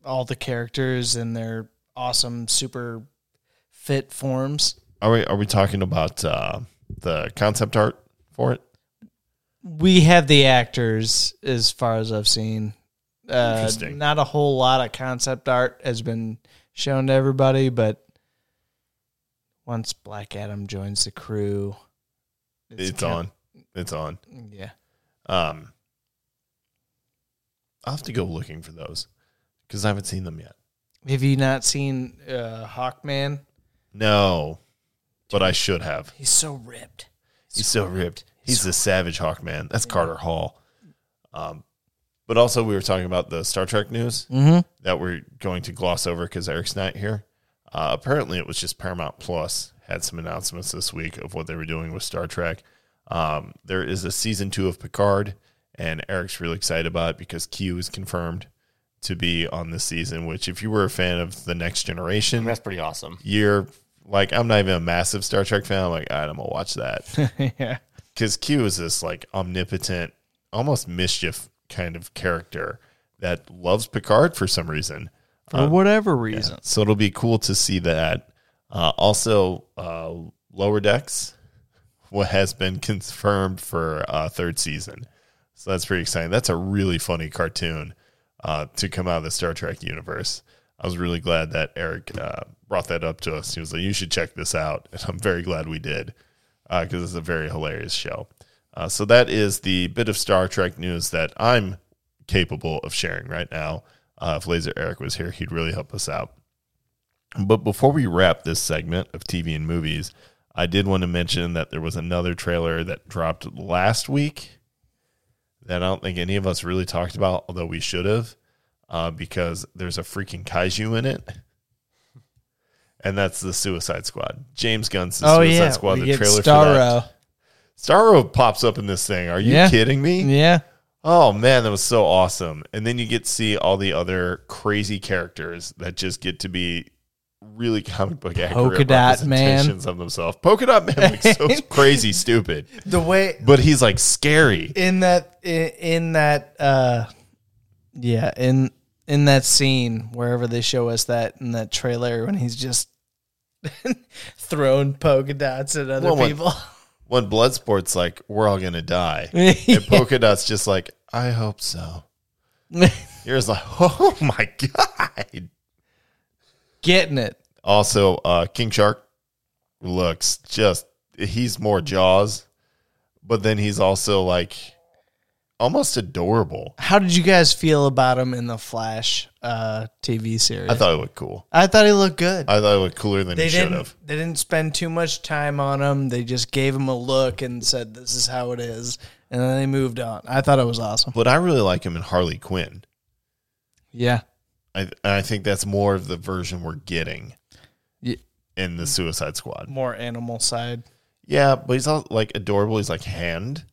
Speaker 6: all the characters and their awesome super fit forms.
Speaker 1: Are we are we talking about uh, the concept art for it?
Speaker 6: We have the actors as far as I've seen. Uh,
Speaker 1: Interesting.
Speaker 6: not a whole lot of concept art has been shown to everybody, but once Black Adam joins the crew,
Speaker 1: It's,
Speaker 6: kind-
Speaker 1: on. It's on.
Speaker 6: Yeah,
Speaker 1: Um, I'll have to go looking for those because I haven't seen them yet.
Speaker 6: have you not seen uh, Hawkman?
Speaker 1: No, but I should have.
Speaker 6: He's so ripped.
Speaker 1: He's so ripped. He's the savage hawk man. That's Carter Hall. Um, but also we were talking about the Star Trek news that we're going to gloss over because Eric's not here. Uh, apparently, it was just Paramount Plus had some announcements this week of what they were doing with Star Trek. Um, there is a season two of Picard, and Eric's really excited about it because Q is confirmed to be on this season. Which, if you were a fan of the Next Generation,
Speaker 7: That's pretty awesome.
Speaker 1: you're like I'm not even a massive Star Trek fan. I'm like, all right, I'm gonna watch that.
Speaker 6: yeah.
Speaker 1: Because Q is this like omnipotent, almost mischief kind of character that loves Picard for some reason.
Speaker 6: For
Speaker 1: Um,
Speaker 6: whatever reason.
Speaker 1: So it'll be cool to see that. Uh, also, uh, Lower Decks, what has been confirmed for uh, third season. So that's pretty exciting. That's a really funny cartoon uh, to come out of the Star Trek universe. I was really glad that Eric uh, brought that up to us. He was like, "You should check this out," and I'm very glad we did because it's a very hilarious show. Uh, so that is the bit of Star Trek news that I'm capable of sharing right now. Uh, if Laser Eric was here, he'd really help us out. But before we wrap this segment of TV and movies, I did want to mention that there was another trailer that dropped last week that I don't think any of us really talked about, although we should have, uh, because there's a freaking kaiju in it. And that's the Suicide Squad. James Gunn's the
Speaker 6: Oh
Speaker 1: Suicide
Speaker 6: yeah,
Speaker 1: Squad.
Speaker 6: we
Speaker 1: the
Speaker 6: get
Speaker 1: trailer for that.
Speaker 6: Starro.
Speaker 1: Starro pops up in this thing. Are you
Speaker 6: Yeah. Mm-hmm.
Speaker 1: kidding me?
Speaker 6: Yeah,
Speaker 1: Oh man, that was so awesome. And then you get to see all the other crazy characters that just get to be really comic book accurate
Speaker 6: Polka Dot Man.
Speaker 1: representations of themselves. Polka Dot Man looks so crazy stupid.
Speaker 10: The way
Speaker 1: But he's like scary.
Speaker 6: in that in, in that uh, yeah in in that scene wherever they show us that in that trailer when he's just throwing polka dots at other
Speaker 1: Well, when-
Speaker 6: people.
Speaker 1: When Bloodsport's like, we're all gonna die. And Polka Dot's just like, I hope so. You're just like, oh my god.
Speaker 6: Getting it.
Speaker 1: Also, uh, King Shark looks just he's more
Speaker 6: Mm-hmm.
Speaker 1: Jaws, but then he's also like almost adorable.
Speaker 6: How did you guys feel about him in the Flash uh, TV series?
Speaker 1: I thought it looked cool.
Speaker 6: I thought he looked good.
Speaker 1: I thought it looked cooler than
Speaker 6: they
Speaker 1: he should
Speaker 6: didn't.
Speaker 1: have.
Speaker 6: They didn't spend too much time on him. They just gave him a look and said, "This is how it is," and then they moved on. I thought it was awesome.
Speaker 1: But I really like him in Harley Quinn.
Speaker 6: Yeah,
Speaker 1: I I think that's more of the version we're getting
Speaker 6: Ye- mm.
Speaker 1: in the Suicide Squad.
Speaker 6: more animal side.
Speaker 1: Yeah, but he's all like adorable. He's like hand.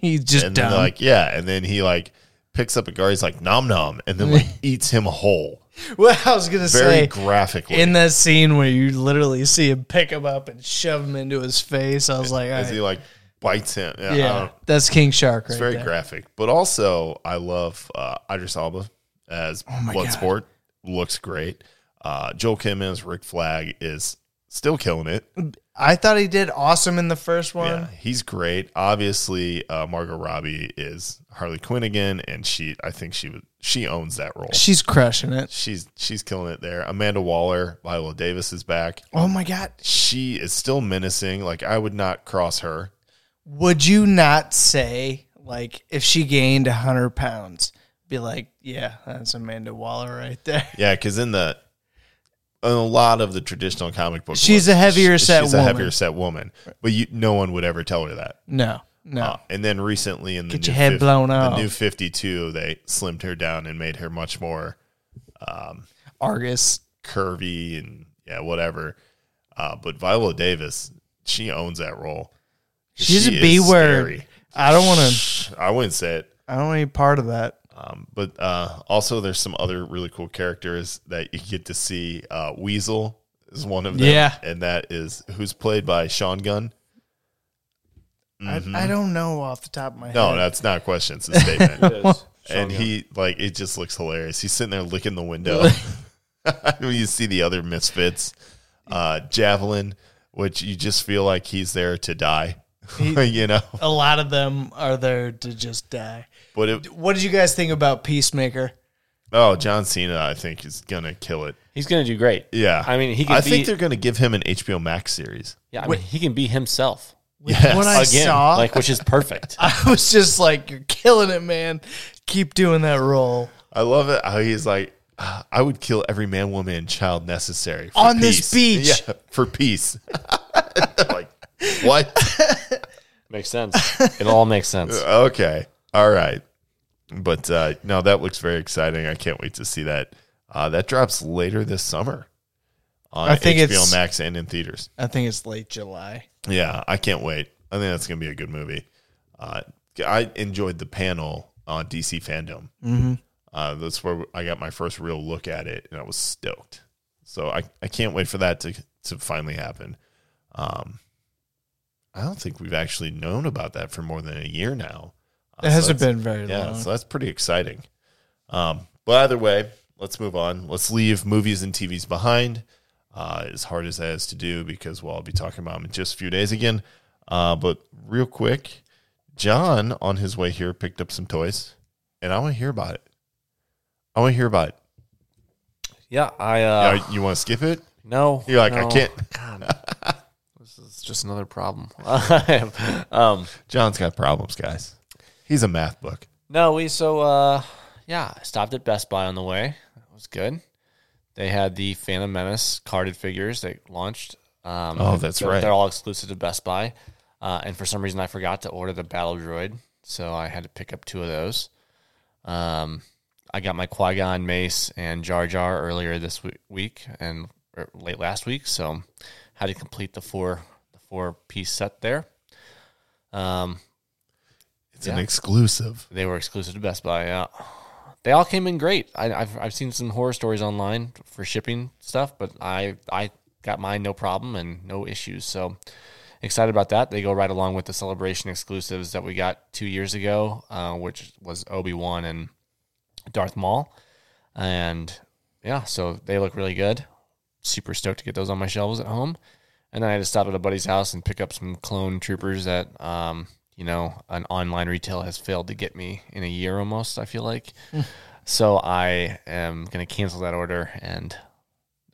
Speaker 6: He's just
Speaker 1: and then
Speaker 6: dumb.
Speaker 1: they're like yeah, and then he like picks up a guard. He's like nom nom, and then like eats him whole.
Speaker 6: well, I was gonna
Speaker 1: Very
Speaker 6: say
Speaker 1: graphically.
Speaker 6: in that scene where you literally see him pick him up and shove him into his face. I was like, all
Speaker 1: as he
Speaker 6: right,
Speaker 1: like bites him. Yeah, I
Speaker 6: yeah,
Speaker 1: don't-
Speaker 6: that's King Shark. Right
Speaker 1: it's very
Speaker 6: there.
Speaker 1: graphic. But Oh also, I love uh, Idris Alba as Bloodsport. Looks great. Uh, Joel Kim as Rick Flag is still killing it.
Speaker 10: I thought he did awesome in the first one.
Speaker 1: Yeah, he's great. Obviously, uh, Margot Robbie is Harley Quinn again, and she I think she would she owns that role.
Speaker 10: She's crushing it.
Speaker 1: She's she's killing it there. Amanda Waller, Viola Davis is back.
Speaker 10: Oh my god.
Speaker 1: She is still menacing. Like I would not cross her.
Speaker 10: Would you not say like if she gained hundred pounds, be like, yeah, that's Amanda Waller right there.
Speaker 1: Yeah, because in the in a lot of the traditional comic book,
Speaker 10: She's a heavier set
Speaker 1: She's a
Speaker 10: woman.
Speaker 1: heavier set woman, but you no one would ever tell her that.
Speaker 10: No, no.
Speaker 1: Uh, and then recently in the
Speaker 10: Get
Speaker 1: new
Speaker 10: your head
Speaker 1: 50
Speaker 10: blown
Speaker 1: the
Speaker 10: off.
Speaker 1: new fifty two, they slimmed her down and made her much more um,
Speaker 10: Argus.
Speaker 1: curvy and yeah, whatever. Uh, but Viola Davis, she owns that role.
Speaker 10: She's
Speaker 1: She
Speaker 10: a
Speaker 1: is
Speaker 10: B word.
Speaker 1: scary.
Speaker 10: I don't want to.
Speaker 1: I wouldn't say it.
Speaker 10: I don't want any part of that.
Speaker 1: Um, but uh, also, there's some other really cool characters that you get to see. Uh, Weasel is one of them.
Speaker 10: Yeah.
Speaker 1: And that is who's played by Sean Gunn.
Speaker 10: I, I don't know off the top of my
Speaker 1: Mm-hmm. No,
Speaker 10: head.
Speaker 1: that's not a question. It's a statement. and
Speaker 5: And he
Speaker 1: he, like, it just looks hilarious. He's sitting there licking the window. you see the other misfits. Uh, Javelin, which you just feel like he's there to die. you know?
Speaker 10: a lot of them are there to just die.
Speaker 1: But it,
Speaker 10: What did you guys think about Peacemaker?
Speaker 1: oh, John Cena, I think, is going to kill it.
Speaker 7: He's gonna do great.
Speaker 1: Yeah.
Speaker 7: I mean, he can
Speaker 1: I
Speaker 7: be-
Speaker 1: think they're going to give him an HBO Max series.
Speaker 7: Yeah, I mean, he can be himself
Speaker 1: Yes.
Speaker 10: When I
Speaker 7: again,
Speaker 10: saw,
Speaker 7: like which is perfect.
Speaker 10: I was just like, "You're killing it, man! Keep doing that role
Speaker 1: I love it how he's like, "Ah, I would kill every man, woman, and child necessary for
Speaker 10: On this
Speaker 1: peace."
Speaker 10: beach.
Speaker 1: Yeah, for peace. like, what?
Speaker 7: makes sense. It all makes sense.
Speaker 1: Okay. All right. But uh, no, that looks very exciting. I can't wait to see that. Uh, that drops later this summer on
Speaker 10: I think
Speaker 1: HBO
Speaker 10: it's-
Speaker 1: Max and in theaters.
Speaker 10: I think it's late July.
Speaker 1: Yeah, I can't wait. I think that's going to be a good movie. Uh, I enjoyed the panel on DC fandom. Mm-hmm. Uh, that's where I got my first real look at it, and I was stoked. So I, I can't wait for that to to finally happen. Um, I don't think we've actually known about that for more than a year now. Uh,
Speaker 10: It
Speaker 1: so
Speaker 10: hasn't
Speaker 1: that's-
Speaker 10: been very
Speaker 1: yeah,
Speaker 10: long.
Speaker 1: so that's pretty exciting. Um, but either way, let's move on. Let's leave movies and TVs behind, uh, as hard as that is to do, because we'll all be talking about them in just a few days again. Uh, but real quick, John on his way here picked up some toys, and I want to hear about it. I want to hear about it.
Speaker 7: Yeah, I uh,
Speaker 1: Yeah, you want to skip it?
Speaker 7: no.
Speaker 1: You're like, I
Speaker 7: no.
Speaker 1: can't.
Speaker 7: God, this is just another problem. um,
Speaker 1: John's got problems, guys. He's a math book.
Speaker 7: no, we so uh, yeah, I stopped at Best Buy on the way. That was good. They had the Phantom Menace carded figures they launched. Um,
Speaker 1: Oh, that's
Speaker 7: they're-
Speaker 1: right.
Speaker 7: They're all exclusive to Best Buy, uh, and for some reason I forgot to order the Battle Droid, so I had to pick up two of those. Um, I got my Qui Gon Mace and Jar Jar earlier this we- week and or late last week, so had to complete the four the four piece set there. Um,
Speaker 1: It's an exclusive.
Speaker 7: they were exclusive to Best Buy. Yeah, they all came in great. I, I've I've seen some horror stories online for shipping stuff, but I I got mine no problem and no issues. So excited about that. They go right along with the celebration exclusives that we got two years ago, uh, which was Obi Wan and Darth Maul, and yeah, so they look really good. Super stoked to get those on my shelves at home. And then I had to stop at a buddy's house and pick up some clone troopers that, um, you know, an online retail has failed to get me in a year almost, I feel like. so I am going to cancel that order and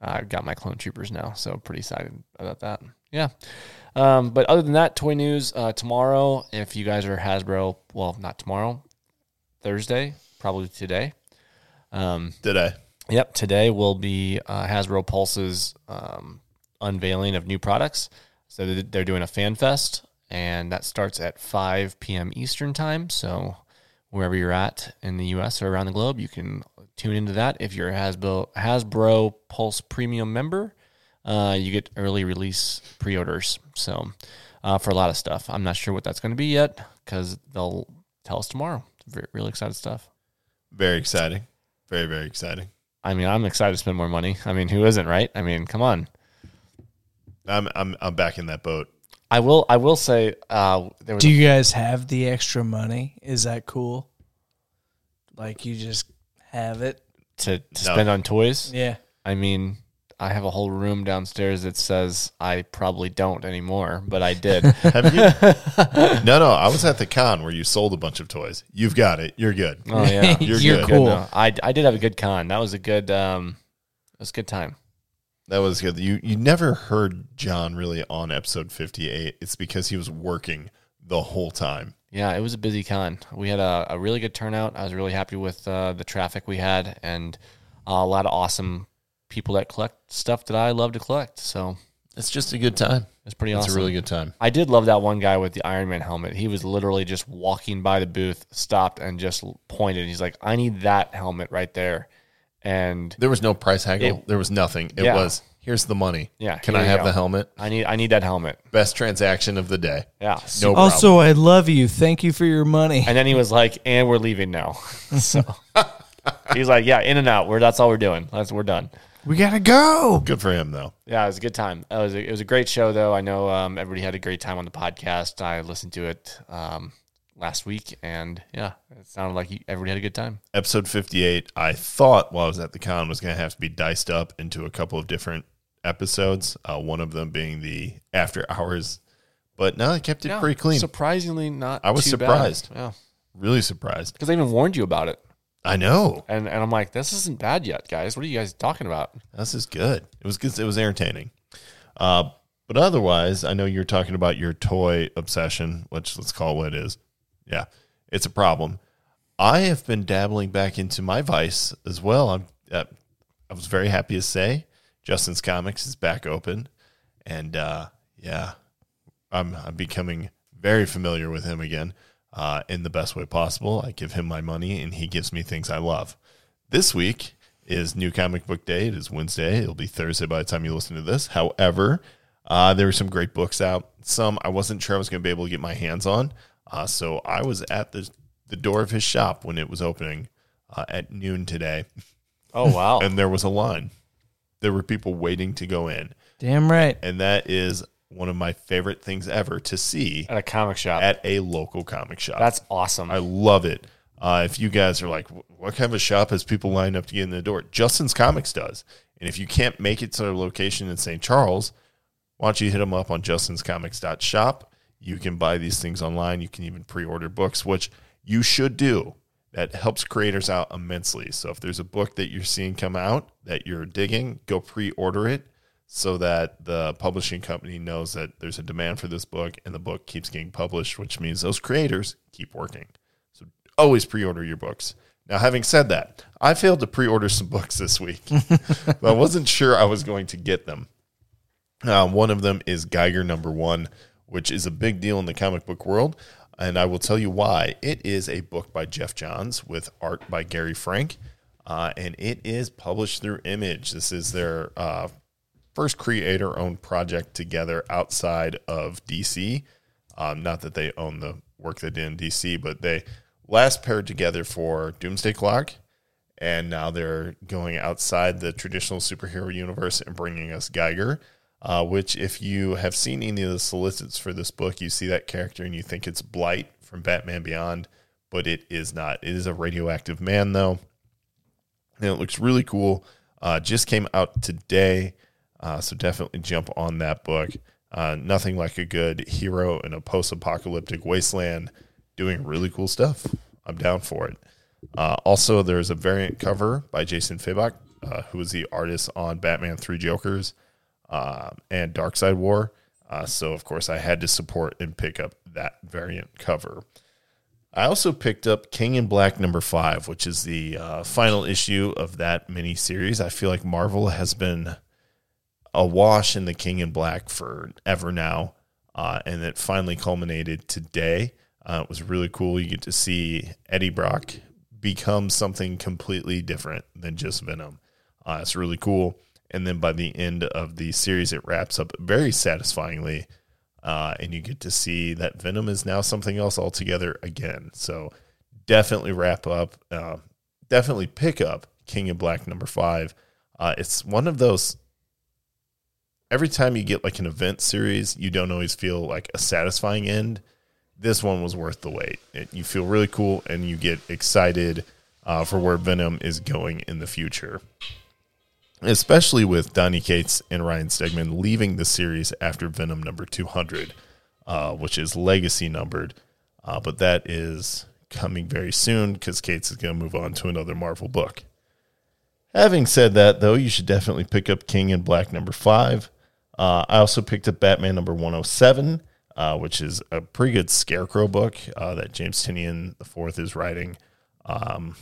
Speaker 7: I've got my clone troopers now. So pretty excited about that. Yeah. Um, but other than that, toy news uh, tomorrow, if you guys are Hasbro, well, not tomorrow, Thursday, probably today. Um,
Speaker 1: Did I?
Speaker 7: Yep, today will be uh, Hasbro Pulse's um, unveiling of new products. So they- they're doing a fan fest, and that starts at 5 p.m. Eastern time. So wherever you're at in the U.S. or around the globe, you can tune into that. If you're a Hasbro Hasbro Pulse Premium member, uh, you get early release pre-orders. So uh, for a lot of stuff, I'm not sure what that's going to be yet because they'll tell us tomorrow. Re- Really excited stuff.
Speaker 1: Very exciting. Very, very exciting.
Speaker 7: I mean, I'm excited to spend more money. I mean, who isn't, right? I mean, come on.
Speaker 1: I'm I'm I'm back in that boat.
Speaker 7: I will. I will say uh, there was.
Speaker 10: Do you guys have the extra money? Is that cool? Like you just have it?
Speaker 7: to, to
Speaker 1: No.
Speaker 7: spend on toys.
Speaker 10: Yeah.
Speaker 7: I mean, I have a whole room downstairs that says I probably don't anymore, but I did.
Speaker 1: Have you? no, no. I was at the con where you sold a bunch of toys. You've got it. You're good.
Speaker 7: oh yeah,
Speaker 1: You're,
Speaker 6: You're
Speaker 1: good.
Speaker 6: cool.
Speaker 7: No, I I did have a good con. That was a good um, that was a good time.
Speaker 1: That was good. You you never heard John really on episode 58. It's because he was working the whole time.
Speaker 7: Yeah, it was a busy con. We had a, a really good turnout. I was really happy with uh, the traffic we had and uh, a lot of awesome people that collect stuff that I love to collect. So
Speaker 1: It's just a good time.
Speaker 7: it's pretty
Speaker 1: It's
Speaker 7: awesome.
Speaker 1: a really good time.
Speaker 7: I did love that one guy with the Iron Man helmet. He was literally just walking by the booth, stopped, and just pointed. He's like, "I need that helmet right there." And
Speaker 1: There was no price haggle. there was nothing. It
Speaker 7: Yeah.
Speaker 1: was here's the money.
Speaker 7: Yeah,
Speaker 1: Can
Speaker 7: here
Speaker 1: I
Speaker 7: you
Speaker 1: have
Speaker 7: go.
Speaker 1: the helmet?
Speaker 7: I need I need that helmet.
Speaker 1: Best transaction of the day.
Speaker 7: Yeah.
Speaker 1: No problem.
Speaker 6: Also, I love you. Thank you for your money.
Speaker 7: And then he was like, "And we're leaving now." so he's like, "Yeah, in and out. We're that's all we're doing. That's we're done."
Speaker 6: We gotta go.
Speaker 1: Good for him though.
Speaker 7: Yeah, it was a good time. It was a, it was a great show, though. I know um, everybody had a great time on the podcast. I listened to it um, last week, and yeah, it sounded like you, everybody had a good time.
Speaker 1: Episode 58, I thought while I was at the con was going to have to be diced up into a couple of different episodes, uh, one of them being the after hours. But no, they kept it
Speaker 7: Yeah,
Speaker 1: pretty clean.
Speaker 7: Surprisingly, not.
Speaker 1: I was
Speaker 7: too bad.
Speaker 1: surprised.
Speaker 7: Yeah,
Speaker 1: really surprised.
Speaker 7: because I even warned you about it,
Speaker 1: I know.
Speaker 7: and and I'm like, this isn't bad yet, guys. What are you guys talking about?
Speaker 1: This is good. It was good. It was entertaining. Uh, but otherwise, I know you're talking about your toy obsession, which let's call it what it is. Yeah, it's a problem. I have been dabbling back into my vice as well. I'm, uh, I was very happy to say Justin's Comics is back open, and uh, yeah, I'm, I'm becoming very familiar with him again uh, in the best way possible. I give him my money, and he gives me things I love. This week is New Comic Book Day. It is Wednesday. It'll be Thursday by the time you listen to this. However, uh, there were some great books out. Some I wasn't sure I was going to be able to get my hands on. Uh, so I was at the, the door of his shop when it was opening uh, at noon today,
Speaker 7: Oh wow,
Speaker 1: and there was a line. There were people waiting to go in.
Speaker 6: Damn right.
Speaker 1: And that is one of my favorite things ever to see
Speaker 7: at a comic shop.
Speaker 1: at a local comic shop.
Speaker 7: that's awesome.
Speaker 1: I love it. Uh, if you guys are like, "Wh- what kind of a shop has people lined up to get in the door? Justin's Comics does. And if you can't make it to their location in St. Charles, why don't you hit them up on justinscomics.shop? You can buy these things online. You can even pre order books, which you should do. That helps creators out immensely. So if there's a book that you're seeing come out that you're digging, go pre order it so that the publishing company knows that there's a demand for this book and the book keeps getting published, which means those creators keep working always pre-order your books. Now, having said that, I failed to pre-order some books this week. but I wasn't sure I was going to get them. Uh, one of them is Geiger Number One, which is a big deal in the comic book world, and I will tell you why. It is a book by Jeff Johns with art by Gary Frank, uh, and it is published through Image. This is their uh, first creator-owned project together outside of DC. Um, not that they own the work they did in DC, but they last paired together for Doomsday Clock, and now they're going outside the traditional superhero universe and bringing us Geiger. Uh, which, if you have seen any of the solicits for this book, you see that character and you think it's Blight from Batman Beyond, but it is not. It is a radioactive man, though and it looks really cool. Uh, just came out today, uh, so definitely jump on that book. Uh, nothing like a good hero in a post-apocalyptic wasteland, doing really cool stuff. I'm down for it. Uh, also, there's a variant cover by Jason Fabok, uh, who is the artist on Batman Three Jokers um, and Dark Side War. Uh, so, of course, I had to support and pick up that variant cover. I also picked up King in Black number five, which is the uh, final issue of that mini series. I feel like Marvel has been awash in the King in Black forever now, uh, and it finally culminated today. Uh, it was really cool. You get to see Eddie Brock become something completely different than just Venom. Uh, it's really cool. And then by the end of the series, it wraps up very satisfyingly uh, and you get to see that Venom is now something else altogether again. So definitely wrap up, uh, definitely pick up King of Black number five. Uh, it's one of those. Every time you get like an event series, you don't always feel like a satisfying end. This one was worth the wait. It, you feel really cool and you get excited uh, for where Venom is going in the future. especially with Donny Cates and Ryan Stegman leaving the series after Venom number 200, uh, which is legacy numbered. Uh, but that is coming very soon because Cates is going to move on to another Marvel book. Having said that, though, you should definitely pick up King in Black number five. Uh, I also picked up Batman number 107, uh, which is a pretty good Scarecrow book uh, that James Tinian IV is writing. Um,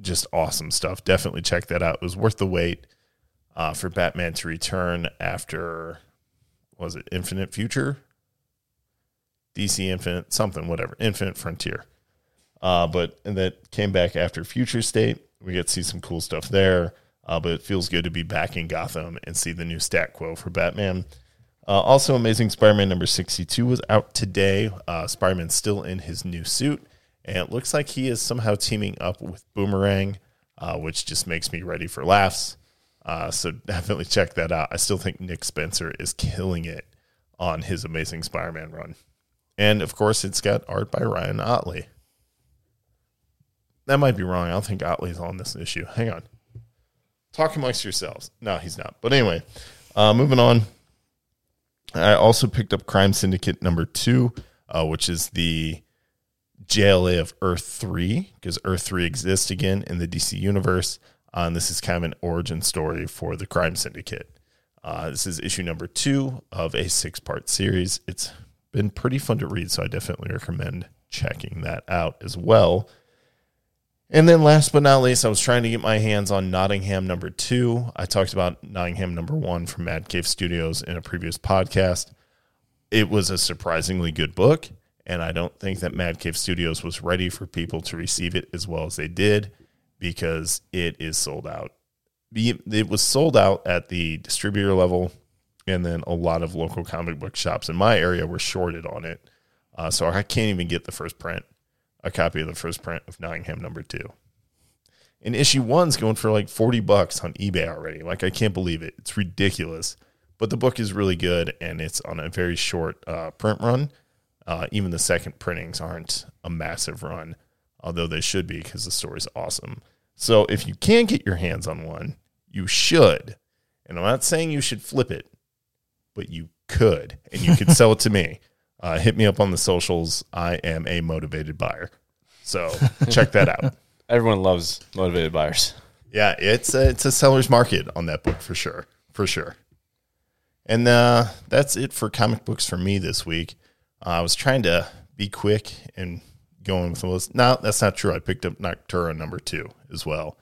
Speaker 1: just awesome stuff. Definitely check that out. It was worth the wait uh, for Batman to return after, was it Infinite Future? DC Infinite, something, whatever. Infinite Frontier. Uh, but and that came back after Future State. We get to see some cool stuff there. Uh, but it feels good to be back in Gotham and see the new stat quo for Batman. Uh, also, Amazing Spider-Man number sixty-two was out today. Uh, Spider-Man's still in his new suit, and it looks like he is somehow teaming up with Boomerang, uh, which just makes me ready for laughs. Uh, so definitely check that out. I still think Nick Spencer is killing it on his Amazing Spider-Man run, and of course, it's got art by Ryan Otley. That might be wrong. I don't think Otley's on this issue. Hang on talk amongst yourselves. No, he's not. But anyway, uh, moving on. I also picked up Crime Syndicate number two, uh, which is the JLA of Earth three because Earth three exists again in the DC universe. Uh, and this is kind of an origin story for the Crime Syndicate. Uh, this is issue number two of a six part series. It's been pretty fun to read, so I definitely recommend checking that out as well. And then last but not least, I was trying to get my hands on Nottingham number two. I talked about Nottingham number one from Mad Cave Studios in a previous podcast. It was a surprisingly good book, and I don't think that Mad Cave Studios was ready for people to receive it as well as they did because it is sold out. Be- It was sold out at the distributor level, and then a lot of local comic book shops in my area were shorted on it. Uh, so I can't even get the first print a copy of the first print of Nottingham number two. And issue one's going for like 40 bucks on eBay already. Like, I can't believe it. It's ridiculous. But the book is really good and it's on a very short uh, print run. Uh, even the second printings aren't a massive run, although they should be because the story's awesome. So, if you can get your hands on one, you should. And I'm not saying you should flip it, but you could. And you could sell it to me uh, hit me up on the socials. I am a motivated buyer. So check that out.
Speaker 7: Everyone loves motivated buyers.
Speaker 1: Yeah, it's a, it's a seller's market on that book for sure. For sure. And uh, that's it for comic books for me this week. Uh, I was trying to be quick and going with the list. No, that's not true. I picked up Noctura number two as well,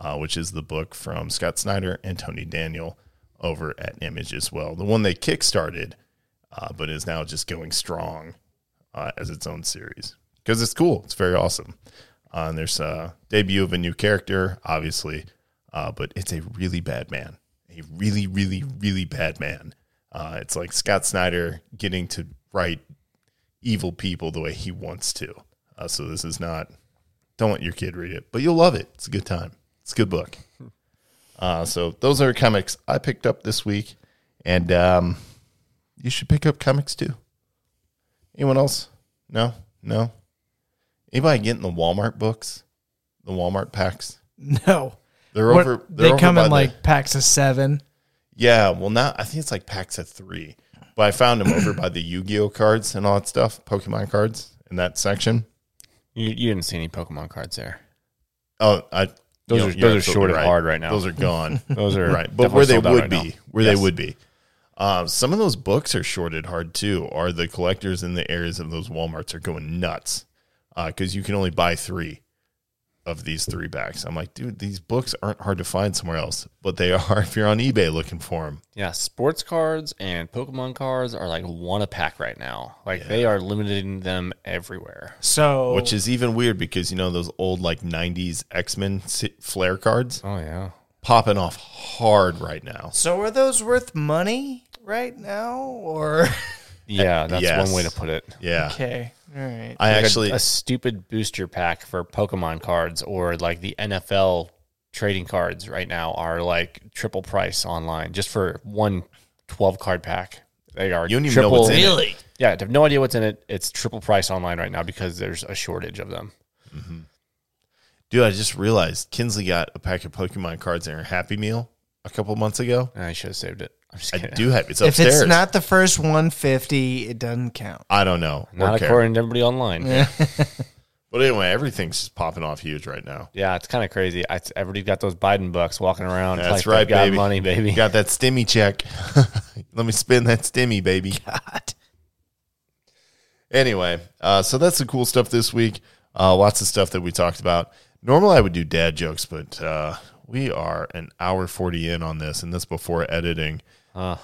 Speaker 1: uh, which is the book from Scott Snyder and Tony Daniel over at Image as well. The one they kickstarted uh, but is now just going strong uh, as its own series because it's cool. It's very awesome. Uh, and there's a debut of a new character, obviously, uh, but it's a really bad man, a really, really, really bad man. Uh, it's like Scott Snyder getting to write evil people the way he wants to. Uh, so this is not. Don't let your kid read it, but you'll love it. It's a good time. It's a good book. Uh, so those are comics I picked up this week, and um, you should pick up comics too. Anyone else? No, no. Anybody getting the Walmart books, the Walmart packs?
Speaker 6: No.
Speaker 1: They're
Speaker 6: What-
Speaker 1: over. They're
Speaker 6: they
Speaker 1: over
Speaker 6: come
Speaker 1: by
Speaker 6: in
Speaker 1: the-
Speaker 6: like packs of seven.
Speaker 1: yeah. Well, now I think it's like packs of three, but I found them over by the Yu-Gi-Oh cards and all that stuff, Pokemon cards in that section.
Speaker 7: You, you didn't see any Pokemon cards there.
Speaker 1: Oh, I.
Speaker 7: Those
Speaker 1: you're- you're
Speaker 7: are- those are
Speaker 1: absolutely
Speaker 7: short of hard right now.
Speaker 1: Those are gone.
Speaker 7: Those are
Speaker 1: right, but where they
Speaker 7: definitely sold out
Speaker 1: would
Speaker 7: right
Speaker 1: be,
Speaker 7: now.
Speaker 1: where
Speaker 7: Yes.
Speaker 1: they would be. Uh, some of those books are shorted hard too. Are the collectors in the areas of those WalMarts are going nuts because you can only buy three of these three packs. I'm like, dude, these books aren't hard to find somewhere else, but they are if you're on eBay looking for them.
Speaker 7: Yeah, sports cards and Pokemon cards are like one a pack right now. Like they are limiting them everywhere.
Speaker 6: So
Speaker 7: Oh.
Speaker 1: Which is even weird because you know those old like '90s X Men flare cards
Speaker 7: Oh yeah.
Speaker 1: popping off hard right now.
Speaker 6: so are those worth money right now or
Speaker 7: Yeah, that's
Speaker 1: Eh, yes.
Speaker 7: one way to put it.
Speaker 1: Yeah,
Speaker 6: okay? All right.
Speaker 1: I
Speaker 7: Like a-
Speaker 1: actually
Speaker 7: a, stupid booster pack for Pokemon cards or like the NFL trading cards right now are like triple price online just for one 12 card pack. They are
Speaker 1: You don't even know
Speaker 7: triple,
Speaker 1: what's in it. Really?
Speaker 7: Yeah, I have no idea what's in it. It's triple price online right now because there's a shortage of them.
Speaker 1: Dude, I just realized Kinsley got a pack of Pokemon cards in her Happy Meal. a couple months ago.
Speaker 7: I should have saved it. I'm just
Speaker 1: I
Speaker 7: kidding.
Speaker 1: do have it's
Speaker 10: If
Speaker 1: upstairs.
Speaker 10: it's not the first 150, it doesn't count.
Speaker 1: I don't know.
Speaker 7: Not
Speaker 1: Don't care.
Speaker 7: according to everybody online. Yeah,
Speaker 1: But anyway, everything's just popping off huge right now.
Speaker 7: it's kind of crazy. I, everybody got those Biden bucks walking around. It's
Speaker 1: That's
Speaker 7: like,
Speaker 1: right,
Speaker 7: "I've got
Speaker 1: baby.
Speaker 7: money, baby.
Speaker 1: You got that stimmy check. Let me spend that stimmy, baby. Anyway, uh, so that's the cool stuff this week. Uh, lots of stuff that we talked about. Normally, I would do dad jokes, but uh, we are an hour 40 in on this, and this before editing.
Speaker 7: Huh.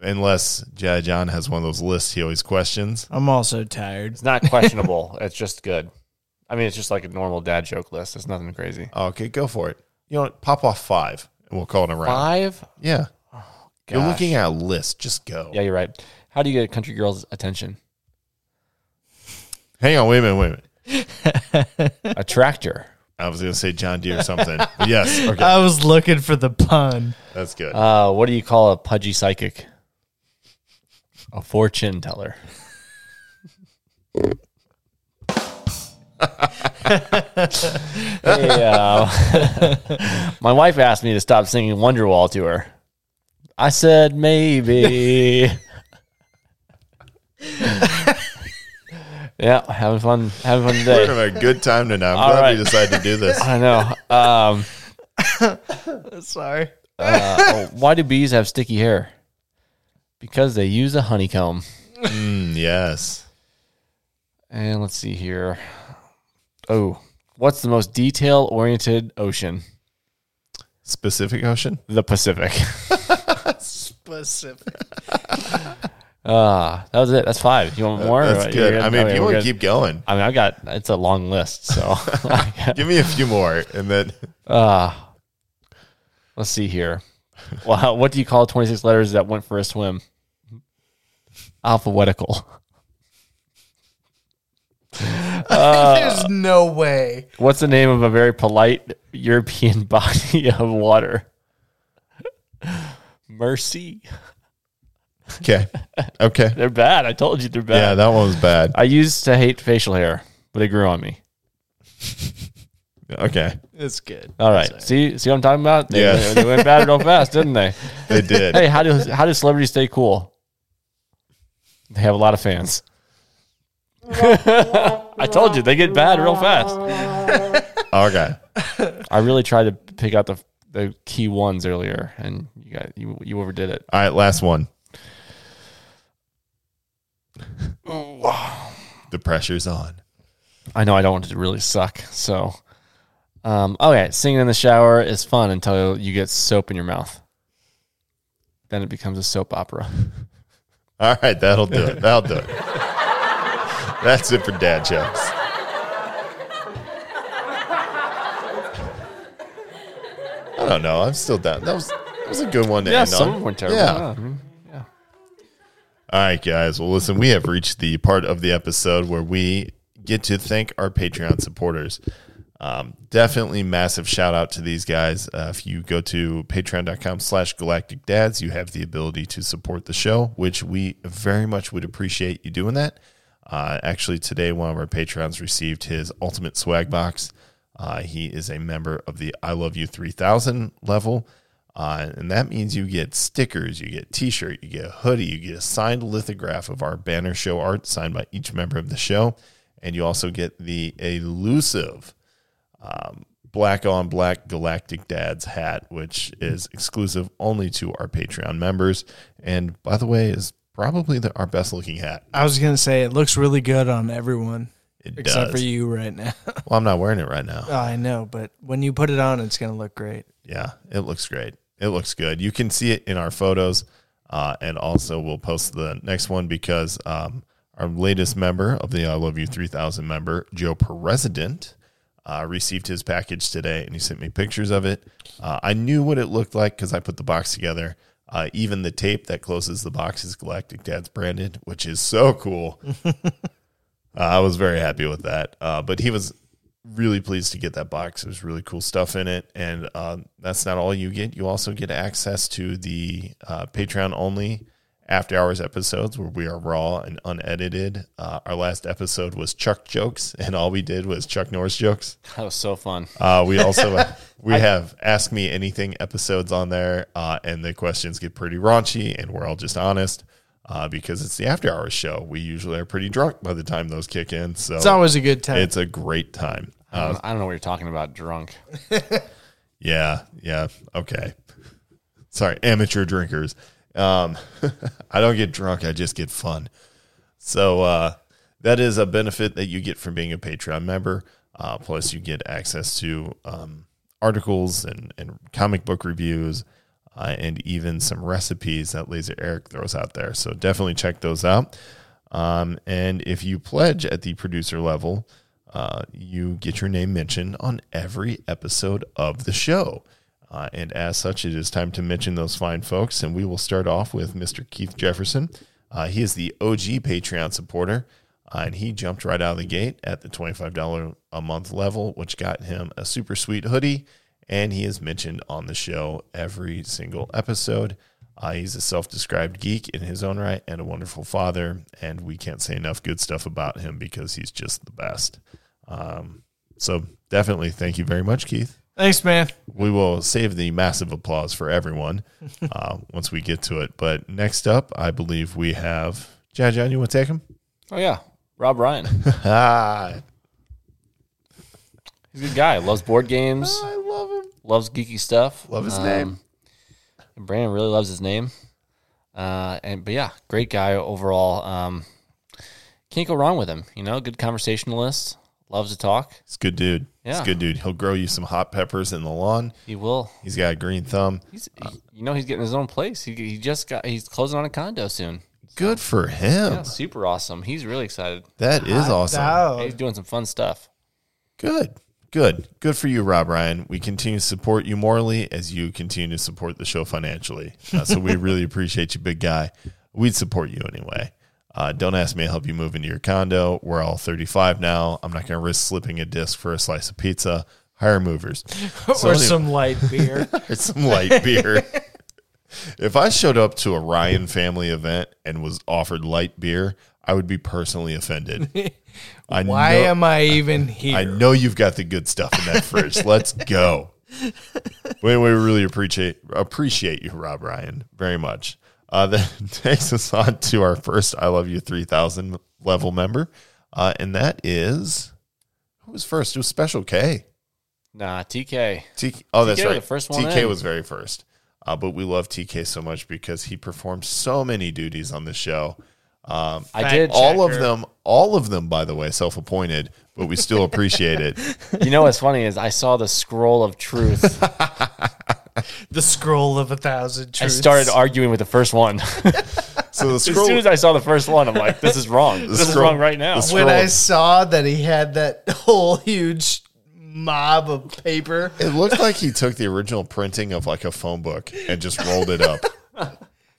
Speaker 1: Unless Jai John has one of those lists he always questions.
Speaker 10: I'm also tired.
Speaker 7: It's not questionable. it's just good. I mean, it's just like a normal dad joke list. It's nothing crazy.
Speaker 1: Okay, go for it. You know what? Pop off five, and we'll call it a round.
Speaker 7: Five.
Speaker 1: Yeah. You're
Speaker 7: gosh.
Speaker 1: looking at a list. Just go.
Speaker 7: Yeah, you're right. How do you get a country girl's attention?
Speaker 1: Hang on. Wait a minute. Wait a minute.
Speaker 7: A tractor.
Speaker 1: I was going to say John Deere something. But yes. Okay.
Speaker 10: I was looking for the pun.
Speaker 1: That's good.
Speaker 7: Uh, what do you call a pudgy psychic? A fortune teller. Hey, uh, my wife asked me to stop singing Wonderwall to her. I said maybe. yeah, having fun. Having fun today.
Speaker 1: We're having a good time tonight. I'm
Speaker 7: All
Speaker 1: glad
Speaker 7: right.
Speaker 1: we decided to do this.
Speaker 7: I know. Um,
Speaker 10: Sorry.
Speaker 7: uh, why do bees have sticky hair? Because they use a honeycomb.
Speaker 1: Mm, yes.
Speaker 7: And let's see here. Oh, what's the most detail oriented ocean?
Speaker 1: Specific Ocean?
Speaker 7: The Pacific.
Speaker 10: Specific.
Speaker 7: Ah, that was it. That's five. You want more? or
Speaker 1: Uh, That's
Speaker 7: what? You're
Speaker 1: good. I mean,
Speaker 7: Okay,
Speaker 1: if you
Speaker 7: we're
Speaker 1: want to
Speaker 7: good.
Speaker 1: keep going,
Speaker 7: I mean, I got it's a long list. So,
Speaker 1: give me a few more. And then
Speaker 7: Ah, let's see here. Well, how- what do you call 26 letters that went for a swim? Alphabetical.
Speaker 10: There's no way.
Speaker 7: What's the name of a very polite European body of water? Mercy.
Speaker 1: okay. Okay.
Speaker 7: They're bad. I told you they're bad.
Speaker 1: Yeah, that one was bad.
Speaker 7: I used to hate facial hair, but it grew on me.
Speaker 1: Okay.
Speaker 10: It's good.
Speaker 7: All right, see, see what I'm talking about? They,
Speaker 1: Yeah.
Speaker 7: they went bad real fast, didn't they?
Speaker 1: They did.
Speaker 7: Hey, how do how do celebrities stay cool? They have a lot of fans. I told you they get bad real fast.
Speaker 1: Okay.
Speaker 7: I really tried to pick out the the key ones earlier, and you got you you overdid it.
Speaker 1: All right. Last one. The pressure's on.
Speaker 7: I know I don't want it to really suck, so. Um, okay, singing in the shower is fun until you get soap in your mouth. Then it becomes a soap opera.
Speaker 1: All right. That'll do it. That'll do it. That's it for dad jokes. I don't know. I'm still down. That was that was a good one to
Speaker 7: Yeah,
Speaker 1: end
Speaker 7: some
Speaker 1: on.
Speaker 7: of them were terrible.
Speaker 1: Yeah.
Speaker 7: Yeah, I mean, yeah.
Speaker 1: All right, guys. Well, listen, we have reached the part of the episode where we get to thank our Patreon supporters. Um, definitely massive shout out to these guys. Uh, if you go to patreon.com slash galactic dads, you have the ability to support the show, which we very much would appreciate you doing that. Uh, actually, today, one of our patrons received his ultimate swag box. Uh, he is a member of the I Love You 3000 level. Uh, and that means you get stickers, you get t shirt, you get a hoodie, you get a signed lithograph of our banner show art signed by each member of the show. And you also get the elusive um, black on black galactic dad's hat, which is exclusive only to our Patreon members. And by the way, is probably the, our best looking hat.
Speaker 10: I was gonna say it looks really good on everyone
Speaker 1: It
Speaker 10: except
Speaker 1: does.
Speaker 10: for you right now.
Speaker 1: Well, I'm not wearing it right now.
Speaker 10: I know, but when you put it on, it's gonna look great.
Speaker 1: Yeah, it looks great. It looks good. You can see it in our photos, uh, and also we'll post the next one because um, our latest member of the I Love You 3000 member, Joe President, uh, received his package today, and he sent me pictures of it. Uh, I knew what it looked like because I put the box together. Uh, even the tape that closes the box is Galactic Dad's branded, which is so cool. Uh, I was very happy with that. Uh, but he was really pleased to get that box. There's really cool stuff in it, and uh, that's not all you get. You also get access to the uh, Patreon only after hours episodes where we are raw and unedited. Uh, our last episode was Chuck jokes, and all we did was Chuck Norris jokes.
Speaker 7: That was so fun.
Speaker 1: Uh, we also We have Ask Me Anything episodes on there, uh, and the questions get pretty raunchy, and we're all just honest uh, because it's the after hours show. We usually are pretty drunk by the time those kick in. So
Speaker 6: It's always a good time.
Speaker 1: Oh, it's a great time. Uh,
Speaker 7: I don't, Uh, I don't know what you're talking about, drunk.
Speaker 1: Yeah, yeah, okay. Sorry, amateur drinkers. Um, I don't get drunk; I just get fun. So uh, that is a benefit that you get from being a Patreon member. Uh, plus, you get access to um, articles and and comic book reviews, uh, and even some recipes that Laser Eric throws out there. So definitely check those out. Um, and if you pledge at the producer level, uh, you get your name mentioned on every episode of the show. Uh, and as such, it is time to mention those fine folks. And we will start off with Mr. Keith Jefferson. Uh, he is the OG Patreon supporter, uh, and he jumped right out of the gate at the $25 a month level, which got him a super sweet hoodie. And he is mentioned on the show every single episode. Uh, he's a self described geek in his own right and a wonderful father. And we can't say enough good stuff about him because he's just the best. Um, so definitely thank you very much, Keith.
Speaker 6: Thanks, man.
Speaker 1: We will save the massive applause for everyone uh, once we get to it. But next up, I believe we have Jajan. You want to take him?
Speaker 7: Oh yeah, Rob Ryan.
Speaker 1: Ah,
Speaker 7: He's a good guy. Loves board games.
Speaker 1: I love him.
Speaker 7: Loves geeky stuff.
Speaker 1: Love his name.
Speaker 7: And Brandon really loves his name. Uh, and but yeah, great guy overall. Um, can't go wrong with him. You know, good conversationalist. Loves to talk.
Speaker 1: He's a good dude. He's
Speaker 7: Yeah.
Speaker 1: a good dude. He'll grow you some hot peppers in the lawn.
Speaker 7: He will.
Speaker 1: He's got a green thumb.
Speaker 7: He's he- you know he's getting his own place. He, he just got he's closing on a condo soon.
Speaker 1: Good for him.
Speaker 7: Yeah, super awesome. He's really excited.
Speaker 1: That is awesome.
Speaker 10: Oh,
Speaker 7: He's doing some fun stuff.
Speaker 1: Good. Good. Good for you, Rob Ryan. We continue to support you morally as you continue to support the show financially. Uh, so we really appreciate you, big guy. We'd support you anyway. Uh, don't ask me to help you move into your condo. We're all 35 now. I'm not going to risk slipping a disc for a slice of pizza. Hire movers So
Speaker 6: or
Speaker 1: anyway-
Speaker 6: some light beer.
Speaker 1: or some light beer. if I showed up to a Ryan family event and was offered light beer, I would be personally offended. I
Speaker 10: why
Speaker 1: know-
Speaker 10: am I even here?
Speaker 1: I know you've got the good stuff in that fridge. Let's go. We, we really appreciate appreciate you, Rob Ryan, very much. Uh, that takes us on to our first "I Love You" three thousand level member, uh, and that is who was first? It was Special K.
Speaker 7: Nah, TK.
Speaker 1: T- oh, that's
Speaker 7: TK was
Speaker 1: right.
Speaker 7: the first one
Speaker 1: TK
Speaker 7: in.
Speaker 1: was very first. Uh, but we love TK so much because he performed so many duties on the show. Um,
Speaker 7: I did.
Speaker 1: all of them, all of them, by the way, self appointed, but we still appreciate it.
Speaker 7: You know what's funny is I saw the scroll of truth.
Speaker 10: the scroll of a thousand
Speaker 7: I
Speaker 10: truths.
Speaker 7: started arguing with the first one.
Speaker 1: So the
Speaker 7: as
Speaker 1: scroll,
Speaker 7: soon as I saw the first one, I'm like, this is wrong. This is
Speaker 1: scroll-
Speaker 7: wrong right now.
Speaker 1: the
Speaker 10: when
Speaker 1: scroll-
Speaker 10: I saw that he had that whole huge mob of paper.
Speaker 1: it looked like he took the original printing of like a phone book and just rolled it up.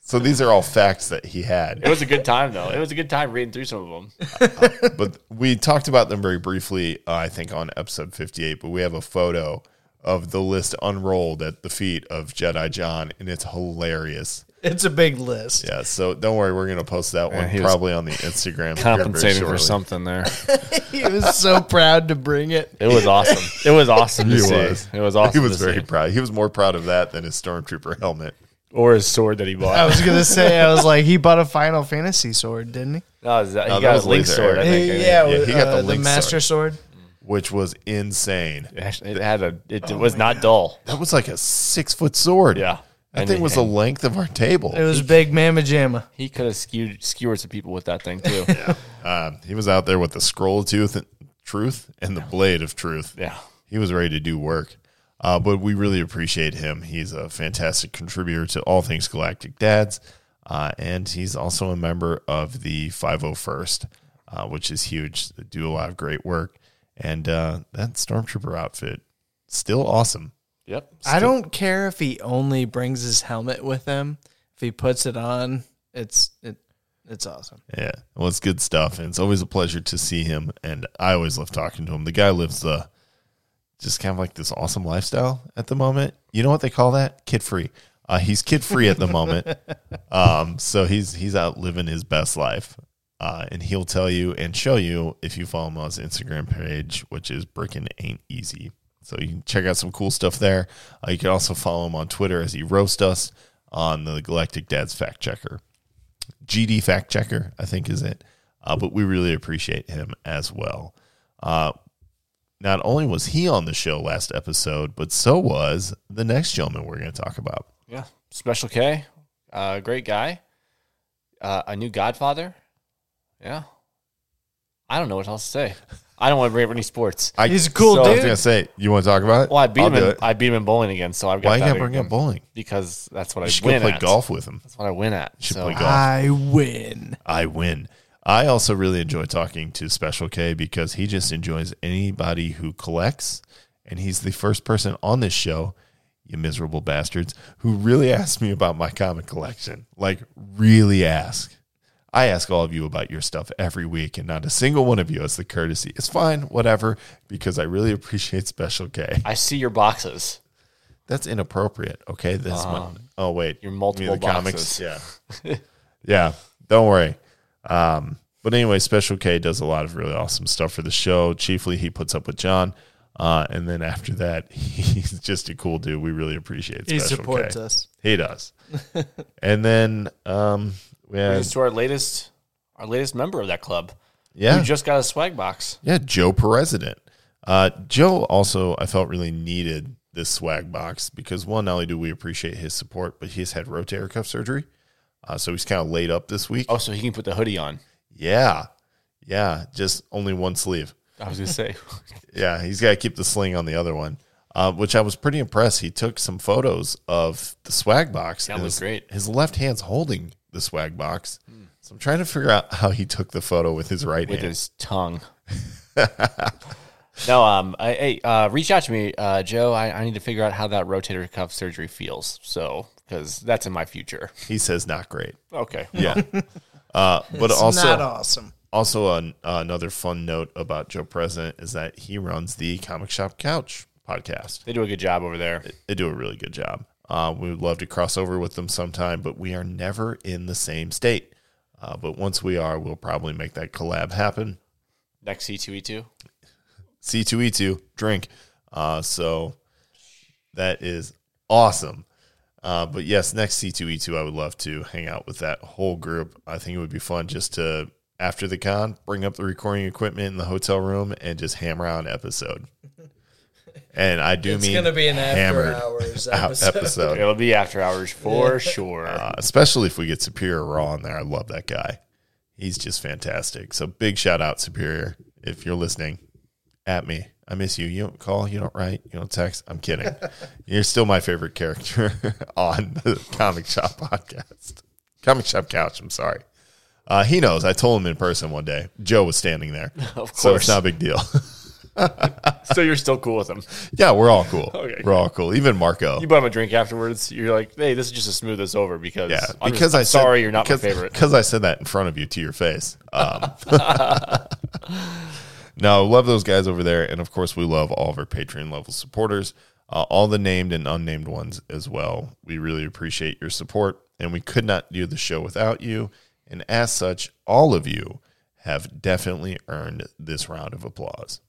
Speaker 1: so these are all facts that he
Speaker 7: It
Speaker 1: had.
Speaker 7: was a good time though. It was a good time reading through some of them.
Speaker 1: But we talked about them very briefly, uh, I think, on episode 58. But we have a photo of the list unrolled at the feet of Jedi John, and it's hilarious.
Speaker 10: It's a big list.
Speaker 1: Yeah, so don't worry, we're going to post that one
Speaker 7: he was
Speaker 1: probably on the Instagram. here very
Speaker 7: Compensating
Speaker 1: shortly.
Speaker 7: for something there.
Speaker 10: He was so proud to bring it.
Speaker 7: It was awesome. It was awesome to
Speaker 1: He
Speaker 7: see.
Speaker 1: was.
Speaker 7: It was awesome.
Speaker 1: He was
Speaker 7: to
Speaker 1: very
Speaker 7: see.
Speaker 1: proud. He was more proud of that than his stormtrooper helmet.
Speaker 7: or his sword that he bought.
Speaker 10: I was gonna say, I was like, he bought a Final Fantasy sword, didn't
Speaker 7: No, is that- he
Speaker 1: No, that
Speaker 7: got
Speaker 1: was
Speaker 7: his link
Speaker 1: laser.
Speaker 7: sword. I
Speaker 10: uh, he?
Speaker 7: think.
Speaker 1: Yeah, he got the Link
Speaker 10: Master sword.
Speaker 1: which was insane.
Speaker 7: It actually- it had a. It, was not dull.
Speaker 1: That was like a six foot sword.
Speaker 7: Yeah.
Speaker 1: That
Speaker 7: And-
Speaker 1: thing was the
Speaker 7: and-
Speaker 1: length of our table.
Speaker 10: It was big mamma jamma.
Speaker 7: He could have skewed skewered some people with that thing too.
Speaker 1: Um, he was out there with the scroll of tooth and truth and the blade of truth.
Speaker 7: Yeah.
Speaker 1: He was ready to do work. Uh, but we really appreciate him. He's a fantastic contributor to all things Galactic Dads. Uh, and he's also a member of the 501st, uh, which is huge. They do a lot of great work. And uh, that Stormtrooper outfit, still awesome.
Speaker 7: Yep.
Speaker 10: I don't care if he only brings his helmet with him. If he puts it on, it's it, it's awesome.
Speaker 1: Yeah. Well, it's good stuff. And it's always a pleasure to see him. And I always love talking to him. The guy lives the just kind of like this awesome lifestyle at the moment. You know what they call that? Kid free. Uh, he's kid free at the moment. Um, so he's he's out living his best life. Uh, and he'll tell you and show you if you follow him on his Instagram page, which is Brickin' Ain't Easy. So you can check out some cool stuff there. Uh, you can also follow him on Twitter as he roasts us on the Galactic Dad's Fact Checker. GD Fact Checker, I think, is it. Uh, but we really appreciate him as well. Uh, not only was he on the show last episode, but so was the next gentleman we're going to talk about.
Speaker 7: Yeah. Special K, uh, great guy. Uh, a new Godfather. Yeah. I don't know what else to say. I don't want to rate any sports.
Speaker 1: I,
Speaker 12: He's a cool
Speaker 7: So-
Speaker 1: I
Speaker 12: dude.
Speaker 1: was going to say, you want to talk about it?
Speaker 7: Well, I beat
Speaker 1: I'll
Speaker 7: him.
Speaker 1: do
Speaker 7: In,
Speaker 1: it.
Speaker 7: I beat him in bowling again, so I've got.
Speaker 1: Why you
Speaker 7: that
Speaker 1: got to bring up
Speaker 7: against him.
Speaker 1: bowling?
Speaker 7: Because that's what I
Speaker 1: You should go
Speaker 7: win
Speaker 1: play
Speaker 7: at.
Speaker 1: golf with him.
Speaker 7: That's what I win at.
Speaker 1: You should
Speaker 7: so
Speaker 1: play golf.
Speaker 6: I win.
Speaker 1: I win. I also really enjoy talking to Special K because he just enjoys anybody who collects. And he's the first person on this show, you miserable bastards, who really asked me about my comic collection. Like, really ask. I ask all of you about your stuff every week, and not a single one of you has the courtesy. It's fine, whatever, because I really appreciate Special K.
Speaker 7: I see your boxes.
Speaker 1: That's inappropriate. Okay, this one. Oh wait,
Speaker 7: your multiple
Speaker 1: You mean
Speaker 7: boxes.
Speaker 1: Yeah, yeah. Don't worry. Um, but anyway, Special K does a lot of really awesome stuff for the show. Chiefly, he puts up with John, uh, and then after that, he's just a cool dude. We really appreciate.
Speaker 12: He
Speaker 1: Special
Speaker 12: supports
Speaker 1: K.
Speaker 12: us.
Speaker 1: He does. and then, um, yeah,
Speaker 7: Brings us to our latest, our latest member of that club,
Speaker 1: yeah.
Speaker 7: who just got a swag box.
Speaker 1: Yeah, Joe President. Uh, Joe also, I felt really needed this swag box because one, not only do we appreciate his support, but he's had rotator cuff surgery, uh, so he's kind of laid up this week.
Speaker 7: Oh, so he can put the hoodie on.
Speaker 1: Yeah, yeah, just only one sleeve.
Speaker 7: I was gonna say,
Speaker 1: Yeah, he's got to keep the sling on the other one. Uh, which I was pretty impressed. He took some photos of the swag box.
Speaker 7: That
Speaker 1: and
Speaker 7: looks
Speaker 1: his-
Speaker 7: great.
Speaker 1: His left hand's holding the swag box. So I'm trying to figure out how he took the photo with his right
Speaker 7: with
Speaker 1: hand.
Speaker 7: his tongue. no, um, I, hey, uh, reach out to me, uh, Joe. I, I need to figure out how that rotator cuff surgery feels. So, because that's in my future.
Speaker 1: he says not great.
Speaker 7: Okay.
Speaker 1: Yeah. Uh, but
Speaker 6: It's
Speaker 1: also,
Speaker 6: not awesome.
Speaker 1: Also, an, uh, another fun note about Joe President is that he runs the Comic Shop Couch podcast.
Speaker 7: They do a good job over there.
Speaker 1: They do a really good job. Uh, we would love to cross over with them sometime, but we are never in the same state. Uh, but once we are, we'll probably make that collab happen.
Speaker 7: Next E C2E2.
Speaker 1: C2E2, E drink. Uh, so that is awesome. Uh, but yes, next C2E2, I would love to hang out with that whole group. I think it would be fun just to, after the con, bring up the recording equipment in the hotel room and just hammer out an episode. And I do
Speaker 6: It's
Speaker 1: mean
Speaker 6: gonna be an after
Speaker 1: hammered
Speaker 6: hours
Speaker 1: out
Speaker 6: episode.
Speaker 7: It'll be after hours for sure.
Speaker 1: Uh, especially if we get Superior Raw on there. I love that guy. He's just fantastic. So big shout out, Superior, if you're listening. At me. I miss you. You don't call, you don't write, you don't text. I'm kidding. You're still my favorite character on the Comic Shop podcast. Comic Shop Couch, I'm sorry. Uh, he knows. I told him in person one day. Joe was standing there.
Speaker 7: Of
Speaker 1: So it's
Speaker 7: course.
Speaker 1: not a big deal.
Speaker 7: so you're still cool with them.
Speaker 1: yeah, we're all cool.
Speaker 7: Okay.
Speaker 1: We're all cool. Even Marco.
Speaker 7: You buy him a drink afterwards. You're like, hey, this is just to smooth this over because
Speaker 1: Yeah,
Speaker 7: I'm
Speaker 1: because
Speaker 7: just-
Speaker 1: I
Speaker 7: I'm
Speaker 1: said-
Speaker 7: sorry you're not
Speaker 1: because,
Speaker 7: my favorite.
Speaker 1: Because I said that in front of you to your face. Um, no, love those guys over there, and of course we love all of our Patreon level supporters, uh, all the named and unnamed ones as well. We really appreciate your support, and we could not do the show without you. And as such, all of you have definitely earned this round of applause.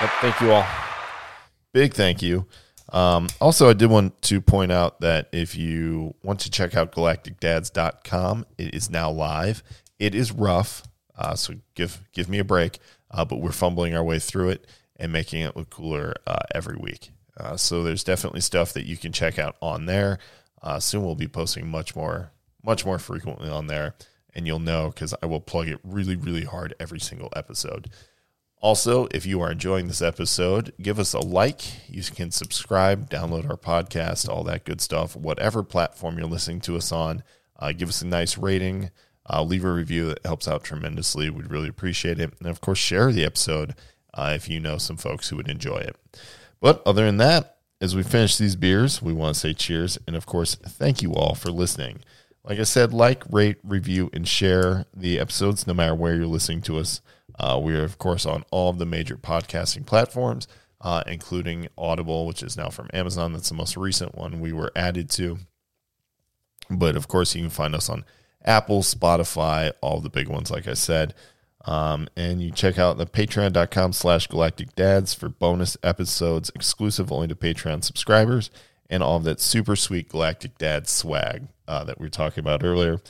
Speaker 7: But thank you all.
Speaker 1: big thank you. Um, also, I did want to point out that if you want to check out galacticdads.com, it is now live. It is rough, uh, so give give me a break, uh, but we're fumbling our way through it and making it look cooler uh, every week. Uh, so there's definitely stuff that you can check out on there. Uh, soon we'll be posting much more, much more frequently on there, and you'll know because I will plug it really, really hard every single episode. Also, if you are enjoying this episode, give us a like. You can subscribe, download our podcast, all that good stuff, whatever platform you're listening to us on. Uh, give us a nice rating, uh, leave a review that helps out tremendously. We'd really appreciate it. And of course, share the episode uh, if you know some folks who would enjoy it. But other than that, as we finish these beers, we want to say cheers. And of course, thank you all for listening. Like I said, like, rate, review, and share the episodes no matter where you're listening to us. Uh, we are, of course, on all of the major podcasting platforms, uh, including Audible, which is now from Amazon. That's the most recent one we were added to. But of course, you can find us on Apple, Spotify, all the big ones, like I said. Um, and you check out the patreon.com slash galactic dads for bonus episodes exclusive only to Patreon subscribers and all of that super sweet galactic dad swag uh, that we were talking about earlier.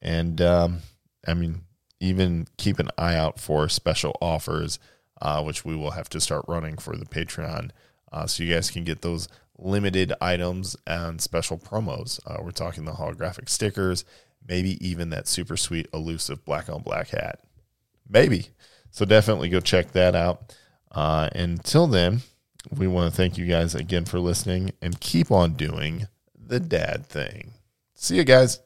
Speaker 1: And um, I mean, even keep an eye out for special offers, uh, which we will have to start running for the Patreon. Uh, so you guys can get those limited items and special promos. Uh, we're talking the holographic stickers, maybe even that super sweet, elusive black on black hat. Maybe. So definitely go check that out. Uh, until then, we want to thank you guys again for listening and keep on doing the dad thing. See you guys.